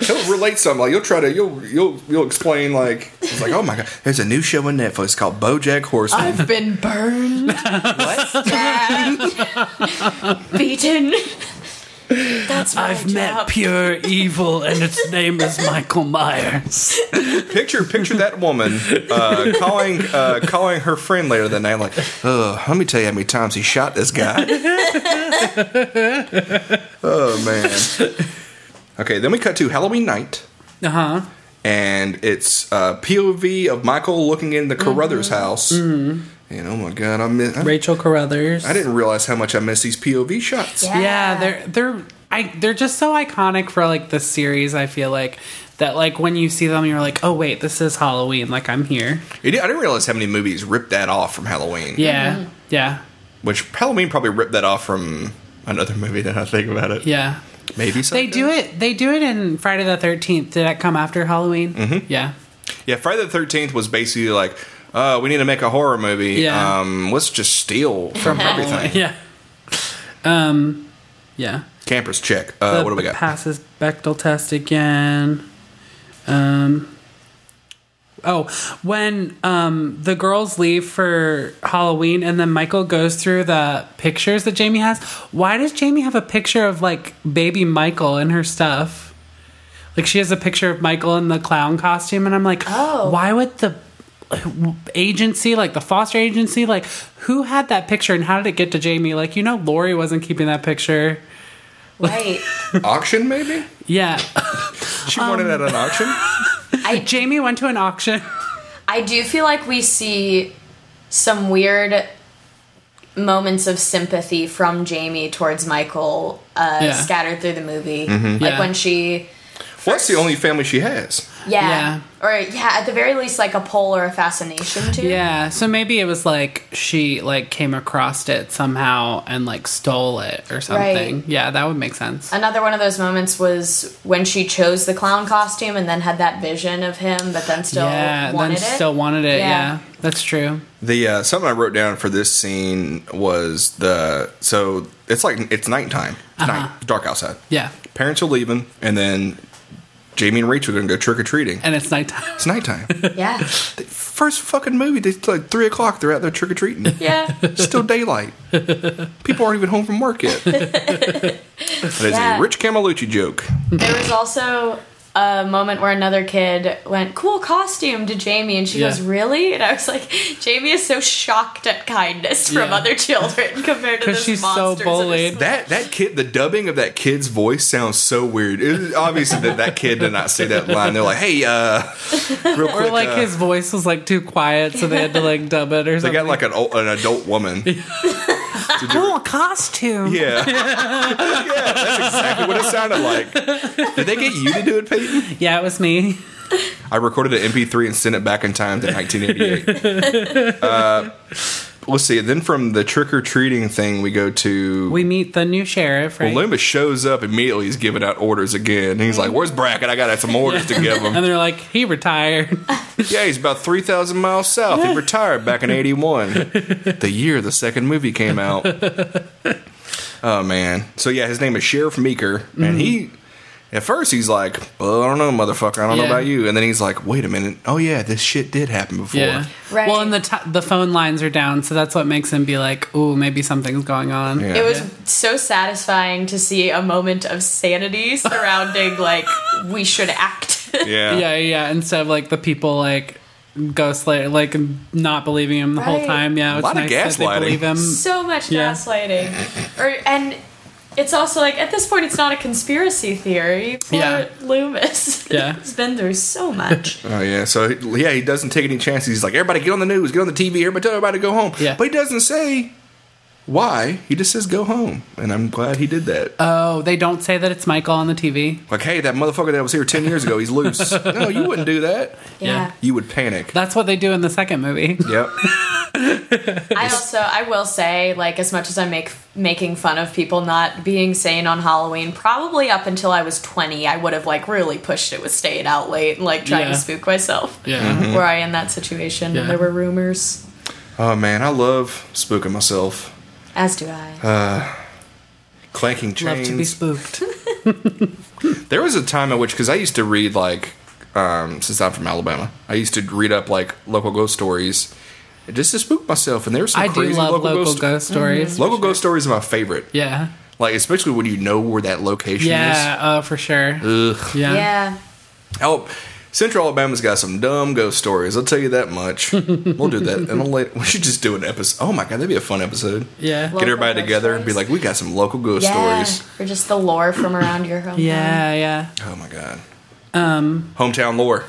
Speaker 1: He'll relate something. Like you'll try to you'll you'll you'll explain like it's like oh my god. There's a new show on Netflix called BoJack Horseman.
Speaker 3: I've been burned, stabbed, beaten. That's my
Speaker 2: I've
Speaker 3: job.
Speaker 2: met pure evil, and its name is Michael Myers.
Speaker 1: picture picture that woman uh, calling uh, calling her friend later that night like oh let me tell you how many times he shot this guy oh man okay then we cut to halloween night
Speaker 2: Uh huh.
Speaker 1: and it's uh, pov of michael looking in the carruthers house and oh my god i miss, I,
Speaker 2: Rachel Carruthers.
Speaker 1: I didn't realize how much i miss these pov shots
Speaker 3: Yeah.
Speaker 2: yeah they're they're I, they're just so iconic for like the series i feel like that like when you see them you're like oh wait this is halloween like i'm here
Speaker 1: It- i didn't realize how many movies ripped that off from halloween
Speaker 2: yeah yeah
Speaker 1: which halloween probably ripped that off from another movie now that i think about it
Speaker 2: yeah
Speaker 1: maybe something.
Speaker 2: they do it they do it in friday the 13th did that come after halloween mm-hmm. yeah
Speaker 1: Yeah, Friday the Thirteenth was basically like, uh, we need to make a horror movie.
Speaker 2: Yeah.
Speaker 1: Um, let's just steal from everything.
Speaker 2: yeah um yeah
Speaker 1: Campers check. Uh,
Speaker 2: The-
Speaker 1: what do we
Speaker 2: the
Speaker 1: got?
Speaker 2: passes Bechtel test again um Oh, when um, the girls leave for Halloween and then Michael goes through the pictures that Jamie has, why does Jamie have a picture of like baby Michael in her stuff? Like she has a picture of Michael in the clown costume, and I'm like,
Speaker 3: Oh.
Speaker 2: why would the agency, like the foster agency, like who had that picture and how did it get to Jamie? Like, you know, Lori wasn't keeping that picture.
Speaker 3: Right.
Speaker 1: auction maybe?
Speaker 2: Yeah.
Speaker 1: She wanted at
Speaker 2: Um,
Speaker 1: an auction.
Speaker 2: Jamie went to an auction.
Speaker 3: I do feel like we see some weird moments of sympathy from Jamie towards Michael uh,
Speaker 2: Yeah.
Speaker 3: scattered through the movie. Like
Speaker 2: Yeah.
Speaker 3: when she
Speaker 1: Well, that's the only family she has.
Speaker 3: Yeah.
Speaker 2: Yeah.
Speaker 3: Or yeah, at the very least, like a pull or a fascination too.
Speaker 2: Yeah, so maybe it was like she like came across it somehow and like stole it or something.
Speaker 3: Right.
Speaker 2: Yeah, that would make sense.
Speaker 3: Another one of those moments was when she chose the clown costume and then had that vision of him, but then still
Speaker 2: yeah, and
Speaker 3: wanted
Speaker 2: then
Speaker 3: it.
Speaker 2: still wanted it.
Speaker 3: Yeah.
Speaker 2: Yeah. that's true.
Speaker 1: The uh, something I wrote down for this scene was the so it's like it's nighttime, it's night,
Speaker 2: Uh-huh.
Speaker 1: it's dark outside.
Speaker 2: Yeah,
Speaker 1: Parents are leaving, and then Jamie and Rachel are gonna go trick or treating.
Speaker 2: and it's nighttime.
Speaker 1: It's nighttime.
Speaker 3: yeah,
Speaker 1: First fucking movie. It's like three o'clock. They're out there trick or treating.
Speaker 3: yeah.
Speaker 1: Still daylight. People aren't even home from work yet. That is
Speaker 3: Yeah.
Speaker 1: a Rich Camalucci joke.
Speaker 3: There was also a moment where another kid went, "Cool costume" to Jamie, and she
Speaker 2: Yeah.
Speaker 3: goes, "Really?" And I was like, "Jamie is so shocked at kindness from
Speaker 2: Yeah.
Speaker 3: other children compared to
Speaker 2: 'Cause
Speaker 3: this
Speaker 2: she's so
Speaker 3: monsters of a
Speaker 2: bullied.
Speaker 3: school."
Speaker 1: That that kid, the dubbing of that kid's voice sounds so weird. It was obviously that that kid did not say that line. They're like, hey, uh, real quick.
Speaker 2: Or like
Speaker 1: uh,
Speaker 2: his voice was like too quiet, so they had to like dub it or
Speaker 1: They
Speaker 2: something.
Speaker 1: got like an old, an adult woman. yeah,
Speaker 2: cool costume.
Speaker 1: yeah, that's exactly what it sounded like. Did they get you to do it, Peyton?
Speaker 2: Yeah, it was me.
Speaker 1: I recorded an MP3 and sent it back in time to 1988. uh, let's see. Then from the trick or treating thing, we go to
Speaker 2: We meet the new sheriff, right?
Speaker 1: Loomis shows up immediately. He's giving out orders again. He's like, "Where's Brackett? I got some orders to give him."
Speaker 2: and they're like, he retired.
Speaker 1: Yeah, he's about 3,000 miles south. He retired back in 81, the year the second movie came out. Oh, man. So, yeah, his name is Sheriff Meeker. And he, at first, he's like, well, I don't know, motherfucker. I don't know
Speaker 2: Mm-hmm. Yeah.
Speaker 1: about you. And then he's like, wait a minute. Oh, yeah, this shit did happen before.
Speaker 2: Yeah.
Speaker 3: Right.
Speaker 2: Well, and the t- the phone lines are down, so that's what makes him be like, "Ooh, maybe something's going on."
Speaker 1: Yeah.
Speaker 3: It was so satisfying to see a moment of sanity surrounding like we should act.
Speaker 1: Yeah.
Speaker 2: yeah, yeah. Instead of like the people like ghostlight, like not believing him the whole
Speaker 3: Right.
Speaker 2: time. Yeah, it's
Speaker 1: lot of
Speaker 2: nice that they
Speaker 1: gaslighting.
Speaker 2: believe him.
Speaker 3: so much
Speaker 2: Yeah.
Speaker 3: gaslighting. Or and it's also like at this point it's not a conspiracy theory. Poor
Speaker 2: Yeah.
Speaker 3: Loomis.
Speaker 2: Yeah.
Speaker 3: He's been through so much.
Speaker 1: Oh, yeah. So, yeah, he doesn't take any chances. He's like, everybody get on the news, get on the TV, everybody tell everybody to go home.
Speaker 2: Yeah.
Speaker 1: But he doesn't say why. He just says go home. And I'm glad he did that.
Speaker 2: Oh, they don't say that it's Michael on the TV.
Speaker 1: like, hey, that motherfucker that was here 10 years ago, he's loose. no, you wouldn't do that.
Speaker 2: Yeah.
Speaker 1: You would panic.
Speaker 2: That's what they do in the second movie.
Speaker 1: Yep.
Speaker 3: I also I will say like as much as I make making fun of people not being sane on Halloween, probably up until I was 20, I would have like really pushed it with staying out late and like trying
Speaker 2: Yeah.
Speaker 3: to spook myself.
Speaker 2: Yeah,
Speaker 3: Were I in that situation
Speaker 2: Yeah.
Speaker 3: and there were rumors,
Speaker 1: Oh man, I love spooking myself.
Speaker 3: as do I.
Speaker 1: Clanking
Speaker 2: love
Speaker 1: chains.
Speaker 2: to be spooked.
Speaker 1: there was a time at which because I used to read like um, since I'm from Alabama, I used to read up like local ghost stories just to spook myself. And there were some
Speaker 2: I do
Speaker 1: crazy
Speaker 2: love
Speaker 1: local,
Speaker 2: local,
Speaker 1: ghost. Mm-hmm.
Speaker 2: ghost, stories.
Speaker 1: local ghost stories are my favorite.
Speaker 2: Yeah,
Speaker 1: Like especially when you know where that location
Speaker 2: yeah, uh, for sure.
Speaker 1: is. Ugh.
Speaker 2: Yeah.
Speaker 3: yeah.
Speaker 1: Oh, Central Alabama's got some dumb ghost stories. I'll tell you that much. we'll do that, and I'll let, we should just do an episode. Oh my god, that'd be a fun episode.
Speaker 2: Yeah.
Speaker 1: Get everybody
Speaker 3: ghost
Speaker 1: together and be
Speaker 3: stories.
Speaker 1: like, we got some local ghost
Speaker 3: Yeah.
Speaker 1: stories.
Speaker 3: Or just the lore from around your hometown.
Speaker 2: Yeah, yeah.
Speaker 1: Oh my god. Um, hometown lore.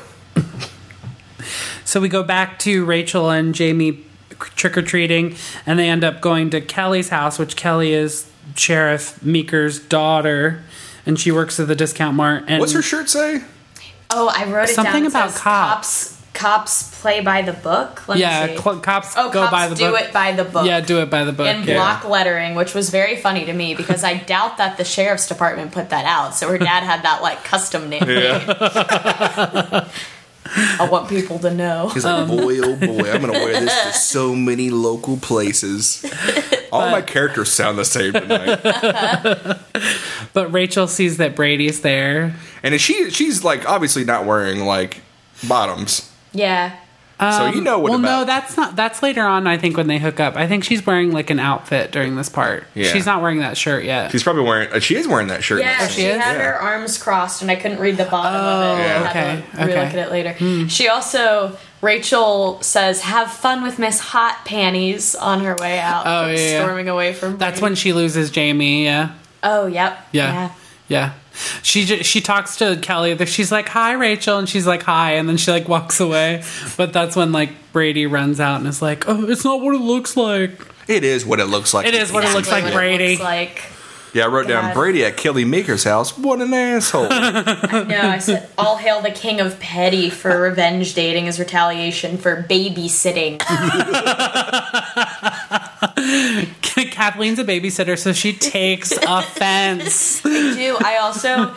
Speaker 2: So we go back to Rachel and Jamie trick or treating, and they end up going to Kelly's house, which Kelly is Sheriff Meeker's daughter, and she works at the discount mart. And
Speaker 1: What's her shirt say?
Speaker 3: Oh, I wrote it
Speaker 2: Something
Speaker 3: down. It
Speaker 2: about
Speaker 3: says
Speaker 2: cops.
Speaker 3: cops. Cops play by the book. Let
Speaker 2: yeah,
Speaker 3: Me see.
Speaker 2: cl- cops
Speaker 3: oh,
Speaker 2: go
Speaker 3: cops
Speaker 2: by the
Speaker 3: do
Speaker 2: book.
Speaker 3: it by the book.
Speaker 2: Yeah, do it by the book.
Speaker 3: in
Speaker 2: yeah.
Speaker 3: block lettering, which was very funny to me because I doubt that the sheriff's department put that out. So her dad had that like custom name. I want people to know.
Speaker 1: He's
Speaker 2: Um,
Speaker 1: like, boy, oh boy, I'm gonna wear this to so many local places. All my characters sound the same tonight.
Speaker 2: But Rachel sees that Brady's there.
Speaker 1: and she she's like obviously not wearing like bottoms,
Speaker 3: Yeah.
Speaker 1: so you know what
Speaker 2: Um,
Speaker 1: about.
Speaker 2: well, no, that's not. That's later on. I think when they hook up, I think she's wearing like an outfit during this part.
Speaker 1: Yeah.
Speaker 2: She's not wearing that shirt yet.
Speaker 1: She's probably wearing. uh, She is wearing that shirt. in
Speaker 3: Yeah,
Speaker 1: that
Speaker 3: she,
Speaker 1: scene.
Speaker 2: is?
Speaker 3: had
Speaker 1: Yeah.
Speaker 3: her arms crossed, and I couldn't read the bottom of it.
Speaker 1: Oh,
Speaker 3: I had
Speaker 2: okay,
Speaker 3: to Relook
Speaker 2: okay. Hmm.
Speaker 3: at it later. She also Rachel says, "Have fun with Miss Hot Panties" on her way out,
Speaker 2: Oh,
Speaker 3: from
Speaker 2: yeah, yeah.
Speaker 3: storming away from.
Speaker 2: that's
Speaker 3: Brady.
Speaker 2: when she loses Jamie. Yeah.
Speaker 3: Oh, yep.
Speaker 2: Yeah. Yeah. She ju- she talks to Kelly. that She's like, "Hi, Rachel," and she's like, "Hi," and then she like walks away. But that's when like Brady runs out and is like, "Oh, it's not what it looks like."
Speaker 1: It is what it looks like.
Speaker 2: It is what it looks
Speaker 3: Exactly
Speaker 2: like
Speaker 3: what it
Speaker 2: Brady.
Speaker 3: looks like.
Speaker 1: Yeah, I wrote down
Speaker 3: God.
Speaker 1: Brady at Kelly Meeker's house. What an asshole!
Speaker 3: No, I said, all hail the king of petty for revenge dating as retaliation for babysitting.
Speaker 2: Kathleen's a babysitter, so she takes offense.
Speaker 3: do. I also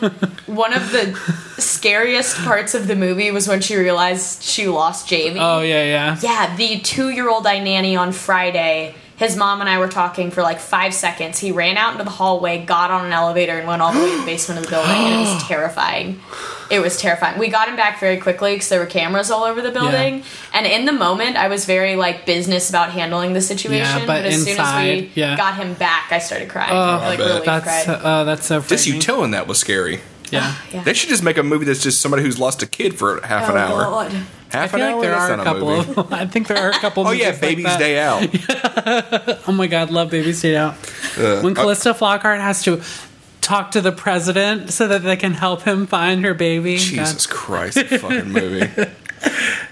Speaker 3: one of the scariest parts of the movie was when she realized she lost Jamie.
Speaker 2: Oh yeah, yeah.
Speaker 3: Yeah, the two-year-old I nanny on Friday. His mom and I were talking for like five seconds. He ran out into the hallway, got on an elevator, and went all the way to the basement of the building. And it was terrifying. It was terrifying. We got him back very quickly because there were cameras all over the building. And in the moment, I was very like business about handling the situation.
Speaker 2: but
Speaker 3: as soon as
Speaker 2: inside,
Speaker 3: we
Speaker 2: yeah. Oh,
Speaker 3: got him back, I started crying.
Speaker 1: I
Speaker 3: like
Speaker 1: bet.
Speaker 3: relief cried.
Speaker 2: That's uh, that's so.
Speaker 1: Just you
Speaker 2: frightening.
Speaker 1: telling that was scary.
Speaker 2: Yeah.
Speaker 3: yeah.
Speaker 1: They should just make a movie that's just somebody who's lost a kid for half an
Speaker 3: Oh,
Speaker 1: hour.
Speaker 3: God.
Speaker 2: I
Speaker 1: Half
Speaker 2: feel
Speaker 1: an
Speaker 2: like
Speaker 1: hour.
Speaker 2: there
Speaker 1: That's
Speaker 2: are a
Speaker 1: not
Speaker 2: couple
Speaker 1: movie.
Speaker 2: of. I think there are a couple.
Speaker 1: Oh yeah,
Speaker 2: movies like
Speaker 1: Baby's
Speaker 2: that.
Speaker 1: Day Out.
Speaker 2: Oh my God, love Baby's Day Out.
Speaker 1: Uh,
Speaker 2: when
Speaker 1: oh,
Speaker 2: Callista Flockhart has to talk to the president so that they can help him find her baby.
Speaker 1: Jesus Christ, that fucking movie.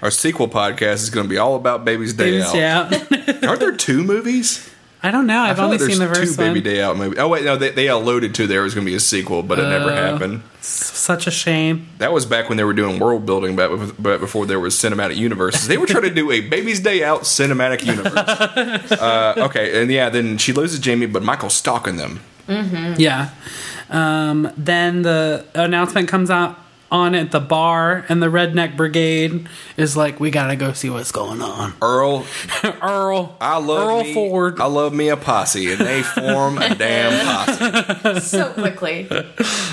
Speaker 1: Our sequel podcast is going to be all about Baby's Day
Speaker 2: Baby's
Speaker 1: Out.
Speaker 2: Day Out.
Speaker 1: Aren't there two movies?
Speaker 2: I don't know. I've
Speaker 1: feel
Speaker 2: only
Speaker 1: like
Speaker 2: seen the
Speaker 1: there's
Speaker 2: first
Speaker 1: two Baby
Speaker 2: one.
Speaker 1: Day Out movies. Oh wait, no, they, they alluded to there was going to be a sequel, but it
Speaker 2: Uh,
Speaker 1: never happened.
Speaker 2: Such a shame.
Speaker 1: That was back when they were doing world building, back bef- but before there was cinematic universes. They were trying to do a Baby's Day Out cinematic universe. uh, okay, and yeah, then she loses Jamie, but Michael's stalking them.
Speaker 2: Yeah. Um, then the announcement comes out on at the bar, and the Redneck Brigade is like, "We gotta go see what's going on."
Speaker 1: Earl,
Speaker 2: Earl,
Speaker 1: I love
Speaker 2: Earl
Speaker 1: me,
Speaker 2: Ford.
Speaker 1: I love me a posse, and they form a damn posse.
Speaker 3: so quickly.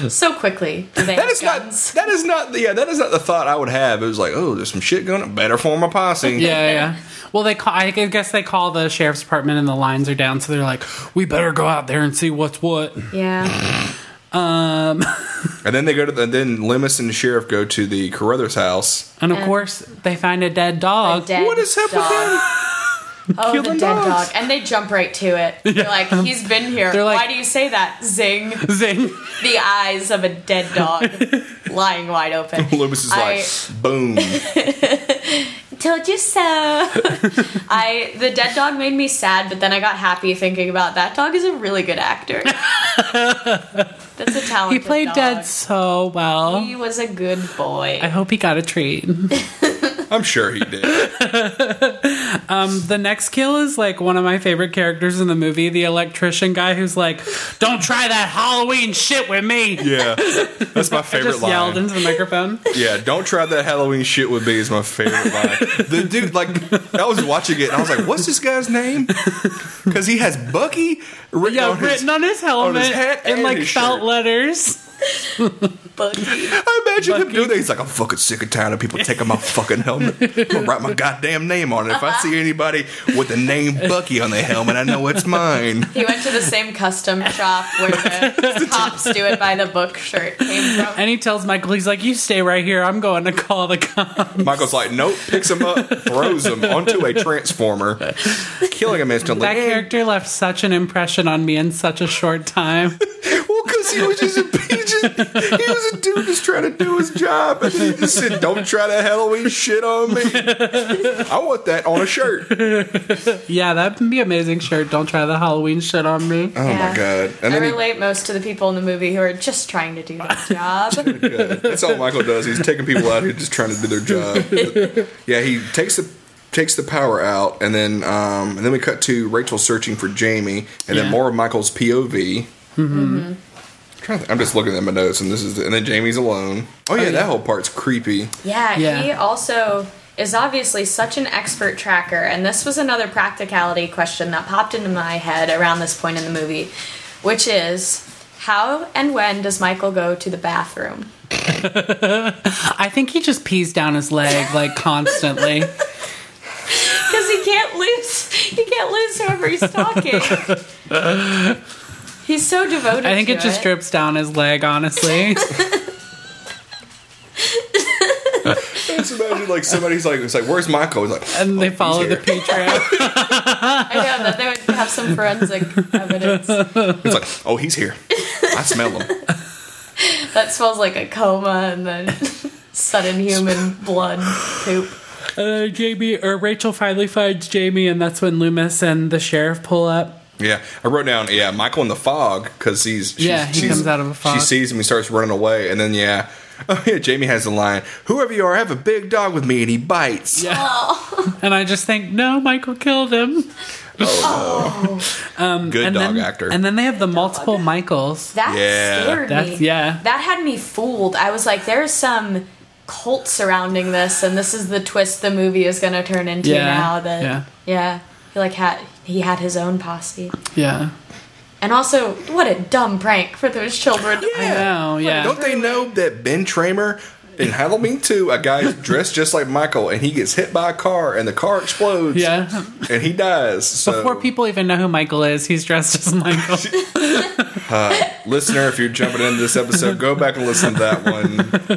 Speaker 3: So quickly. do They
Speaker 1: That is not.
Speaker 3: guns.
Speaker 1: That is not. the- Yeah, that is not the thought I would have. It was like, oh, there's some shit going. on. Better form a posse.
Speaker 2: yeah, yeah. Well, they call. I guess they call the sheriff's department, and the lines are down, so they're like, "We better go out there and see what's what." Um,
Speaker 3: Yeah.
Speaker 1: And then they go to. The, then Lemus and the sheriff go to the Carruthers house.
Speaker 2: And of course, they find a dead
Speaker 3: A
Speaker 2: dog.
Speaker 3: dead
Speaker 1: What is up with
Speaker 3: dog.
Speaker 1: that?
Speaker 3: Oh, the
Speaker 1: Killing
Speaker 3: dead
Speaker 1: dogs.
Speaker 3: dog. And they jump right to it. They're like, he's been here.
Speaker 2: They're like-
Speaker 3: Why do you say that? Zing.
Speaker 2: Zing.
Speaker 3: The eyes of a dead dog lying wide open.
Speaker 1: Loomis is like, boom.
Speaker 3: Told you so. I the dead dog made me sad, but then I got happy thinking about that dog is a really good actor. That's a talent.
Speaker 2: He played dead so well.
Speaker 3: He was a good boy.
Speaker 2: I hope he got a treat.
Speaker 1: I'm sure he did.
Speaker 2: The next kill is like one of my favorite characters in the movie, the electrician guy who's like, "Don't try that Halloween shit with me."
Speaker 1: Yeah, that's my favorite
Speaker 2: Just
Speaker 1: line.
Speaker 2: yelled into the microphone.
Speaker 1: Yeah, don't try that Halloween shit with me is my favorite line. The dude, like, I was watching it and I was like, what's this guy's name? Because he has Bucky written,
Speaker 2: Yeah,
Speaker 1: on, his,
Speaker 2: written on his helmet
Speaker 1: hat
Speaker 2: in
Speaker 1: and
Speaker 2: like
Speaker 1: his
Speaker 2: felt
Speaker 1: shirt.
Speaker 2: letters.
Speaker 3: Bucky.
Speaker 1: I imagine him doing that. He's like, I'm fucking sick and tired of people taking my fucking helmet. I'm gonna write my goddamn name on it. If I see anybody with the name Bucky on their helmet, I know it's mine.
Speaker 3: He went to the same custom shop where the cops do it by the book shirt came from.
Speaker 2: And he tells Michael, he's like, "You stay right here. I'm going to call the cops."
Speaker 1: Michael's like, nope, picks him up, throws him onto a transformer, killing him instantly.
Speaker 2: That character left such an impression on me in such a short time.
Speaker 1: Well, because he was just a he, just, he was a dude just trying to do his job, and then he just said, "Don't try that Halloween shit on me." I want that on a shirt. Oh
Speaker 2: yeah, that'd be an amazing shirt. Don't try the Halloween shit on me.
Speaker 1: Oh my god! And
Speaker 3: I
Speaker 1: then
Speaker 3: relate most to the people in the movie who are just trying to do their job.
Speaker 1: he, God, that's all Michael does. He's taking people out here just trying to do their job. yeah, he takes the takes the power out, and then um, and then we cut to Rachel searching for Jamie, and
Speaker 2: Yeah.
Speaker 1: then more of Michael's POV. Trying to- I'm just looking at my notes, and this is, and then Jamie's alone. Oh yeah, that whole part's creepy.
Speaker 3: Yeah,
Speaker 2: Yeah.
Speaker 3: he also is obviously such an expert tracker, and this was another practicality question that popped into my head around this point in the movie, which is how and when does Michael go to the bathroom?
Speaker 2: I think he just pees down his leg like constantly.
Speaker 3: Because he can't lose, he can't lose whoever he's talking. He's so devoted.
Speaker 2: I think
Speaker 3: to
Speaker 2: it just drips down his leg, honestly.
Speaker 1: Just imagine like somebody's like, it's like, where's Michael? He's like,
Speaker 2: and they follow the
Speaker 1: here.
Speaker 2: pee trail.
Speaker 3: I know that they would have some forensic evidence
Speaker 1: it's like, oh, he's here. I smell him.
Speaker 3: that smells like a coma and then sudden human blood poop.
Speaker 2: Uh, Jamie or Rachel finally finds Jamie, and that's when Loomis and the sheriff pull up.
Speaker 1: Yeah, I wrote down yeah Michael in the fog because he's she's,
Speaker 2: Yeah, he
Speaker 1: she's-
Speaker 2: comes out of a fog.
Speaker 1: She sees him, he starts running away, and then yeah, oh yeah, Jamie has the line: "Whoever you are, have a big dog with me," and he bites.
Speaker 2: Yeah. And I just think, no, Michael killed him.
Speaker 1: Good
Speaker 2: and
Speaker 1: dog
Speaker 2: then,
Speaker 1: actor.
Speaker 2: And then they have the multiple Michaels.
Speaker 3: That
Speaker 1: Yeah.
Speaker 3: scared
Speaker 2: That's-
Speaker 3: me.
Speaker 2: yeah.
Speaker 3: That had me fooled. I was like, there's some cult surrounding this, and this is the twist the movie is going to turn into
Speaker 2: Yeah,
Speaker 3: now. That
Speaker 2: yeah.
Speaker 3: yeah, he like had he had his own posse,
Speaker 2: Yeah.
Speaker 3: and also what a dumb prank for those children.
Speaker 2: I know, yeah.
Speaker 1: Don't they know that Ben Tramer in Halloween 2, a guy's dressed just like Michael, and he gets hit by a car, and the car explodes,
Speaker 2: Yeah.
Speaker 1: and he dies. So,
Speaker 2: Before people even know who Michael is, he's dressed as Michael.
Speaker 1: listener, if you're jumping into this episode, go back and listen to that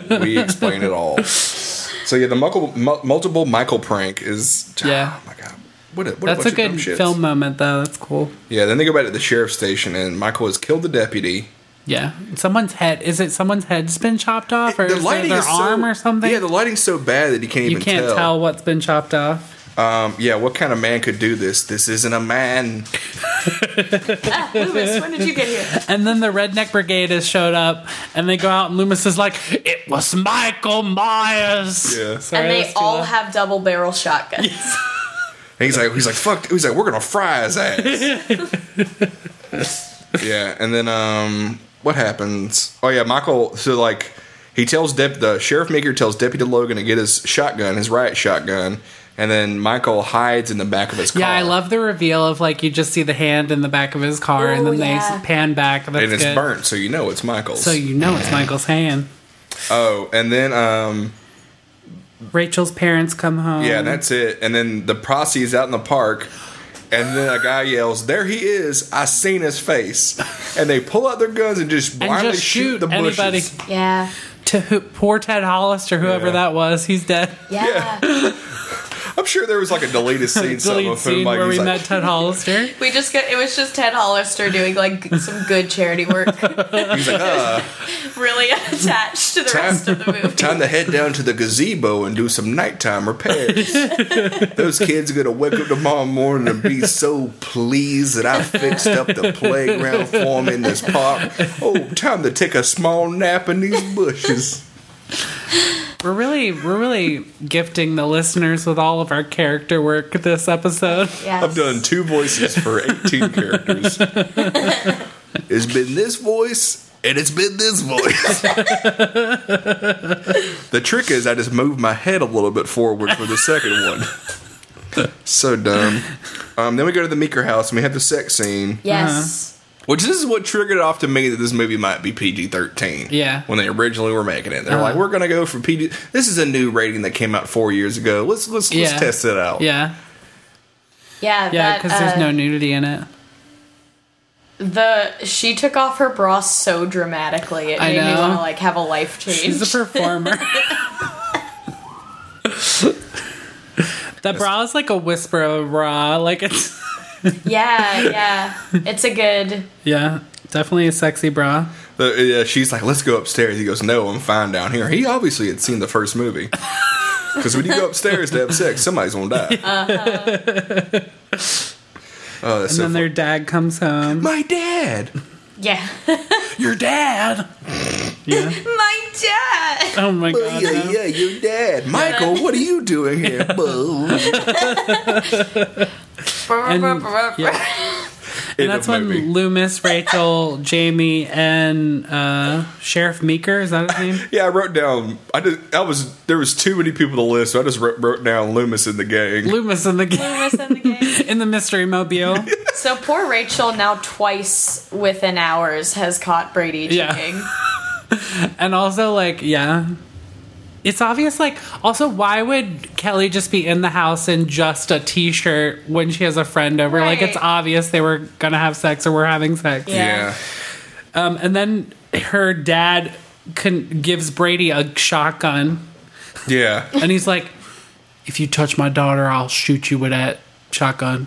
Speaker 1: one. We explain it all. So yeah, the multiple, mul- multiple Michael prank is
Speaker 2: Yeah.
Speaker 1: Oh my god, what a, what
Speaker 2: That's a
Speaker 1: bunch of dumb
Speaker 2: good
Speaker 1: shits.
Speaker 2: film moment, though. That's cool.
Speaker 1: Yeah, then they go back to the sheriff's station, and Michael has killed the deputy.
Speaker 2: Yeah. Someone's head. Is it someone's head's been chopped off or
Speaker 1: the
Speaker 2: is it their arm
Speaker 1: so,
Speaker 2: or something?
Speaker 1: Yeah, the lighting's so bad that you can't
Speaker 2: you
Speaker 1: even
Speaker 2: can't tell. what's been chopped off.
Speaker 1: Um, yeah, what kind of man could do this? This isn't a man.
Speaker 3: Ah, Loomis, when did you get here?
Speaker 2: And then the Redneck Brigade has showed up and they go out, and Loomis is like, It was Michael Myers.
Speaker 1: Yeah.
Speaker 2: Sorry,
Speaker 3: And
Speaker 2: that
Speaker 3: they
Speaker 2: was too
Speaker 3: all
Speaker 2: loud.
Speaker 3: have double barrel shotguns.
Speaker 1: And he's like, he's like, fuck. He's like, we're gonna fry his ass. yeah, and then um, what happens? Oh yeah, Michael. So like, he tells Dep- the sheriff maker tells Deputy Logan to get his shotgun, his riot shotgun, and then Michael hides in the back of his car.
Speaker 2: Yeah, I love the reveal of like you just see the hand in the back of his car, and
Speaker 3: Oh,
Speaker 2: then
Speaker 3: yeah.
Speaker 2: they pan back. That's
Speaker 1: And it's
Speaker 2: good.
Speaker 1: burnt, so you know it's Michael's.
Speaker 2: So you know it's Michael's hand.
Speaker 1: oh, and then um,
Speaker 2: Rachel's parents come home.
Speaker 1: yeah, and that's it. And then the posse is out in the park. And then a guy yells, "There he is! I seen his face!" And they pull out their guns and just
Speaker 2: and
Speaker 1: blindly
Speaker 2: just shoot,
Speaker 1: the bushes.
Speaker 2: anybody.
Speaker 3: yeah.
Speaker 2: To who, poor Ted Hollister, whoever
Speaker 1: Yeah.
Speaker 2: that was, he's dead.
Speaker 3: Yeah.
Speaker 1: I'm sure there was like a deleted scene some
Speaker 2: Deleted
Speaker 1: of him
Speaker 2: scene
Speaker 1: like
Speaker 2: where we
Speaker 1: he's
Speaker 2: met
Speaker 1: like,
Speaker 2: Ted Hollister.
Speaker 3: We just got it was just Ted Hollister doing like g- some good charity work.
Speaker 1: he's like uh,
Speaker 3: really attached to the rest of the movie.
Speaker 1: time to head down to the gazebo and do some nighttime repairs. Those kids are gonna wake up tomorrow morning and be so pleased that I fixed up the playground for 'em in this park. Oh, time to take a small nap in these bushes.
Speaker 2: We're really, we're really gifting the listeners with all of our character work this episode.
Speaker 3: Yes.
Speaker 1: I've done two voices for 18 characters. It's been this voice, and it's been this voice. the trick is, I just move my head a little bit forward for the second one. So dumb. Um, then we go to the Meeker house and we have the sex scene,
Speaker 3: Yes.
Speaker 1: which this is what triggered off to me that this movie might be PG 13.
Speaker 2: Yeah.
Speaker 1: When they originally were making it, they're
Speaker 2: Uh-huh.
Speaker 1: like, we're going to go for PG. This is a new rating that came out four years ago. Let's let's,
Speaker 2: Yeah.
Speaker 1: let's test it out.
Speaker 2: Yeah, yeah,
Speaker 3: Yeah. that,
Speaker 2: because there's
Speaker 3: uh,
Speaker 2: no nudity in it.
Speaker 3: The she took off her bra so dramatically it
Speaker 2: I
Speaker 3: made me
Speaker 2: know.
Speaker 3: want to like have a life change.
Speaker 2: She's a performer. that bra is like a whisper of a bra. Like it's
Speaker 3: yeah, yeah. It's a good
Speaker 2: yeah, definitely a sexy bra.
Speaker 1: Uh, yeah, she's like, let's go upstairs. He goes, no, I'm fine down here. He obviously had seen the first movie. Because when you go upstairs to have sex, somebody's going to die. Oh, that's
Speaker 2: Uh-huh. And
Speaker 1: so
Speaker 2: then their
Speaker 1: fu-
Speaker 2: dad comes home.
Speaker 1: My dad!
Speaker 3: yeah.
Speaker 2: Your dad. Yeah.
Speaker 3: My dad.
Speaker 2: Oh my
Speaker 1: Oh,
Speaker 2: god.
Speaker 1: yeah,
Speaker 2: no.
Speaker 1: yeah, your dad. Michael, what are you doing here? Boo.
Speaker 2: And- yeah.
Speaker 1: End
Speaker 2: And that's
Speaker 1: of
Speaker 2: when
Speaker 1: movie.
Speaker 2: Loomis, Rachel, Jamie, and uh, Sheriff Meeker is that his name?
Speaker 1: yeah, I wrote down. I did. I was there was too many people to list, so I just wrote, wrote down Loomis in the gang.
Speaker 2: Loomis in the
Speaker 3: Loomis in the game.
Speaker 2: in the mystery mobile.
Speaker 3: So poor Rachel now twice within hours has caught Brady
Speaker 2: Yeah.
Speaker 3: cheating.
Speaker 2: And also, like, yeah. It's obvious, like, also, why would Kelly just be in the house in just a t shirt when she has a friend over? Like,
Speaker 3: Right.
Speaker 2: it's obvious they were gonna have sex or were having sex.
Speaker 3: Yeah.
Speaker 2: Um, and then her dad con- gives Brady a shotgun,
Speaker 1: yeah, yeah.
Speaker 2: and he's like, if you touch my daughter, I'll shoot you with that shotgun.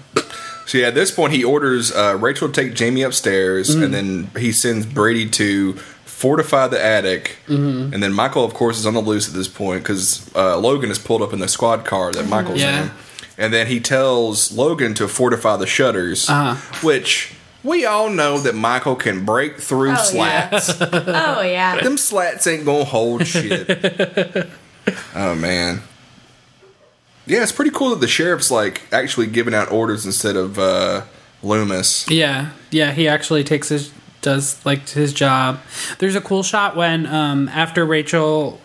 Speaker 1: So yeah, at this point, he orders uh, Rachel to take Jamie upstairs,
Speaker 2: Mm-hmm.
Speaker 1: and then he sends Brady to fortify the attic.
Speaker 2: Mm-hmm.
Speaker 1: And then Michael, of course, is on the loose at this point because uh, Logan is pulled up in the squad car that Michael's
Speaker 2: Mm-hmm. Yeah.
Speaker 1: in. and then he tells Logan to fortify the shutters,
Speaker 2: Uh-huh.
Speaker 1: which we all know that Michael can break through
Speaker 3: Oh, yeah.
Speaker 1: slats.
Speaker 3: Oh yeah.
Speaker 1: Them slats ain't gonna hold shit. oh man. Yeah, it's pretty cool that the sheriff's like actually giving out orders instead of uh, Loomis.
Speaker 2: Yeah, yeah, he actually takes his does like his job. There's a cool shot when um after Rachel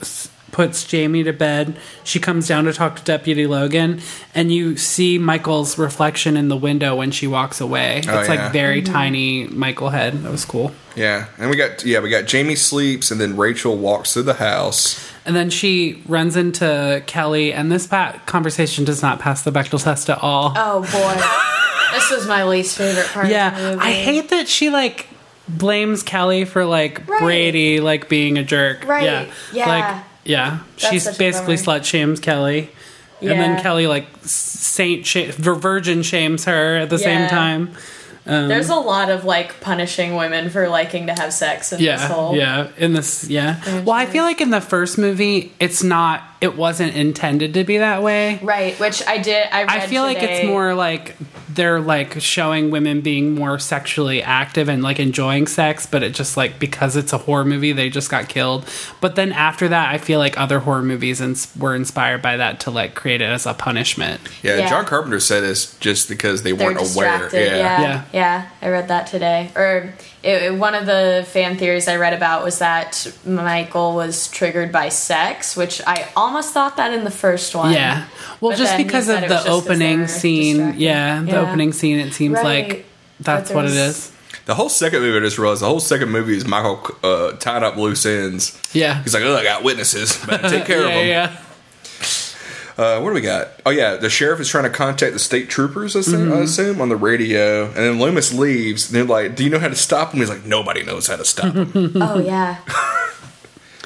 Speaker 2: s- puts Jamie to bed, she comes down to talk to Deputy Logan and you see Michael's reflection in the window when she walks away. It's
Speaker 1: Oh, yeah.
Speaker 2: like very tiny Michael head. That was cool.
Speaker 1: Yeah, and we got yeah we got Jamie sleeps and then Rachel walks through the house.
Speaker 2: And then she runs into Kelly and this pa- conversation does not pass the Bechtel test at all.
Speaker 3: Oh boy. this was my least favorite part. Of the
Speaker 2: Yeah,
Speaker 3: movie.
Speaker 2: I hate that she like blames Kelly for like
Speaker 3: Right.
Speaker 2: Brady like being a jerk.
Speaker 3: Right,
Speaker 2: Yeah.
Speaker 3: yeah.
Speaker 2: Like yeah,
Speaker 3: That's
Speaker 2: she's
Speaker 3: such a
Speaker 2: basically
Speaker 3: bummer.
Speaker 2: slut shames Kelly. And then
Speaker 3: Yeah.
Speaker 2: Kelly like s- saint sh- virgin shames her at the same
Speaker 3: Yeah.
Speaker 2: time.
Speaker 3: There's a lot of like punishing women for liking to have sex in this
Speaker 2: Yeah,
Speaker 3: whole.
Speaker 2: yeah. In this, yeah. Well, I feel like in the first movie, it's not. It wasn't intended to be that way.
Speaker 3: Right, which I did. I, read
Speaker 2: I feel like it's
Speaker 3: today.
Speaker 2: more like they're like showing women being more sexually active and like enjoying sex, but it just like because it's a horror movie, they just got killed. But then after that, I feel like other horror movies ins- were inspired by that to like create it as a punishment.
Speaker 1: Yeah,
Speaker 3: Yeah.
Speaker 1: John Carpenter said it's just because they
Speaker 3: They're
Speaker 1: weren't aware.
Speaker 3: distracted. Yeah.
Speaker 2: Yeah.
Speaker 3: yeah, I read that today. Or it, it- one of the fan theories I read about was that Michael was triggered by sex, which I almost thought that in the first one.
Speaker 2: Yeah. Well,
Speaker 3: But
Speaker 2: just
Speaker 3: then he
Speaker 2: because of
Speaker 3: said it was
Speaker 2: the
Speaker 3: just 'cause they
Speaker 2: opening
Speaker 3: were
Speaker 2: scene.
Speaker 3: distracted.
Speaker 2: Yeah, the
Speaker 3: Yeah.
Speaker 2: opening scene, it seems
Speaker 3: Right.
Speaker 2: like
Speaker 3: But
Speaker 2: that's what it
Speaker 3: there's-
Speaker 2: is.
Speaker 1: The whole second movie, I just realized the whole second movie is Michael uh, tying up loose ends.
Speaker 2: Yeah.
Speaker 1: He's like, oh, I got witnesses. Better take care
Speaker 2: yeah,
Speaker 1: of them.
Speaker 2: yeah.
Speaker 1: Uh, what do we got? Oh yeah, the sheriff is trying to contact the state troopers. I assume,
Speaker 2: Mm-hmm.
Speaker 1: I assume on the radio, and then Loomis leaves. And they're like, "Do you know how to stop him?" He's like, "Nobody knows how to stop him."
Speaker 3: Oh yeah.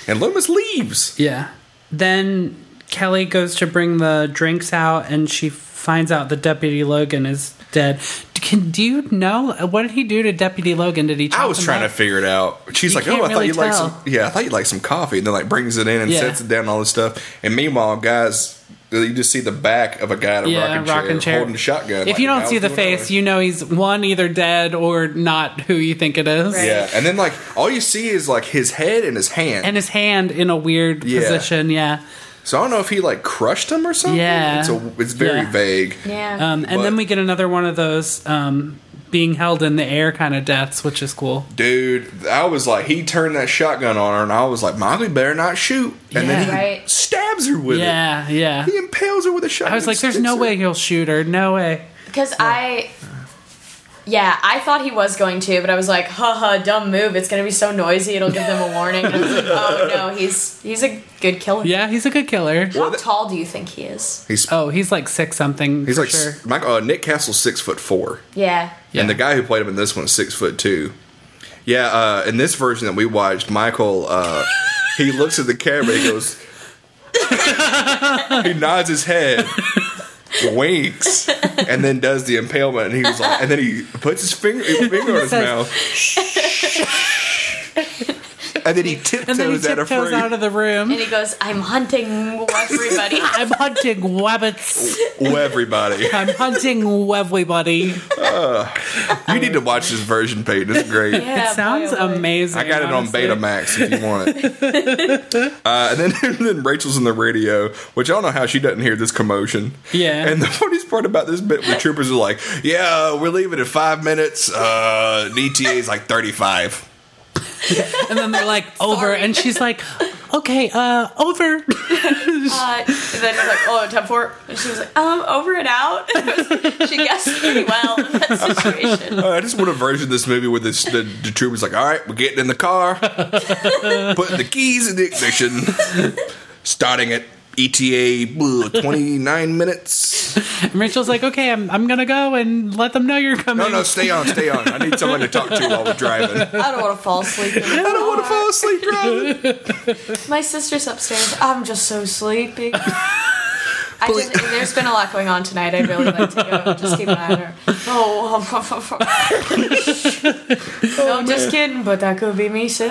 Speaker 1: and Loomis leaves.
Speaker 2: Yeah. Then Kelly goes to bring the drinks out and she finds out that Deputy Logan is dead. D- Can, do you know? What did he do to Deputy Logan? Did he chop
Speaker 1: I was
Speaker 2: him
Speaker 1: trying
Speaker 2: up?
Speaker 1: to figure it out. She's
Speaker 2: You
Speaker 1: like, "Oh, I
Speaker 2: can't
Speaker 1: thought
Speaker 2: really
Speaker 1: you like
Speaker 2: tell.
Speaker 1: some yeah, I thought you like some coffee." And then like brings it in and
Speaker 2: Yeah.
Speaker 1: sets it down and all this stuff. And meanwhile, guys, you just see the back of a guy in a
Speaker 2: Yeah,
Speaker 1: rocking, chair, holding a shotgun.
Speaker 2: If
Speaker 1: like,
Speaker 2: you
Speaker 1: the
Speaker 2: don't
Speaker 1: guy
Speaker 2: see
Speaker 1: was
Speaker 2: the
Speaker 1: going
Speaker 2: face,
Speaker 1: over.
Speaker 2: you know he's one either dead or not who you think it is.
Speaker 3: Right.
Speaker 1: yeah. And then like all you see is like his head and his hand.
Speaker 2: And his hand in a weird
Speaker 1: Yeah.
Speaker 2: position, yeah.
Speaker 1: so I don't know if he like crushed him or something.
Speaker 2: Yeah.
Speaker 1: it's a, it's very
Speaker 2: Yeah.
Speaker 1: vague.
Speaker 3: Yeah.
Speaker 2: Um, and
Speaker 1: But-
Speaker 2: then we get another one of those um, being held in the air kind of deaths, which is cool.
Speaker 1: Dude, I was like, he turned that shotgun on her, and I was like, Michael, you better not shoot. And then he
Speaker 2: Yeah.
Speaker 3: Right.
Speaker 1: stabs her with
Speaker 2: Yeah, yeah.
Speaker 1: it. He impales her with a shotgun.
Speaker 2: I was like, there's no way he'll shoot her. No way.
Speaker 3: Because I. Yeah, I thought he was going to, but I was like, haha, dumb move. It's going to be so noisy, it'll give them a warning. And I was like, oh no, he's he's a good killer.
Speaker 2: Yeah, he's a good killer.
Speaker 3: How tall do you think he is?
Speaker 1: He's,
Speaker 2: Oh, he's like six something.
Speaker 1: he's
Speaker 2: for
Speaker 1: like
Speaker 2: sure.
Speaker 1: Michael, uh, Nick Castle's six foot four,
Speaker 3: Yeah.
Speaker 2: Yeah.
Speaker 1: and the guy who played him in this one's six foot two. Yeah, uh, in this version that we watched, Michael uh, he looks at the camera, he goes, he nods his head. Winks and then does the impalement, and he was like, and then he puts his finger, his finger on his
Speaker 2: Says-
Speaker 1: mouth, and then he
Speaker 2: and
Speaker 1: tiptoes,
Speaker 2: then he
Speaker 1: out, of
Speaker 2: tiptoes
Speaker 1: frame.
Speaker 2: out of the room.
Speaker 3: And he goes, I'm hunting everybody.
Speaker 2: I'm hunting wabbits.
Speaker 1: Oh, everybody.
Speaker 2: I'm hunting everybody.
Speaker 1: You need to watch this version, Peyton. It's great.
Speaker 3: Yeah,
Speaker 2: it sounds
Speaker 3: boy, oh boy.
Speaker 2: amazing.
Speaker 1: I got it
Speaker 2: honestly.
Speaker 1: on Betamax if you want it. uh, and then and then Rachel's in the radio, which I don't know how she doesn't hear this commotion.
Speaker 2: Yeah.
Speaker 1: And the funniest part about this bit, the troopers are like, "Yeah, we're leaving in five minutes. Uh, the ETA is like thirty-five.
Speaker 2: And then they're like, over. And she's like, okay, uh, over.
Speaker 3: Uh, and then he's like, oh, time for it. And she was like, um, over and out. she guessed pretty well in that situation.
Speaker 1: Uh, I just want a version of this movie where this, the, the troopers like, "All right, we're getting in the car, putting the keys in the ignition, starting at ETA blah, twenty-nine minutes."
Speaker 2: And Rachel's like, okay, I'm, I'm going to go and let them know you're coming.
Speaker 1: No, no, stay on, stay on. I need someone to talk to while we're driving. I
Speaker 3: I don't want to fall asleep. I
Speaker 1: don't want to fall asleep driving.
Speaker 3: My sister's upstairs. I'm just so sleepy. I
Speaker 1: Please-
Speaker 3: did, there's been a lot going on tonight. I'd really like to go. Just keep an eye on her. Oh, no, I'm just kidding, but that could be me, sis.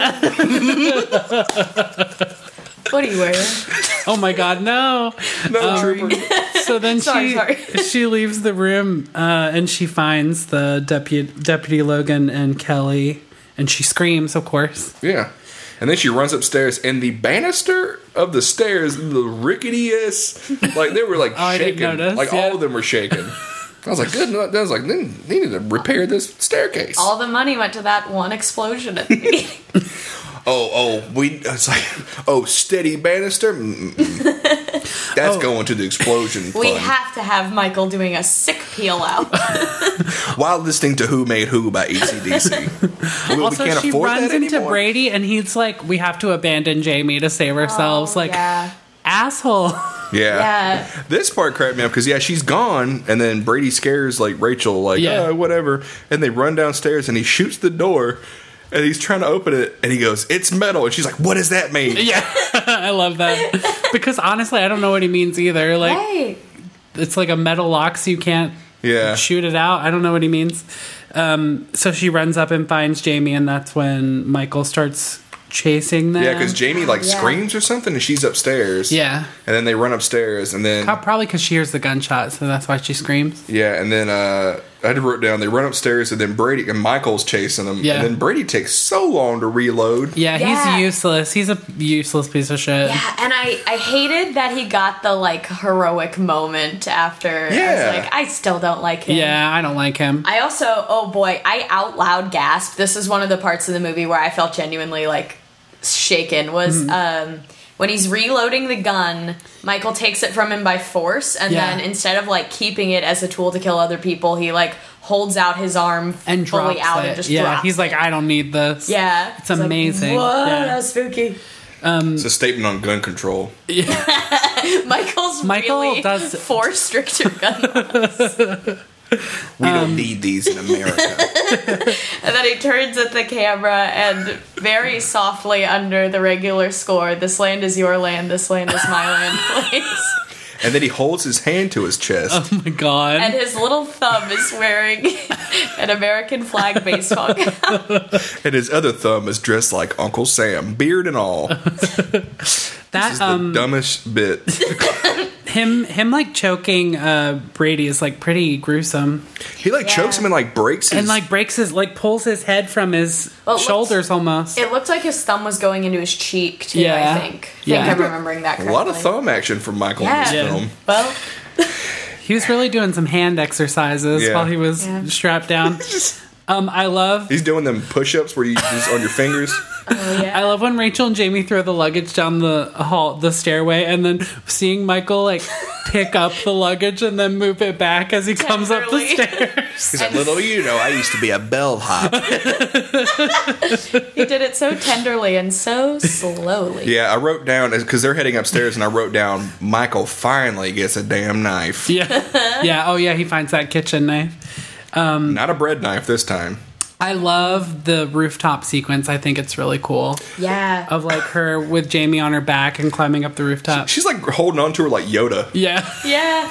Speaker 3: what are you wearing?
Speaker 2: Oh my God, no.
Speaker 1: No trooper.
Speaker 2: So then
Speaker 3: Sorry,
Speaker 2: she
Speaker 3: sorry.
Speaker 2: she leaves the room uh, and she finds the deputy deputy Logan and Kelly, and she screams, of course.
Speaker 1: Yeah. And then she runs upstairs, and the banister of the stairs, the ricketiest, like they were like
Speaker 2: Oh, I didn't
Speaker 1: shaking,
Speaker 2: notice,
Speaker 1: like
Speaker 2: yeah.
Speaker 1: all of them were shaking. I was like, good. no- I was like, then they need to repair this staircase.
Speaker 3: All the money went to that one explosion at the beginning.
Speaker 1: oh, oh, we. It's like, oh, steady banister. Mm-mm.
Speaker 2: Oh.
Speaker 1: That's going to the explosion
Speaker 3: We
Speaker 1: fund.
Speaker 3: have to have Michael doing a sick peel out.
Speaker 1: While listening to "Who Made Who" by E ECDC, we, we
Speaker 2: Also,
Speaker 1: can't
Speaker 2: she
Speaker 1: afford
Speaker 2: runs
Speaker 1: that
Speaker 2: into
Speaker 1: anymore.
Speaker 2: Brady, and he's like, "We have to abandon Jamie to save ourselves."
Speaker 3: Oh,
Speaker 2: like,
Speaker 3: yeah.
Speaker 2: asshole.
Speaker 3: Yeah.
Speaker 1: This part cracked me up because yeah, she's gone, and then Brady scares like Rachel, like
Speaker 2: Yeah.
Speaker 1: "Oh, whatever, and they run downstairs, and he shoots the door, and he's trying to open it, and he goes, "It's metal," and she's like, "What does that mean?"
Speaker 2: Yeah, I love that because honestly, I don't know what he means either. Like,
Speaker 3: Right.
Speaker 2: it's like a metal lock, so you can't
Speaker 1: Yeah.
Speaker 2: shoot it out. I don't know what he means. Um, so she runs up and finds Jamie, and that's when Michael starts chasing them.
Speaker 1: Yeah, because Jamie like
Speaker 3: Yeah.
Speaker 1: screams or something, and she's upstairs.
Speaker 2: Yeah.
Speaker 1: and then they run upstairs, and then
Speaker 2: Prob- Probably because she hears the gunshot, so that's why she screams.
Speaker 1: yeah, and then uh, I had to wrote down they run upstairs, and then Brady and Michael's chasing them,
Speaker 2: Yeah.
Speaker 1: and then Brady takes so long to reload.
Speaker 2: Yeah,
Speaker 3: Yeah.
Speaker 2: he's useless. He's a useless piece of shit.
Speaker 3: Yeah, and I, I hated that he got the like heroic moment after.
Speaker 1: Yeah.
Speaker 3: I was like, I still don't like him.
Speaker 2: Yeah, I don't like him.
Speaker 3: I also, oh boy, I out loud gasped. This is one of the parts of the movie where I felt genuinely like shaken. Was
Speaker 2: Mm-hmm.
Speaker 3: um, when he's reloading the gun, Michael takes it from him by force, and
Speaker 2: Yeah.
Speaker 3: then instead of like keeping it as a tool to kill other people, he like holds out his arm
Speaker 2: and
Speaker 3: fully
Speaker 2: drops
Speaker 3: out
Speaker 2: it.
Speaker 3: and just
Speaker 2: yeah,
Speaker 3: drops
Speaker 2: he's like,
Speaker 3: it.
Speaker 2: I don't need this.
Speaker 3: yeah,
Speaker 2: it's
Speaker 3: like,
Speaker 2: amazing.
Speaker 3: Whoa,
Speaker 2: Yeah.
Speaker 3: that was spooky.
Speaker 1: It's a statement on gun control.
Speaker 3: Michael's
Speaker 2: Michael
Speaker 3: really
Speaker 2: does-
Speaker 3: for stricter gun
Speaker 1: We
Speaker 2: Um,
Speaker 1: don't need these in America.
Speaker 3: And then he turns at the camera and very softly under the regular score, this land is your land, this land is my land, please.
Speaker 1: and then he holds his hand to his chest.
Speaker 2: Oh my god.
Speaker 3: And his little thumb is wearing an American flag baseball cap.
Speaker 1: and his other thumb is dressed like Uncle Sam, beard and all. This
Speaker 2: that
Speaker 1: is the
Speaker 2: Uh, um
Speaker 1: dumbest bit.
Speaker 2: him him like choking uh Brady is like pretty gruesome.
Speaker 1: He like
Speaker 3: Yeah.
Speaker 1: chokes him and like breaks his
Speaker 2: And like breaks his like pulls his head from his
Speaker 3: Well, it looks-
Speaker 2: shoulders almost.
Speaker 3: It looked like his thumb was going into his cheek, too,
Speaker 2: Yeah.
Speaker 3: I think. I
Speaker 2: Yeah.
Speaker 3: think I'm remembering that
Speaker 1: a
Speaker 3: correctly.
Speaker 1: lot of thumb action from Michael in this
Speaker 3: Yeah.
Speaker 2: Yeah.
Speaker 1: film.
Speaker 3: Well,
Speaker 2: He was really doing some hand exercises
Speaker 1: Yeah.
Speaker 2: while he was
Speaker 3: Yeah.
Speaker 2: strapped down. um I love
Speaker 1: He's doing them push-ups where you just on your fingers.
Speaker 3: oh, yeah.
Speaker 2: I love when Rachel and Jamie throw the luggage down the hall, the stairway, and then seeing Michael like pick up the luggage and then move it back as he comes up the
Speaker 3: Tenderly.
Speaker 2: stairs.
Speaker 1: He's like, little you know, I used to be a bellhop.
Speaker 3: he did it so tenderly and so slowly.
Speaker 1: yeah, I wrote down because they're heading upstairs, and I wrote down Michael finally gets a damn knife,
Speaker 2: Yeah, yeah. Oh yeah, he finds that kitchen knife.
Speaker 1: not a bread knife this time.
Speaker 2: I love the rooftop sequence. I think it's really cool.
Speaker 3: Yeah.
Speaker 2: Of like her with Jamie on her back and climbing up the rooftop.
Speaker 1: She's like holding on to her like Yoda.
Speaker 2: Yeah.
Speaker 3: Yeah.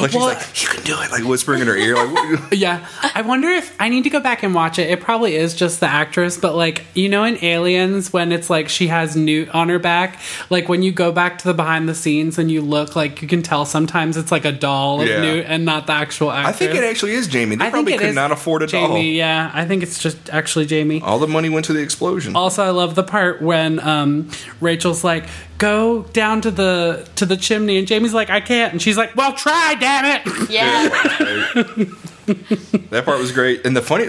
Speaker 1: Like she's
Speaker 2: Well-
Speaker 1: like, you can do it. Like whispering in her ear. Like what-
Speaker 2: Yeah. I wonder if I need to go back and watch it. It probably is just the actress, but like, you know, in Aliens, when it's like she has Newt on her back, like when you go back to the behind the scenes and you look, like you can tell sometimes it's like a doll of
Speaker 1: Yeah.
Speaker 2: Newt and not the actual
Speaker 1: I
Speaker 2: actress.
Speaker 1: think it actually is Jamie. They
Speaker 2: I think
Speaker 1: probably
Speaker 2: it
Speaker 1: could
Speaker 2: is
Speaker 1: not afford it
Speaker 2: Jamie,
Speaker 1: all.
Speaker 2: yeah. I think it's just actually Jamie.
Speaker 1: All the money went to the explosion.
Speaker 2: Also, I love the part when um, Rachel's like, "Go down to the to the chimney," and Jamie's like, "I can't," and she's like, "Well, try, damn it!"
Speaker 3: Yeah.
Speaker 1: that part was great. And the funny,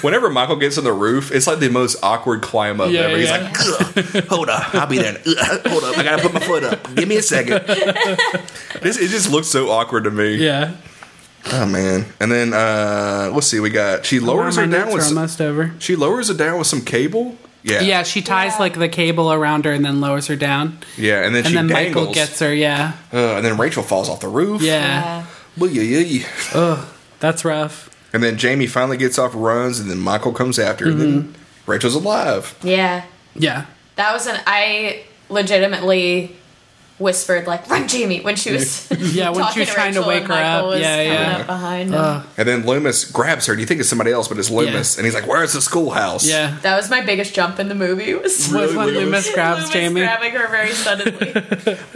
Speaker 1: whenever Michael gets on the roof, it's like the most awkward climb up
Speaker 2: Yeah,
Speaker 1: ever. He's
Speaker 2: yeah.
Speaker 1: like, "Ugh, hold up, I'll be there. Ugh, hold up, I gotta put my foot up. Give me a second. this, it just looks so awkward to me.
Speaker 2: Yeah,
Speaker 1: Oh man. And then uh, let's see, we got she lowers
Speaker 2: Wow,
Speaker 1: her
Speaker 2: my
Speaker 1: down
Speaker 2: notes
Speaker 1: with
Speaker 2: are
Speaker 1: some-
Speaker 2: almost over.
Speaker 1: she lowers it down with some cable. Yeah,
Speaker 2: Yeah, she ties
Speaker 3: Yeah.
Speaker 2: like the cable around her and then lowers her down,
Speaker 1: yeah. And then
Speaker 2: and
Speaker 1: she
Speaker 2: then
Speaker 1: dangles.
Speaker 2: Michael gets her. Yeah,
Speaker 1: Uh, and then Rachel falls off the roof.
Speaker 2: yeah,
Speaker 3: yeah.
Speaker 1: yeah.
Speaker 2: that's rough.
Speaker 1: And then Jamie finally gets off, runs, and then Michael comes after. And then
Speaker 2: Mm-hmm.
Speaker 1: Rachel's alive.
Speaker 3: Yeah.
Speaker 2: Yeah,
Speaker 3: That was an I legitimately whispered like "Run, Jamie!" when she was
Speaker 2: Yeah, when she
Speaker 3: talking
Speaker 2: was trying to
Speaker 3: Rachel
Speaker 2: wake
Speaker 3: and
Speaker 2: her
Speaker 3: Michael
Speaker 2: up.
Speaker 3: was
Speaker 2: Yeah,
Speaker 3: coming
Speaker 2: yeah.
Speaker 3: up behind him.
Speaker 2: Ugh.
Speaker 1: And then Loomis grabs her, and you think it's somebody else, but it's Loomis.
Speaker 2: Yeah.
Speaker 1: And he's like, Where's the schoolhouse?
Speaker 2: yeah.
Speaker 3: that was my biggest jump in the movie. Was
Speaker 2: Was when
Speaker 1: Loomis.
Speaker 2: Loomis grabs
Speaker 3: Loomis
Speaker 2: Jamie.
Speaker 3: grabbing her very suddenly.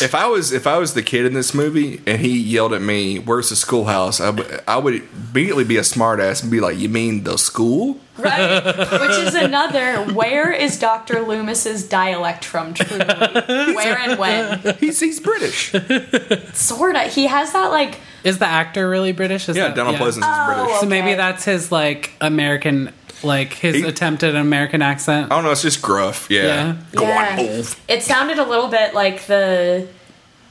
Speaker 1: If I was if I was the kid in this movie and he yelled at me, "Where's the schoolhouse?" I would- I would immediately be a smartass and be like, "You mean the school?"
Speaker 3: Right, which is another. Where is Doctor Loomis's dialect from? Truly, where and when?
Speaker 1: He's he's British.
Speaker 3: Sorta. He has that like.
Speaker 2: Is the actor really British? Is
Speaker 1: Yeah,
Speaker 2: that-
Speaker 1: Donald Pleasance is British.
Speaker 3: Oh.
Speaker 2: So maybe
Speaker 3: Okay.
Speaker 2: that's his like American, like his
Speaker 1: He- Oh.
Speaker 2: attempt at an American accent.
Speaker 1: I don't know. It's just gruff. Yeah.
Speaker 2: Yeah.
Speaker 1: Go
Speaker 3: Yeah.
Speaker 1: on, Ulf.
Speaker 3: It sounded a little bit like the.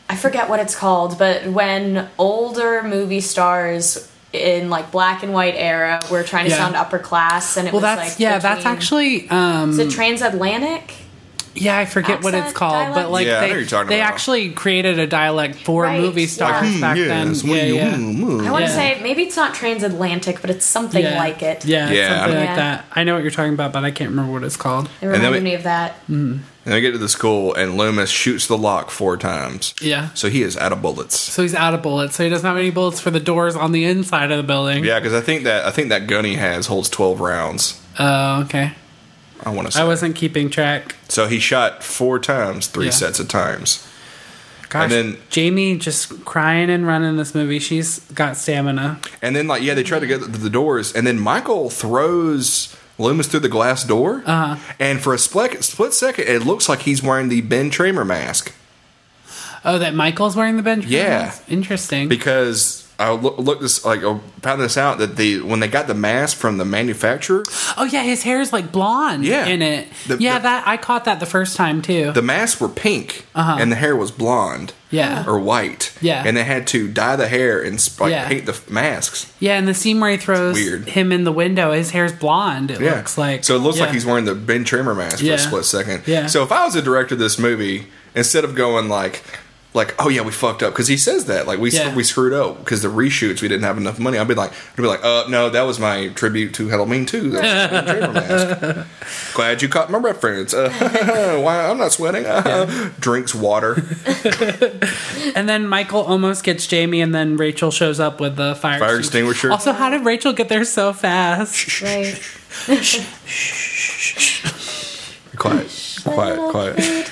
Speaker 3: I forget what it's called, but when older movie stars in like black and white era were trying to
Speaker 2: Yeah.
Speaker 3: sound upper class, and it
Speaker 2: well,
Speaker 3: was
Speaker 2: that's
Speaker 3: like
Speaker 2: yeah, that's
Speaker 3: between-
Speaker 2: actually um,
Speaker 3: is it transatlantic.
Speaker 2: Yeah, I forget what it's
Speaker 3: Accent,
Speaker 2: called, but
Speaker 3: dialect?
Speaker 2: like
Speaker 1: Yeah, I know what
Speaker 2: they,
Speaker 1: you're talking
Speaker 2: they
Speaker 1: about. Hmm,
Speaker 2: actually created a dialect for
Speaker 3: Right,
Speaker 2: movie stars
Speaker 3: yeah. Like,
Speaker 2: back then.
Speaker 1: Yes,
Speaker 2: Yeah,
Speaker 1: we-
Speaker 2: yeah.
Speaker 1: mm, mm.
Speaker 3: I want to
Speaker 2: Yeah.
Speaker 3: say maybe it's not transatlantic, but it's something
Speaker 2: yeah.
Speaker 3: like it.
Speaker 2: Yeah,
Speaker 1: Yeah.
Speaker 2: something
Speaker 3: Yeah.
Speaker 2: like that. I know what you're talking about, but I can't remember what it's called.
Speaker 3: It
Speaker 1: then
Speaker 3: reminded
Speaker 1: we-
Speaker 3: me of that.
Speaker 2: Mm.
Speaker 1: And they get to the school, and Loomis shoots the lock four times.
Speaker 2: Yeah.
Speaker 1: So he is out of bullets.
Speaker 2: So he's out of bullets, so he doesn't have any bullets for the doors on the inside of the building.
Speaker 1: Yeah, because I think that I think that gun he has holds twelve rounds.
Speaker 2: Oh, okay.
Speaker 1: I want to say.
Speaker 2: I wasn't keeping track.
Speaker 1: so he shot four times, three
Speaker 2: Yeah.
Speaker 1: sets of times.
Speaker 2: Gosh,
Speaker 1: And then-
Speaker 2: Jamie just crying and running this movie. She's got stamina.
Speaker 1: And then like yeah, they try to get to the doors, and then Michael throws Loomis through the glass door, uh-huh. and for a split, split second, it looks like he's wearing the Ben Tramer mask
Speaker 2: Oh, that Michael's wearing the bench.
Speaker 1: Yeah.
Speaker 2: press? interesting.
Speaker 1: because. I look, looked this like I found this out that the when they got the mask from the manufacturer,
Speaker 2: oh yeah, his hair is like blonde.
Speaker 1: Yeah.
Speaker 2: in it.
Speaker 1: The-
Speaker 2: yeah,
Speaker 1: the-
Speaker 2: that I caught that the first time too.
Speaker 1: the masks were pink and the hair was blonde,
Speaker 2: Uh-huh. Yeah.
Speaker 1: or white,
Speaker 2: Yeah.
Speaker 1: and they had to dye the hair and sp- like,
Speaker 2: Yeah.
Speaker 1: paint the f- masks.
Speaker 2: Yeah, and the scene where he throws
Speaker 1: weird.
Speaker 2: him in the window, his hair's blonde. It
Speaker 1: Yeah.
Speaker 2: looks like
Speaker 1: So it looks
Speaker 2: Yeah.
Speaker 1: like he's wearing the Ben Trimmer mask for
Speaker 2: Yeah.
Speaker 1: a split second.
Speaker 2: Yeah.
Speaker 1: So if I was the director of this movie, instead of going like, like, oh yeah, we fucked up because he says that like we
Speaker 2: Yeah.
Speaker 1: we screwed up because the reshoots we didn't have enough money. I'd be like, I'd be like, uh, no, that was my tribute to Halloween too. That was the Ben Trimmer mask. Glad you caught my reference. Uh, why I'm not sweating. Uh, Drinks water.
Speaker 2: And then Michael almost gets Jamie, and then Rachel shows up with the fire,
Speaker 1: Fire extinguisher.
Speaker 2: Also, how did Rachel get there so fast?
Speaker 3: Right.
Speaker 1: quiet, quiet, quiet.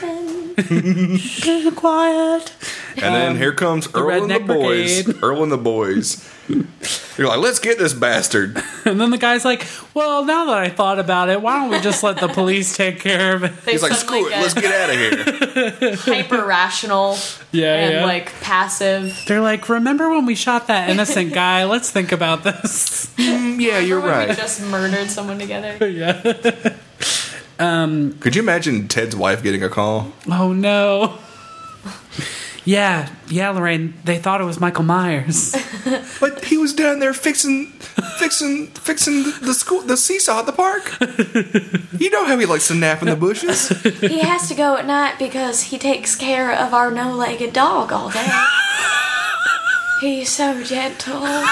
Speaker 2: Quiet.
Speaker 1: And then here comes Earl and the
Speaker 2: um, Redneck
Speaker 1: boys.
Speaker 2: Brigade.
Speaker 1: Earl and the boys. You're like, let's get this bastard.
Speaker 2: And then the guy's like, "Well, now that I thought about it, why don't we just let the police take care of it?"
Speaker 3: They
Speaker 1: He's like,
Speaker 3: suddenly
Speaker 1: screw it,
Speaker 3: get
Speaker 1: let's get out of here.
Speaker 3: hyper rational
Speaker 2: Yeah,
Speaker 3: and
Speaker 2: yeah.
Speaker 3: like passive.
Speaker 2: They're like, "Remember when we shot that innocent guy? Let's think about this."
Speaker 1: yeah, you're
Speaker 3: When We
Speaker 1: right.
Speaker 3: just murdered someone together.
Speaker 2: yeah.
Speaker 1: Could you imagine Ted's wife getting a call?
Speaker 2: Oh no. Yeah, yeah, Lorraine. They thought it was Michael Myers.
Speaker 1: But he was down there fixing, fixing, fixing the school, the seesaw at the park. You know how he likes to nap in the bushes.
Speaker 3: he has to go at night because he takes care of our no legged dog all day. He's so gentle. I'm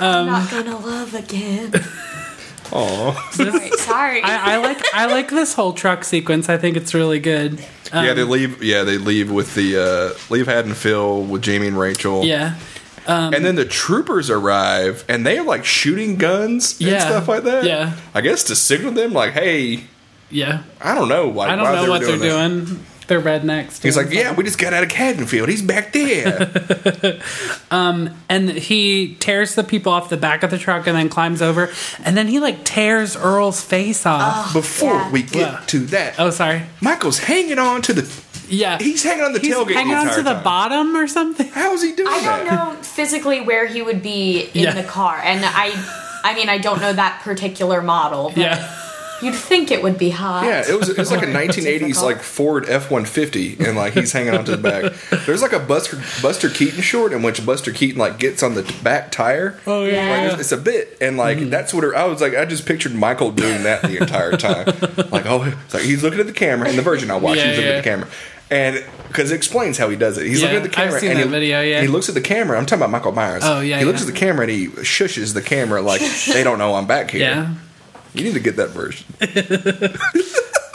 Speaker 2: Um,
Speaker 3: not gonna love again.
Speaker 1: Aw.
Speaker 3: Alright, sorry.
Speaker 2: I, I like I like this whole truck sequence. I think it's really good.
Speaker 1: yeah,
Speaker 2: Um,
Speaker 1: they leave. Yeah, they leave with the uh, leave Haddonfield with Jamie and Rachel.
Speaker 2: Yeah, um,
Speaker 1: and then the troopers arrive and they're like shooting guns and
Speaker 2: Yeah.
Speaker 1: stuff like that.
Speaker 2: Yeah.
Speaker 1: I guess to signal them like, hey,
Speaker 2: yeah.
Speaker 1: I don't know why.
Speaker 2: I don't
Speaker 1: why
Speaker 2: know
Speaker 1: they were
Speaker 2: what they're
Speaker 1: that.
Speaker 2: doing. They're rednecks.
Speaker 1: He's
Speaker 2: doing
Speaker 1: like, yeah,
Speaker 2: something.
Speaker 1: we just got out of Haddonfield. He's back there.
Speaker 2: and he tears the people off the back of the truck and then climbs over, and then he like tears Earl's face off.
Speaker 1: Before
Speaker 3: Yeah.
Speaker 1: we get
Speaker 2: Yeah.
Speaker 1: to that,
Speaker 2: Oh, sorry.
Speaker 1: Michael's hanging on to the.
Speaker 2: Yeah,
Speaker 1: He's hanging on the
Speaker 2: He's
Speaker 1: tailgate.
Speaker 2: hanging
Speaker 1: the
Speaker 2: on
Speaker 1: entire
Speaker 2: to the
Speaker 1: time.
Speaker 2: bottom or something.
Speaker 1: How is he doing
Speaker 3: I
Speaker 1: that?
Speaker 3: don't know physically where he would be in
Speaker 2: Yeah.
Speaker 3: the car, and I. I mean, I don't know that particular model. But
Speaker 2: Yeah,
Speaker 3: You'd think it would be hot.
Speaker 1: Yeah, it was it was like a 1980s
Speaker 3: Difficult.
Speaker 1: like Ford F150, and like he's hanging on to the back. There's like a Buster Buster Keaton short in which Buster Keaton like gets on the back tire.
Speaker 2: Oh, yeah. Mm-hmm.
Speaker 1: Like, it's- it's a bit, and like that's what her, I was like. I just pictured Michael doing that the entire time. like oh, it's like he's looking at the camera, and the Virgin I watched,
Speaker 2: Yeah,
Speaker 1: he's looking
Speaker 2: yeah.
Speaker 1: at the camera. And because it explains how he does it, he's
Speaker 2: Yeah,
Speaker 1: looking at the
Speaker 2: I've
Speaker 1: camera.
Speaker 2: seen
Speaker 1: and
Speaker 2: that
Speaker 1: he,
Speaker 2: video, yeah.
Speaker 1: he looks at the camera. I'm talking about Michael Myers.
Speaker 2: Oh, yeah,
Speaker 1: He looks
Speaker 2: yeah.
Speaker 1: at the camera and he shushes the camera like they don't know I'm back here.
Speaker 2: yeah.
Speaker 1: You need to get that version.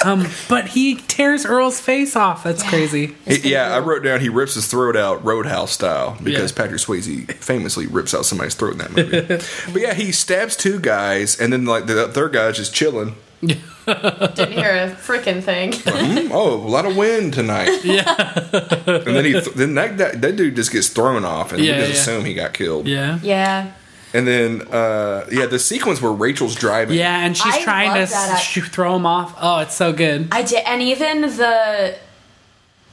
Speaker 2: Um, but he tears Earl's face off. That's crazy.
Speaker 3: It's pretty
Speaker 1: yeah, I
Speaker 3: cool.
Speaker 1: wrote down he rips his throat out Roadhouse style because
Speaker 4: Yeah.
Speaker 1: Patrick Swayze famously rips out somebody's throat in that movie. but yeah, he stabs two guys, and then like the third guy's just chilling.
Speaker 3: Didn't hear a freaking thing.
Speaker 1: Mm, oh, a lot of wind tonight. Yeah. and then he th- then that, that that dude just gets thrown off, and
Speaker 2: Yeah,
Speaker 1: we just
Speaker 2: yeah.
Speaker 1: assume he got killed.
Speaker 2: Yeah.
Speaker 3: yeah.
Speaker 1: And then uh, yeah, the sequence where Rachel's driving.
Speaker 2: Yeah, and she's
Speaker 3: I
Speaker 2: trying
Speaker 3: love
Speaker 2: to
Speaker 3: that act-
Speaker 2: s- sh- throw him off. Oh, it's so good.
Speaker 3: I did, and even the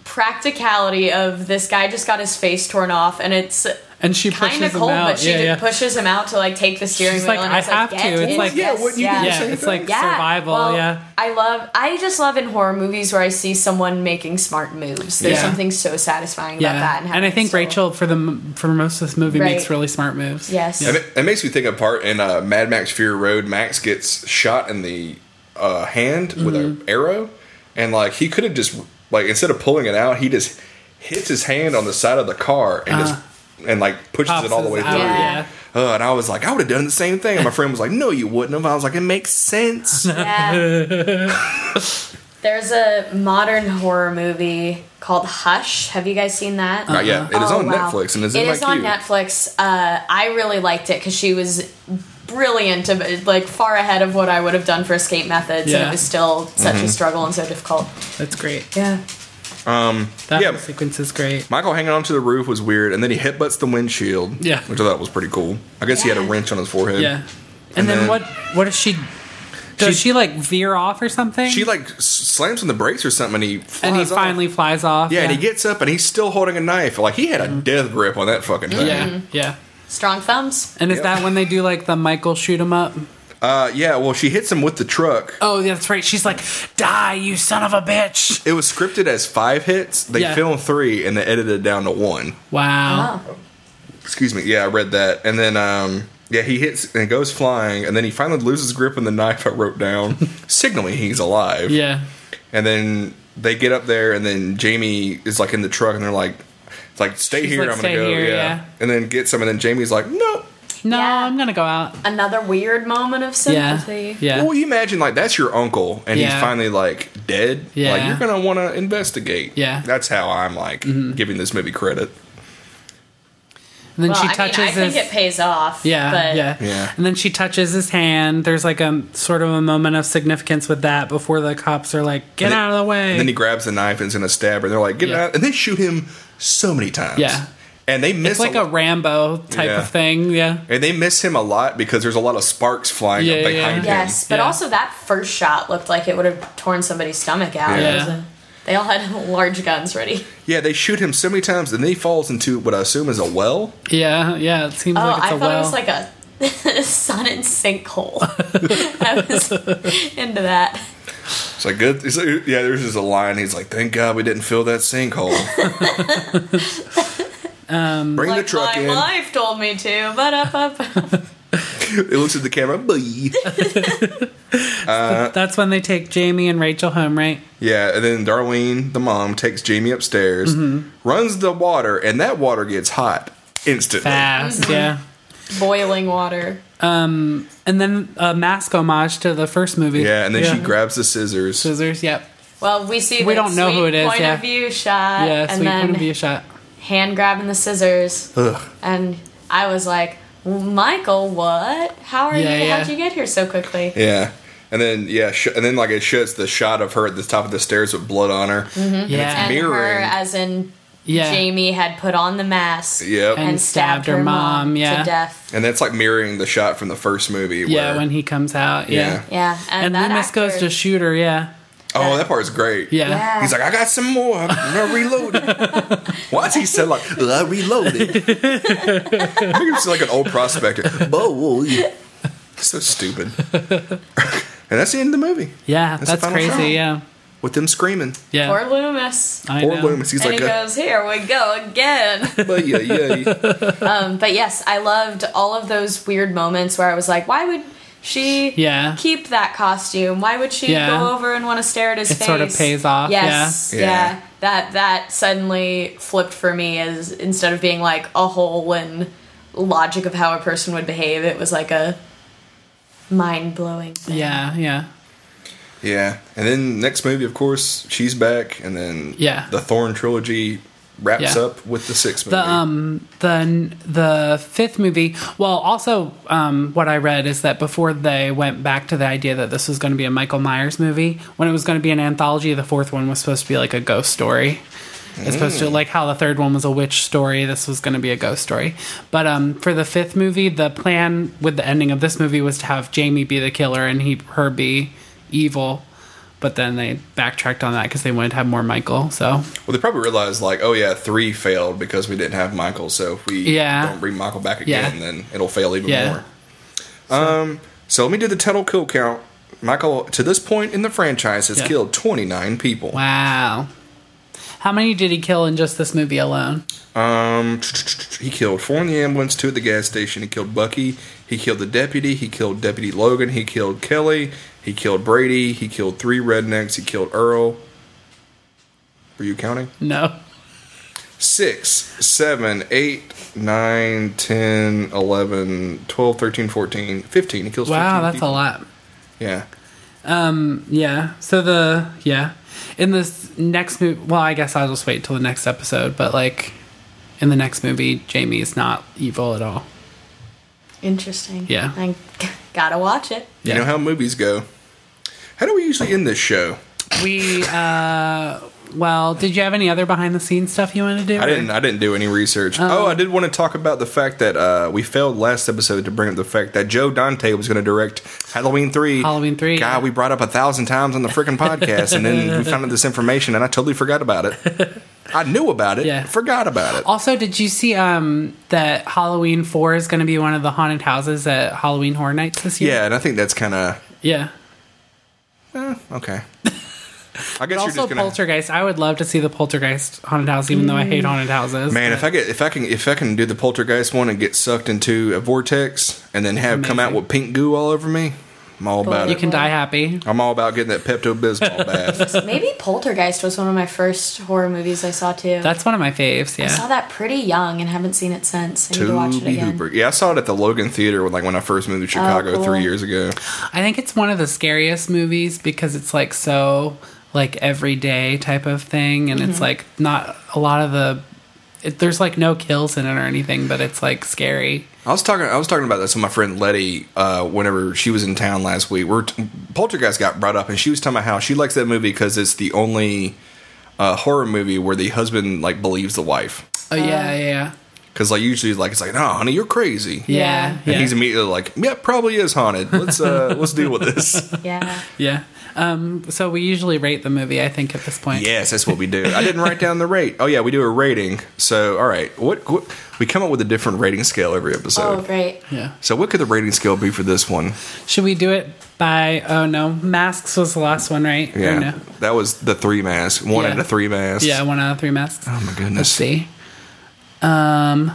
Speaker 3: practicality of this guy just got his face torn off, and it's
Speaker 2: And she pushes
Speaker 3: kind of
Speaker 2: him
Speaker 3: cold,
Speaker 2: out.
Speaker 3: but she
Speaker 2: yeah,
Speaker 3: did-
Speaker 2: yeah.
Speaker 3: pushes him out to like take the steering
Speaker 2: She's
Speaker 3: wheel.
Speaker 2: like,
Speaker 3: and
Speaker 2: "I
Speaker 3: it's
Speaker 2: have
Speaker 3: like,
Speaker 2: to."
Speaker 3: "Get
Speaker 2: It's
Speaker 3: in."
Speaker 2: like-
Speaker 1: Yeah, wouldn't you do the
Speaker 3: yeah.
Speaker 1: same
Speaker 2: yeah, it's
Speaker 1: thing?
Speaker 2: like survival.
Speaker 3: Well,
Speaker 2: yeah.
Speaker 3: I love. I just love in horror movies where I see someone making smart moves. There's
Speaker 2: Yeah.
Speaker 3: something so satisfying
Speaker 2: Yeah,
Speaker 3: about that.
Speaker 2: and, I
Speaker 3: having
Speaker 2: think
Speaker 3: so-
Speaker 2: Rachel for the m- for most of this movie makes
Speaker 3: Right.
Speaker 2: really smart moves.
Speaker 3: Yes.
Speaker 1: And it, it makes me think of part in uh, Mad Max Fury Road. Max gets shot in the uh, hand with
Speaker 2: Mm-hmm.
Speaker 1: an arrow, and like he could have just like instead of pulling it out, he just hits his hand on the side of the car and just and like pushes
Speaker 2: Uh-huh. Pops
Speaker 1: it all the
Speaker 2: his
Speaker 1: way
Speaker 2: eye,
Speaker 1: through.
Speaker 2: yeah.
Speaker 1: Uh, and I was like, I would have done the same thing. And my friend was like, No, you wouldn't have. I was like, It makes sense.
Speaker 3: Yeah. There's a modern horror movie called Hush. Have you guys seen that?
Speaker 1: Not yet. It is
Speaker 3: Oh,
Speaker 1: on
Speaker 3: wow.
Speaker 1: Netflix, and is
Speaker 3: It
Speaker 1: it
Speaker 3: is
Speaker 1: like
Speaker 3: on
Speaker 1: you?
Speaker 3: Netflix. Uh, I really liked it because she was brilliant, ab- like far ahead of what I would have done for escape methods, and
Speaker 2: Yeah.
Speaker 3: it was still such
Speaker 1: Mm-hmm.
Speaker 3: a struggle and so difficult.
Speaker 2: That's great.
Speaker 3: Yeah.
Speaker 2: That
Speaker 1: Yeah.
Speaker 2: whole sequence is great.
Speaker 1: Michael hanging onto the roof was weird, and then he hit butts the windshield.
Speaker 2: Yeah.
Speaker 1: which I thought was pretty cool. I guess he had a
Speaker 3: Yeah.
Speaker 1: wrench on his forehead.
Speaker 2: Yeah, and, then,
Speaker 1: then-
Speaker 2: what? What does she? Does she, like veer off or something?
Speaker 1: She like s- slams on the brakes or something, and he flies
Speaker 2: and he
Speaker 1: off.
Speaker 2: finally flies off.
Speaker 1: Yeah, and he gets up and he's still holding a knife. Like he had a death grip on that fucking thing.
Speaker 2: Mm-hmm. Yeah,
Speaker 3: Mm-hmm.
Speaker 2: yeah.
Speaker 3: Strong thumbs.
Speaker 2: And is
Speaker 1: Yep.
Speaker 2: that when they do like the Michael shoot 'em up?
Speaker 1: Uh, yeah. Well, she hits him with the truck.
Speaker 2: Oh, yeah, that's right. She's like, "Die, you son of a bitch!"
Speaker 1: It was scripted as five hits. They
Speaker 2: Yeah.
Speaker 1: filmed three and they edited it down to one.
Speaker 2: Wow.
Speaker 3: Oh.
Speaker 1: Excuse me. Yeah, I read that. And then, um, yeah, he hits and goes flying, and then he finally loses grip on the knife I wrote down, signaling he's alive.
Speaker 2: Yeah,
Speaker 1: And then they get up there, and then Jamie is like in the truck, and they're like, it's like stay
Speaker 2: She's
Speaker 1: here, I'm
Speaker 2: like,
Speaker 1: gonna
Speaker 2: "Stay
Speaker 1: go.
Speaker 2: here,"
Speaker 1: yeah.
Speaker 2: yeah.
Speaker 1: And then get some, and then Jamie's like, no.
Speaker 2: no,
Speaker 3: Yeah.
Speaker 2: I'm gonna go out.
Speaker 3: Another weird moment of
Speaker 2: Yeah,
Speaker 3: sympathy.
Speaker 2: yeah.
Speaker 1: Well, you imagine like that's your uncle, and
Speaker 2: Yeah.
Speaker 1: he's finally like dead.
Speaker 2: Yeah.
Speaker 1: like you're gonna want to investigate.
Speaker 2: Yeah. Mm-hmm.
Speaker 1: that's how I'm like giving this movie credit.
Speaker 2: and then
Speaker 3: Well,
Speaker 2: she
Speaker 3: I mean,
Speaker 2: touches
Speaker 3: I,
Speaker 2: his.
Speaker 3: think it pays off.
Speaker 2: yeah,
Speaker 3: but
Speaker 2: yeah,
Speaker 1: Yeah.
Speaker 2: And then she touches his hand. There's like a sort of a moment of significance with that before the cops are like, "Get
Speaker 1: And then-
Speaker 2: out of the way."
Speaker 1: And then he grabs the knife and is gonna stab her. And they're like, get
Speaker 2: Yeah.
Speaker 1: out! And they shoot him so many times.
Speaker 2: Yeah.
Speaker 1: and they miss
Speaker 2: it's like a
Speaker 1: lo-
Speaker 2: Rambo type
Speaker 1: Yeah.
Speaker 2: of thing. Yeah.
Speaker 1: and they miss him a lot because there's a lot of sparks flying
Speaker 2: Yeah, yeah,
Speaker 1: behind him.
Speaker 3: Yes, but
Speaker 2: Yeah.
Speaker 3: also that first shot looked like it would have torn somebody's stomach out.
Speaker 1: Yeah.
Speaker 3: It was a- They all had large guns ready.
Speaker 1: Yeah, they shoot him so many times, and then he falls into what I assume is a well.
Speaker 2: Yeah, yeah. It seems
Speaker 3: Oh,
Speaker 2: like it's
Speaker 3: I
Speaker 2: a
Speaker 3: thought
Speaker 2: well.
Speaker 3: it was like a sun and sinkhole. I was into that.
Speaker 1: It's like good. It's like, yeah, there's just a line. He's like, "Thank God we didn't fill that sinkhole." um, Bring
Speaker 3: Like
Speaker 1: the truck
Speaker 3: my
Speaker 1: in.
Speaker 3: life told me to, but up, up.
Speaker 1: It looks at the camera. Blee.
Speaker 2: That's when they take Jamie and Rachel home, right?
Speaker 1: Yeah, and then Darlene, the mom, takes Jamie upstairs,
Speaker 2: Mm-hmm.
Speaker 1: runs the water, and that water gets hot instantly.
Speaker 3: Mm-hmm.
Speaker 2: Fast, yeah.
Speaker 3: Boiling water.
Speaker 2: And then a mask homage to the first movie.
Speaker 1: Yeah, and then she grabs the scissors.
Speaker 2: scissors. Yep.
Speaker 3: Well, we see
Speaker 2: We
Speaker 3: the
Speaker 2: don't know who
Speaker 3: sweet
Speaker 2: it is,
Speaker 3: Point
Speaker 2: yeah.
Speaker 3: of view shot,
Speaker 2: Yeah,
Speaker 3: Uh, and
Speaker 2: sweet
Speaker 3: then
Speaker 2: wouldn't be a shot.
Speaker 3: hand grabbing the scissors,
Speaker 1: Ugh.
Speaker 3: and I was like, "Michael, what? How are
Speaker 2: Yeah,
Speaker 3: you?
Speaker 2: yeah.
Speaker 3: How'd you get here so quickly?"
Speaker 1: Yeah. And then yeah, sh- and then like it shuts the shot of her at the top of the stairs with blood on her.
Speaker 3: Mm-hmm.
Speaker 2: Yeah,
Speaker 3: and her,
Speaker 1: Mirroring.
Speaker 3: as in
Speaker 2: yeah.
Speaker 3: Jamie, had put on the mask
Speaker 1: Yep.
Speaker 3: and,
Speaker 1: And
Speaker 3: stabbed, her mom,
Speaker 2: yeah.
Speaker 3: to death.
Speaker 1: And that's like mirroring the shot from the first movie.
Speaker 2: yeah,
Speaker 1: where-
Speaker 2: when he comes out. Yeah.
Speaker 1: Yeah.
Speaker 3: Yeah, and,
Speaker 2: And
Speaker 3: that
Speaker 2: Loomis
Speaker 3: actor,
Speaker 2: goes to shoot her. Yeah.
Speaker 1: oh, that part's great.
Speaker 2: Yeah.
Speaker 3: Yeah.
Speaker 1: He's like, I got some more. I'm gonna reload it. Why is he so like "Uh, I reloaded? I think it's like an old prospector. Boy, so stupid. and that's the end of the movie
Speaker 2: Yeah,
Speaker 1: the
Speaker 2: That's,
Speaker 1: final
Speaker 2: crazy.
Speaker 1: shot.
Speaker 2: Yeah.
Speaker 1: with them screaming.
Speaker 2: Yeah.
Speaker 3: Poor Loomis.
Speaker 2: I
Speaker 1: Or
Speaker 2: know.
Speaker 1: Loomis, he's
Speaker 3: and
Speaker 1: like,
Speaker 3: he
Speaker 1: a,
Speaker 3: goes, "Here we go again."
Speaker 1: but yeah, yeah,
Speaker 3: um, but yes, I loved all of those weird moments where I was like, "Why would she
Speaker 2: Yeah.
Speaker 3: keep that costume? Why would she
Speaker 2: Yeah.
Speaker 3: go over and want to stare at his
Speaker 2: It
Speaker 3: face?"
Speaker 2: sort of pays off,
Speaker 3: Yes,
Speaker 1: yeah.
Speaker 3: yeah.
Speaker 1: Yeah.
Speaker 3: That that suddenly flipped for me as instead of being like a hole in logic of how a person would behave, it was like a mind blowing.
Speaker 2: Yeah. Yeah.
Speaker 1: Yeah, and then next movie, of course, she's back, and then
Speaker 2: Yeah.
Speaker 1: the Thorn trilogy wraps
Speaker 2: Yeah.
Speaker 1: up with the sixth movie.
Speaker 2: the um the the fifth movie well also um what i read is that before they went back to the idea that this was going to be a michael myers movie when it was going to be an anthology the fourth one was supposed to be like a ghost story as opposed to like how the third one was a witch story this was going to be a ghost story but um for the fifth movie the plan with the ending of this movie was to have jamie be the killer and he her be evil but then they backtracked on that because they wanted to have more michael so
Speaker 1: well, they probably realized like, oh yeah, three failed because we didn't have Michael, so if we
Speaker 2: Yeah.
Speaker 1: don't bring Michael back
Speaker 2: Yeah.
Speaker 1: again, then it'll fail even
Speaker 2: Yeah.
Speaker 1: more. Um, so let me do the total kill count. Michael, to this point in the franchise, has
Speaker 2: Yeah.
Speaker 1: killed twenty nine people.
Speaker 2: Wow. How many did he kill in just this movie alone?
Speaker 1: Um, he killed four in the ambulance, two at the gas station. He killed Bucky. He killed the deputy. He killed Deputy Logan. He killed Kelly. He killed Brady. He killed three rednecks. He killed Earl. Were you counting?
Speaker 2: No.
Speaker 1: Six, seven, eight, nine, ten, eleven, twelve, thirteen, fourteen, fifteen. He kills.
Speaker 2: Wow,
Speaker 1: 15
Speaker 2: that's a
Speaker 1: people.
Speaker 2: lot. Um,
Speaker 1: Yeah.
Speaker 2: Yeah. So the yeah, in this next movie, well, I guess I'll just wait till the next episode. But like, in the next movie, Jamie is not evil at all.
Speaker 3: Interesting.
Speaker 2: Yeah.
Speaker 3: I gotta watch it.
Speaker 1: You know how movies go. How do we usually end this show?
Speaker 2: we uh, well, did you have any other behind the scenes stuff you want to do?
Speaker 1: I didn't. I didn't do any research.
Speaker 2: Uh-huh.
Speaker 1: oh, I did want to talk about the fact that uh, we failed last episode to bring up the fact that Joe Dante was going to direct Halloween three.
Speaker 2: Halloween 3,
Speaker 1: God,
Speaker 2: yeah.
Speaker 1: we brought up a thousand times on the freaking podcast, and then we found out this information, and I totally forgot about it. I knew about it.
Speaker 2: Yeah.
Speaker 1: Forgot about it.
Speaker 2: Also, did you see um that Halloween Four is going to be one of the haunted houses at Halloween Horror Nights this year?
Speaker 1: Yeah, and I think that's kind of
Speaker 2: Yeah.
Speaker 1: okay. I guess you're
Speaker 2: also
Speaker 1: just gonna.
Speaker 2: poltergeist i would love to see the poltergeist haunted house even though i hate haunted houses
Speaker 1: Man, if I get if I can if I can do the poltergeist one and get sucked into a vortex and then have come out
Speaker 2: Amazing.
Speaker 1: with pink goo all over me, I'm all about
Speaker 2: you
Speaker 1: it.
Speaker 2: can die happy
Speaker 1: I'm all about getting that Pepto Bismol bath.
Speaker 3: Maybe Poltergeist was one of my first horror movies I saw too.
Speaker 2: that's one of my faves
Speaker 3: I saw
Speaker 2: yeah
Speaker 3: that pretty young and haven't seen it since. I need to watch it
Speaker 1: Toby
Speaker 3: again.
Speaker 1: Hooper. Yeah, I saw it at the Logan Theater when, like when I first moved to Chicago
Speaker 3: cool.
Speaker 1: three years ago.
Speaker 2: i think it's one of the scariest movies because it's like so like everyday type of thing and
Speaker 3: Mm-hmm.
Speaker 2: it's like not a lot of the it, there's like no kills in it or anything but it's like scary
Speaker 1: I was talking. I was talking about this with my friend Letty. Uh, whenever she was in town last week, we're t- Poltergeist got brought up, and she was talking about how she likes that movie because it's the only uh, horror movie where the husband like believes the wife.
Speaker 3: Uh,
Speaker 2: oh yeah yeah yeah
Speaker 1: Because like usually, like it's like, no, honey, you're crazy.
Speaker 2: yeah,
Speaker 1: And
Speaker 2: yeah.
Speaker 1: he's immediately like, yeah, probably is haunted. Let's uh, let's deal with this.
Speaker 3: Yeah.
Speaker 2: yeah. Um, so we usually rate the movie i think at this point
Speaker 1: Yes, that's what we do. I didn't write down the rate. Oh yeah, we do a rating. So all right, what, what we come up with a different rating scale every episode.
Speaker 3: Oh, great.
Speaker 2: yeah
Speaker 1: So what could the rating scale be for this one?
Speaker 2: should we do it by oh no masks was the last one right Or
Speaker 1: Yeah,
Speaker 2: no?
Speaker 1: that was the three mask. One
Speaker 2: Yeah.
Speaker 1: out of three masks.
Speaker 2: yeah one out of three masks
Speaker 1: Oh my
Speaker 2: Let's
Speaker 1: goodness.
Speaker 2: see.
Speaker 1: I'm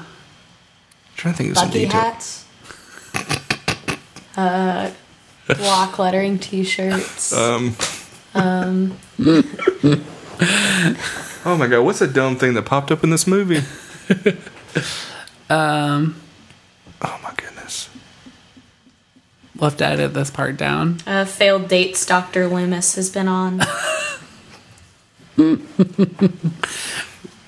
Speaker 1: trying to think of some
Speaker 3: Bucky
Speaker 1: detail.
Speaker 3: hats. Uh, block lettering T-shirts.
Speaker 1: Um. oh my god, what's a dumb thing that popped up in this movie? um.
Speaker 2: Um,
Speaker 1: Oh my goodness.
Speaker 2: We'll have to edit this part down.
Speaker 3: uh, failed dates Dr. Loomis has been on.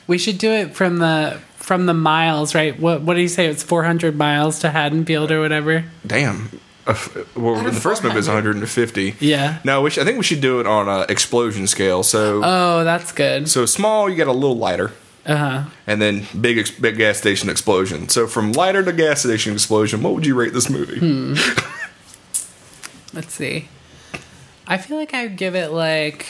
Speaker 2: We should do it from the from the miles, right? What what do you say? It's four hundred miles to Haddonfield or whatever.
Speaker 1: Damn. Uh, well,
Speaker 3: Out
Speaker 1: the
Speaker 3: of
Speaker 1: first movie is
Speaker 3: 400.
Speaker 1: 150.
Speaker 2: Yeah.
Speaker 1: No, we should, I think we should do it on a explosion scale. So,
Speaker 2: Oh, that's good.
Speaker 1: so small, you get a little lighter.
Speaker 2: Uh huh.
Speaker 1: and then big ex- big gas station explosion. So from lighter to gas station explosion, what would you rate this movie?
Speaker 2: Hmm. Let's see. I feel like I'd give it like.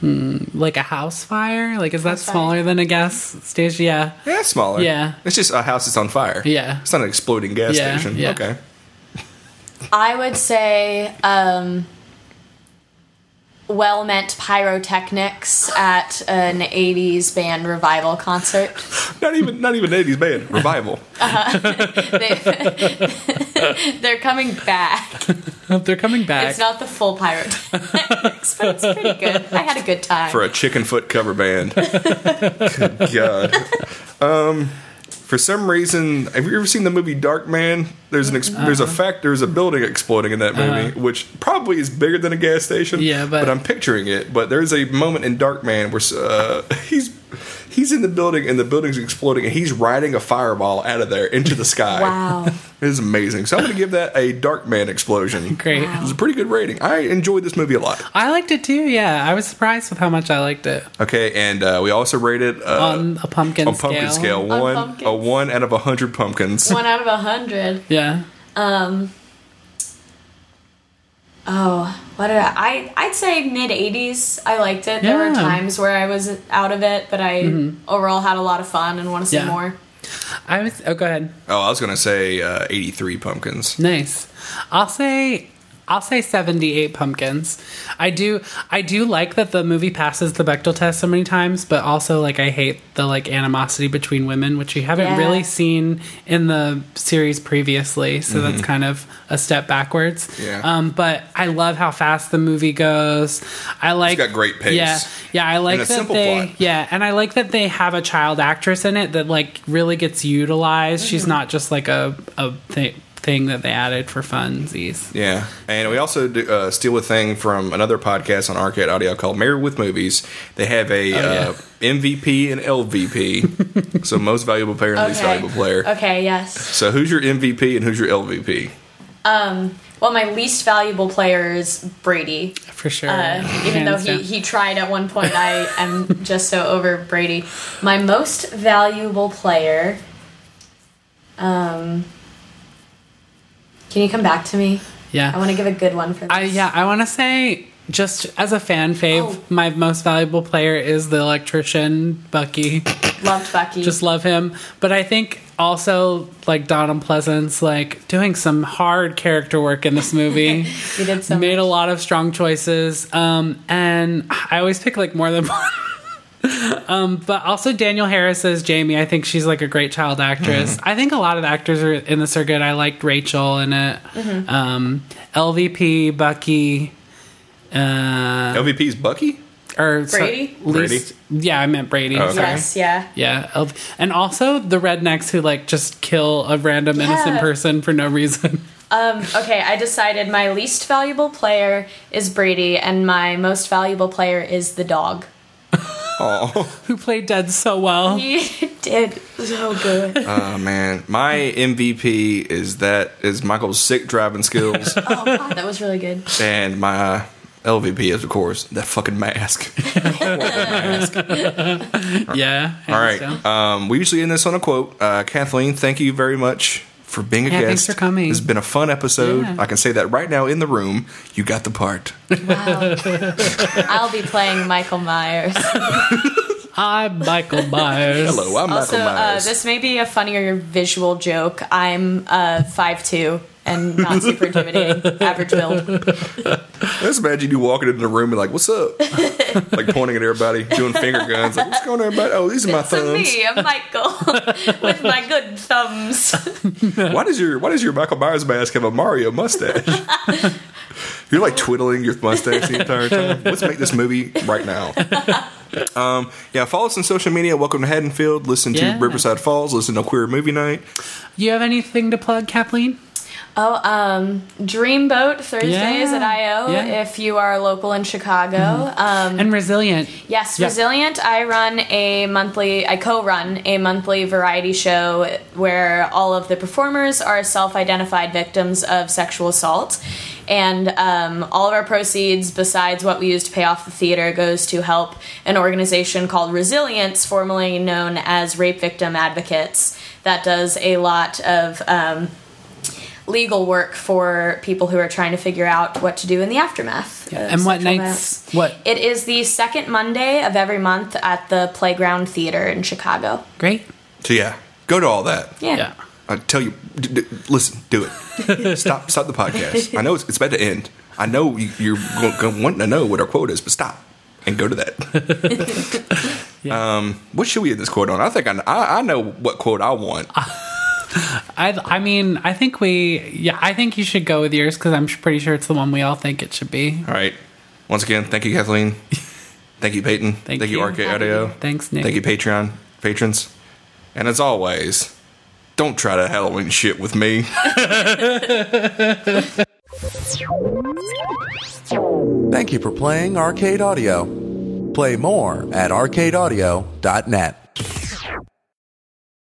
Speaker 2: Hmm, like a house fire? Like, is that
Speaker 3: House fire.
Speaker 2: smaller than a gas station? Yeah.
Speaker 1: Yeah, it's smaller.
Speaker 2: Yeah.
Speaker 1: it's just a house that's on fire.
Speaker 2: Yeah.
Speaker 1: it's not an exploding gas
Speaker 2: Yeah,
Speaker 1: station.
Speaker 2: yeah.
Speaker 1: Okay,
Speaker 3: I would say um, well meant pyrotechnics at an 80s band revival concert.
Speaker 1: not even not even eighties band revival.
Speaker 3: They, they're coming back.
Speaker 2: Oh, They're coming back.
Speaker 3: It's not the full pyrotechnics, but it's pretty good. I had a good time.
Speaker 1: for a chicken foot cover band. Good God. Um, For some reason, have you ever seen the movie Dark Man? There's an ex-
Speaker 2: Uh-uh.
Speaker 1: there's a fact there's a building exploding in that movie, which probably is bigger than a gas station.
Speaker 2: Uh-huh. Yeah, but-
Speaker 1: I'm picturing it. But there's a moment in Dark Man where uh, he's he's in the building and the building's exploding and he's riding a fireball out of there into the sky.
Speaker 3: Wow.
Speaker 1: it is amazing. So I'm going to give that a Dark Man explosion.
Speaker 2: Great.
Speaker 1: It's a pretty good rating. I enjoyed this movie a lot.
Speaker 2: I liked it too. Yeah, I was surprised with how much I liked it
Speaker 1: Okay, and uh, we also rated uh,
Speaker 2: on a pumpkin
Speaker 1: on
Speaker 2: scale.
Speaker 1: pumpkin scale,
Speaker 3: On
Speaker 1: one a
Speaker 3: pumpkins.
Speaker 1: one out of a hundred pumpkins.
Speaker 3: One out of a hundred.
Speaker 2: Yeah,
Speaker 3: Oh, what did I, I? I'd say mid 80s. I liked it. There were
Speaker 2: Yeah. Mm-hmm.
Speaker 3: times where I was out of it, but I overall had a lot of fun and want to see
Speaker 2: Yeah.
Speaker 3: more.
Speaker 2: I was. Oh, go ahead.
Speaker 1: Oh, I was gonna say uh, eighty-three pumpkins.
Speaker 2: Nice. I'll say I'll say 78 pumpkins. I do I do like that the movie passes the Bechtel test so many times, but also like I hate the like animosity between women, which you haven't
Speaker 3: Yeah.
Speaker 2: really seen in the series previously, so that's kind of a step backwards.
Speaker 1: Mm-hmm. Yeah.
Speaker 2: Um but I love how fast the movie goes. I like
Speaker 1: got great pace.
Speaker 2: Yeah. Yeah, I like
Speaker 1: a
Speaker 2: that
Speaker 1: simple
Speaker 2: they
Speaker 1: plot.
Speaker 2: yeah, and I like that they have a child actress in it that like really gets utilized. She's
Speaker 3: Mm-hmm.
Speaker 2: not just like a a th- thing that they added for funsies.
Speaker 1: Yeah, and we also do, uh, steal a thing from another podcast on Arcade Audio called Married with Movies. They have a
Speaker 2: Oh, yeah.
Speaker 1: uh, MVP and LVP, so most valuable player and least valuable player.
Speaker 3: Okay, yes.
Speaker 1: So who's your MVP and who's your LVP?
Speaker 3: Well, my least valuable player is Brady.
Speaker 2: For sure.
Speaker 3: Uh, even though
Speaker 2: Hands
Speaker 3: he,
Speaker 2: down.
Speaker 3: he tried at one point, I am just so over Brady. My most valuable player. Um, can you come back to me?
Speaker 2: Yeah.
Speaker 3: I want to give a good one for this.
Speaker 2: I yeah, I want to say just as a fan fave,
Speaker 3: Oh.
Speaker 2: my most valuable player is the electrician Bucky.
Speaker 3: Mm-hmm. Loved Bucky.
Speaker 2: Just love him, but I think also like Donald Pleasance like doing some hard character work in this movie.
Speaker 3: you did so
Speaker 2: made a
Speaker 3: much.
Speaker 2: lot of strong choices um and i always pick like more than one um but also daniel harris as jamie i think she's like a great child actress
Speaker 1: Mm-hmm.
Speaker 2: i think a lot of the actors are, in this are good i liked rachel in it
Speaker 3: Mm-hmm.
Speaker 2: um lvp bucky uh
Speaker 1: LVP is Bucky.
Speaker 2: or so-
Speaker 3: Brady?
Speaker 2: least yeah i meant brady
Speaker 1: Oh, okay.
Speaker 2: sorry
Speaker 3: Yes, yeah.
Speaker 2: yeah, L- and also the rednecks who like just kill a random innocent
Speaker 3: Yeah.
Speaker 2: person for no reason.
Speaker 3: Um, okay, I decided my least valuable player is Brady, and my most valuable player is the dog.
Speaker 1: Oh,
Speaker 2: who played dead so well.
Speaker 3: He did so good.
Speaker 1: oh man, my MVP is that is Michael's sick driving skills.
Speaker 3: Oh god, that was really good.
Speaker 1: And my LVP is, of course, that fucking mask.
Speaker 2: Yeah. hands
Speaker 1: All right.
Speaker 2: down.
Speaker 1: Um, we usually end this on a quote. Uh, Kathleen, thank you very much for being a
Speaker 2: Yeah,
Speaker 1: guest.
Speaker 2: thanks for coming.
Speaker 1: It's been a fun episode.
Speaker 2: Yeah.
Speaker 1: I can say that right now in the room. You got the part.
Speaker 3: Wow. I'll be playing Michael Myers.
Speaker 2: I'm Michael Myers.
Speaker 1: Hello, I'm
Speaker 3: also,
Speaker 1: Michael
Speaker 3: uh,
Speaker 1: Myers.
Speaker 3: this may be a funnier visual joke. I'm uh, 5'2 and not super intimidating, average build.
Speaker 1: Let's imagine you walking into the room and like, "What's up?" like pointing at everybody, doing finger guns. Like, "What's going on, everybody? Oh, these are my
Speaker 3: It's a
Speaker 1: thumbs.
Speaker 3: me, I'm Michael, with my good thumbs.
Speaker 1: Why does your Why does your Michael Myers mask have a Mario mustache?" You're like twiddling your mustache the entire time. Let's make this movie right now. Um, yeah, follow us on social media. Welcome to Haddonfield. Listen to
Speaker 2: Yeah.
Speaker 1: Riverside Falls. Listen to Queer Movie Night.
Speaker 2: You have anything to plug, Kathleen?
Speaker 3: Oh, um, Dreamboat Thursdays
Speaker 2: Yeah.
Speaker 3: at IO
Speaker 2: Yeah.
Speaker 3: if you are local in Chicago.
Speaker 1: Mm-hmm.
Speaker 3: Um,
Speaker 2: And resilient.
Speaker 3: yes,
Speaker 2: Yeah.
Speaker 3: Resilient. I run a monthly, I co run a monthly variety show where all of the performers are self identified victims of sexual assault. And um, all of our proceeds, besides what we use to pay off the theater, goes to help an organization called Resilience, formerly known as Rape Victim Advocates, that does a lot of. Um, legal work for people who are trying to figure out what to do in the aftermath. of
Speaker 2: and what
Speaker 3: sexual
Speaker 2: nights?
Speaker 3: violence.
Speaker 2: What?
Speaker 3: It is the second Monday of every month at the Playground Theater in Chicago.
Speaker 2: Great.
Speaker 1: So yeah, go to all that.
Speaker 3: Yeah.
Speaker 2: Yeah.
Speaker 1: I tell you, d- d- listen, do it. stop, stop the podcast. I know it's, it's about to end. I know you, you're going to want to know what our quote is, but stop and go to that. Um, what should we end this quote on? I think I, I, I know what quote I want.
Speaker 2: I, I mean, I think we, yeah, I think you should go with yours because I'm pretty sure it's the one we all think it should be.
Speaker 1: All right. Once again, thank you, Kathleen. Thank you, Peyton. Thank, you,
Speaker 2: you.
Speaker 1: Arcade Audio.
Speaker 2: Thanks, Nick.
Speaker 1: Thank you, Patreon patrons. And as always, Don't try to Halloween shit with me.
Speaker 4: Thank you for playing Arcade Audio. Play more at arcadeaudio.net.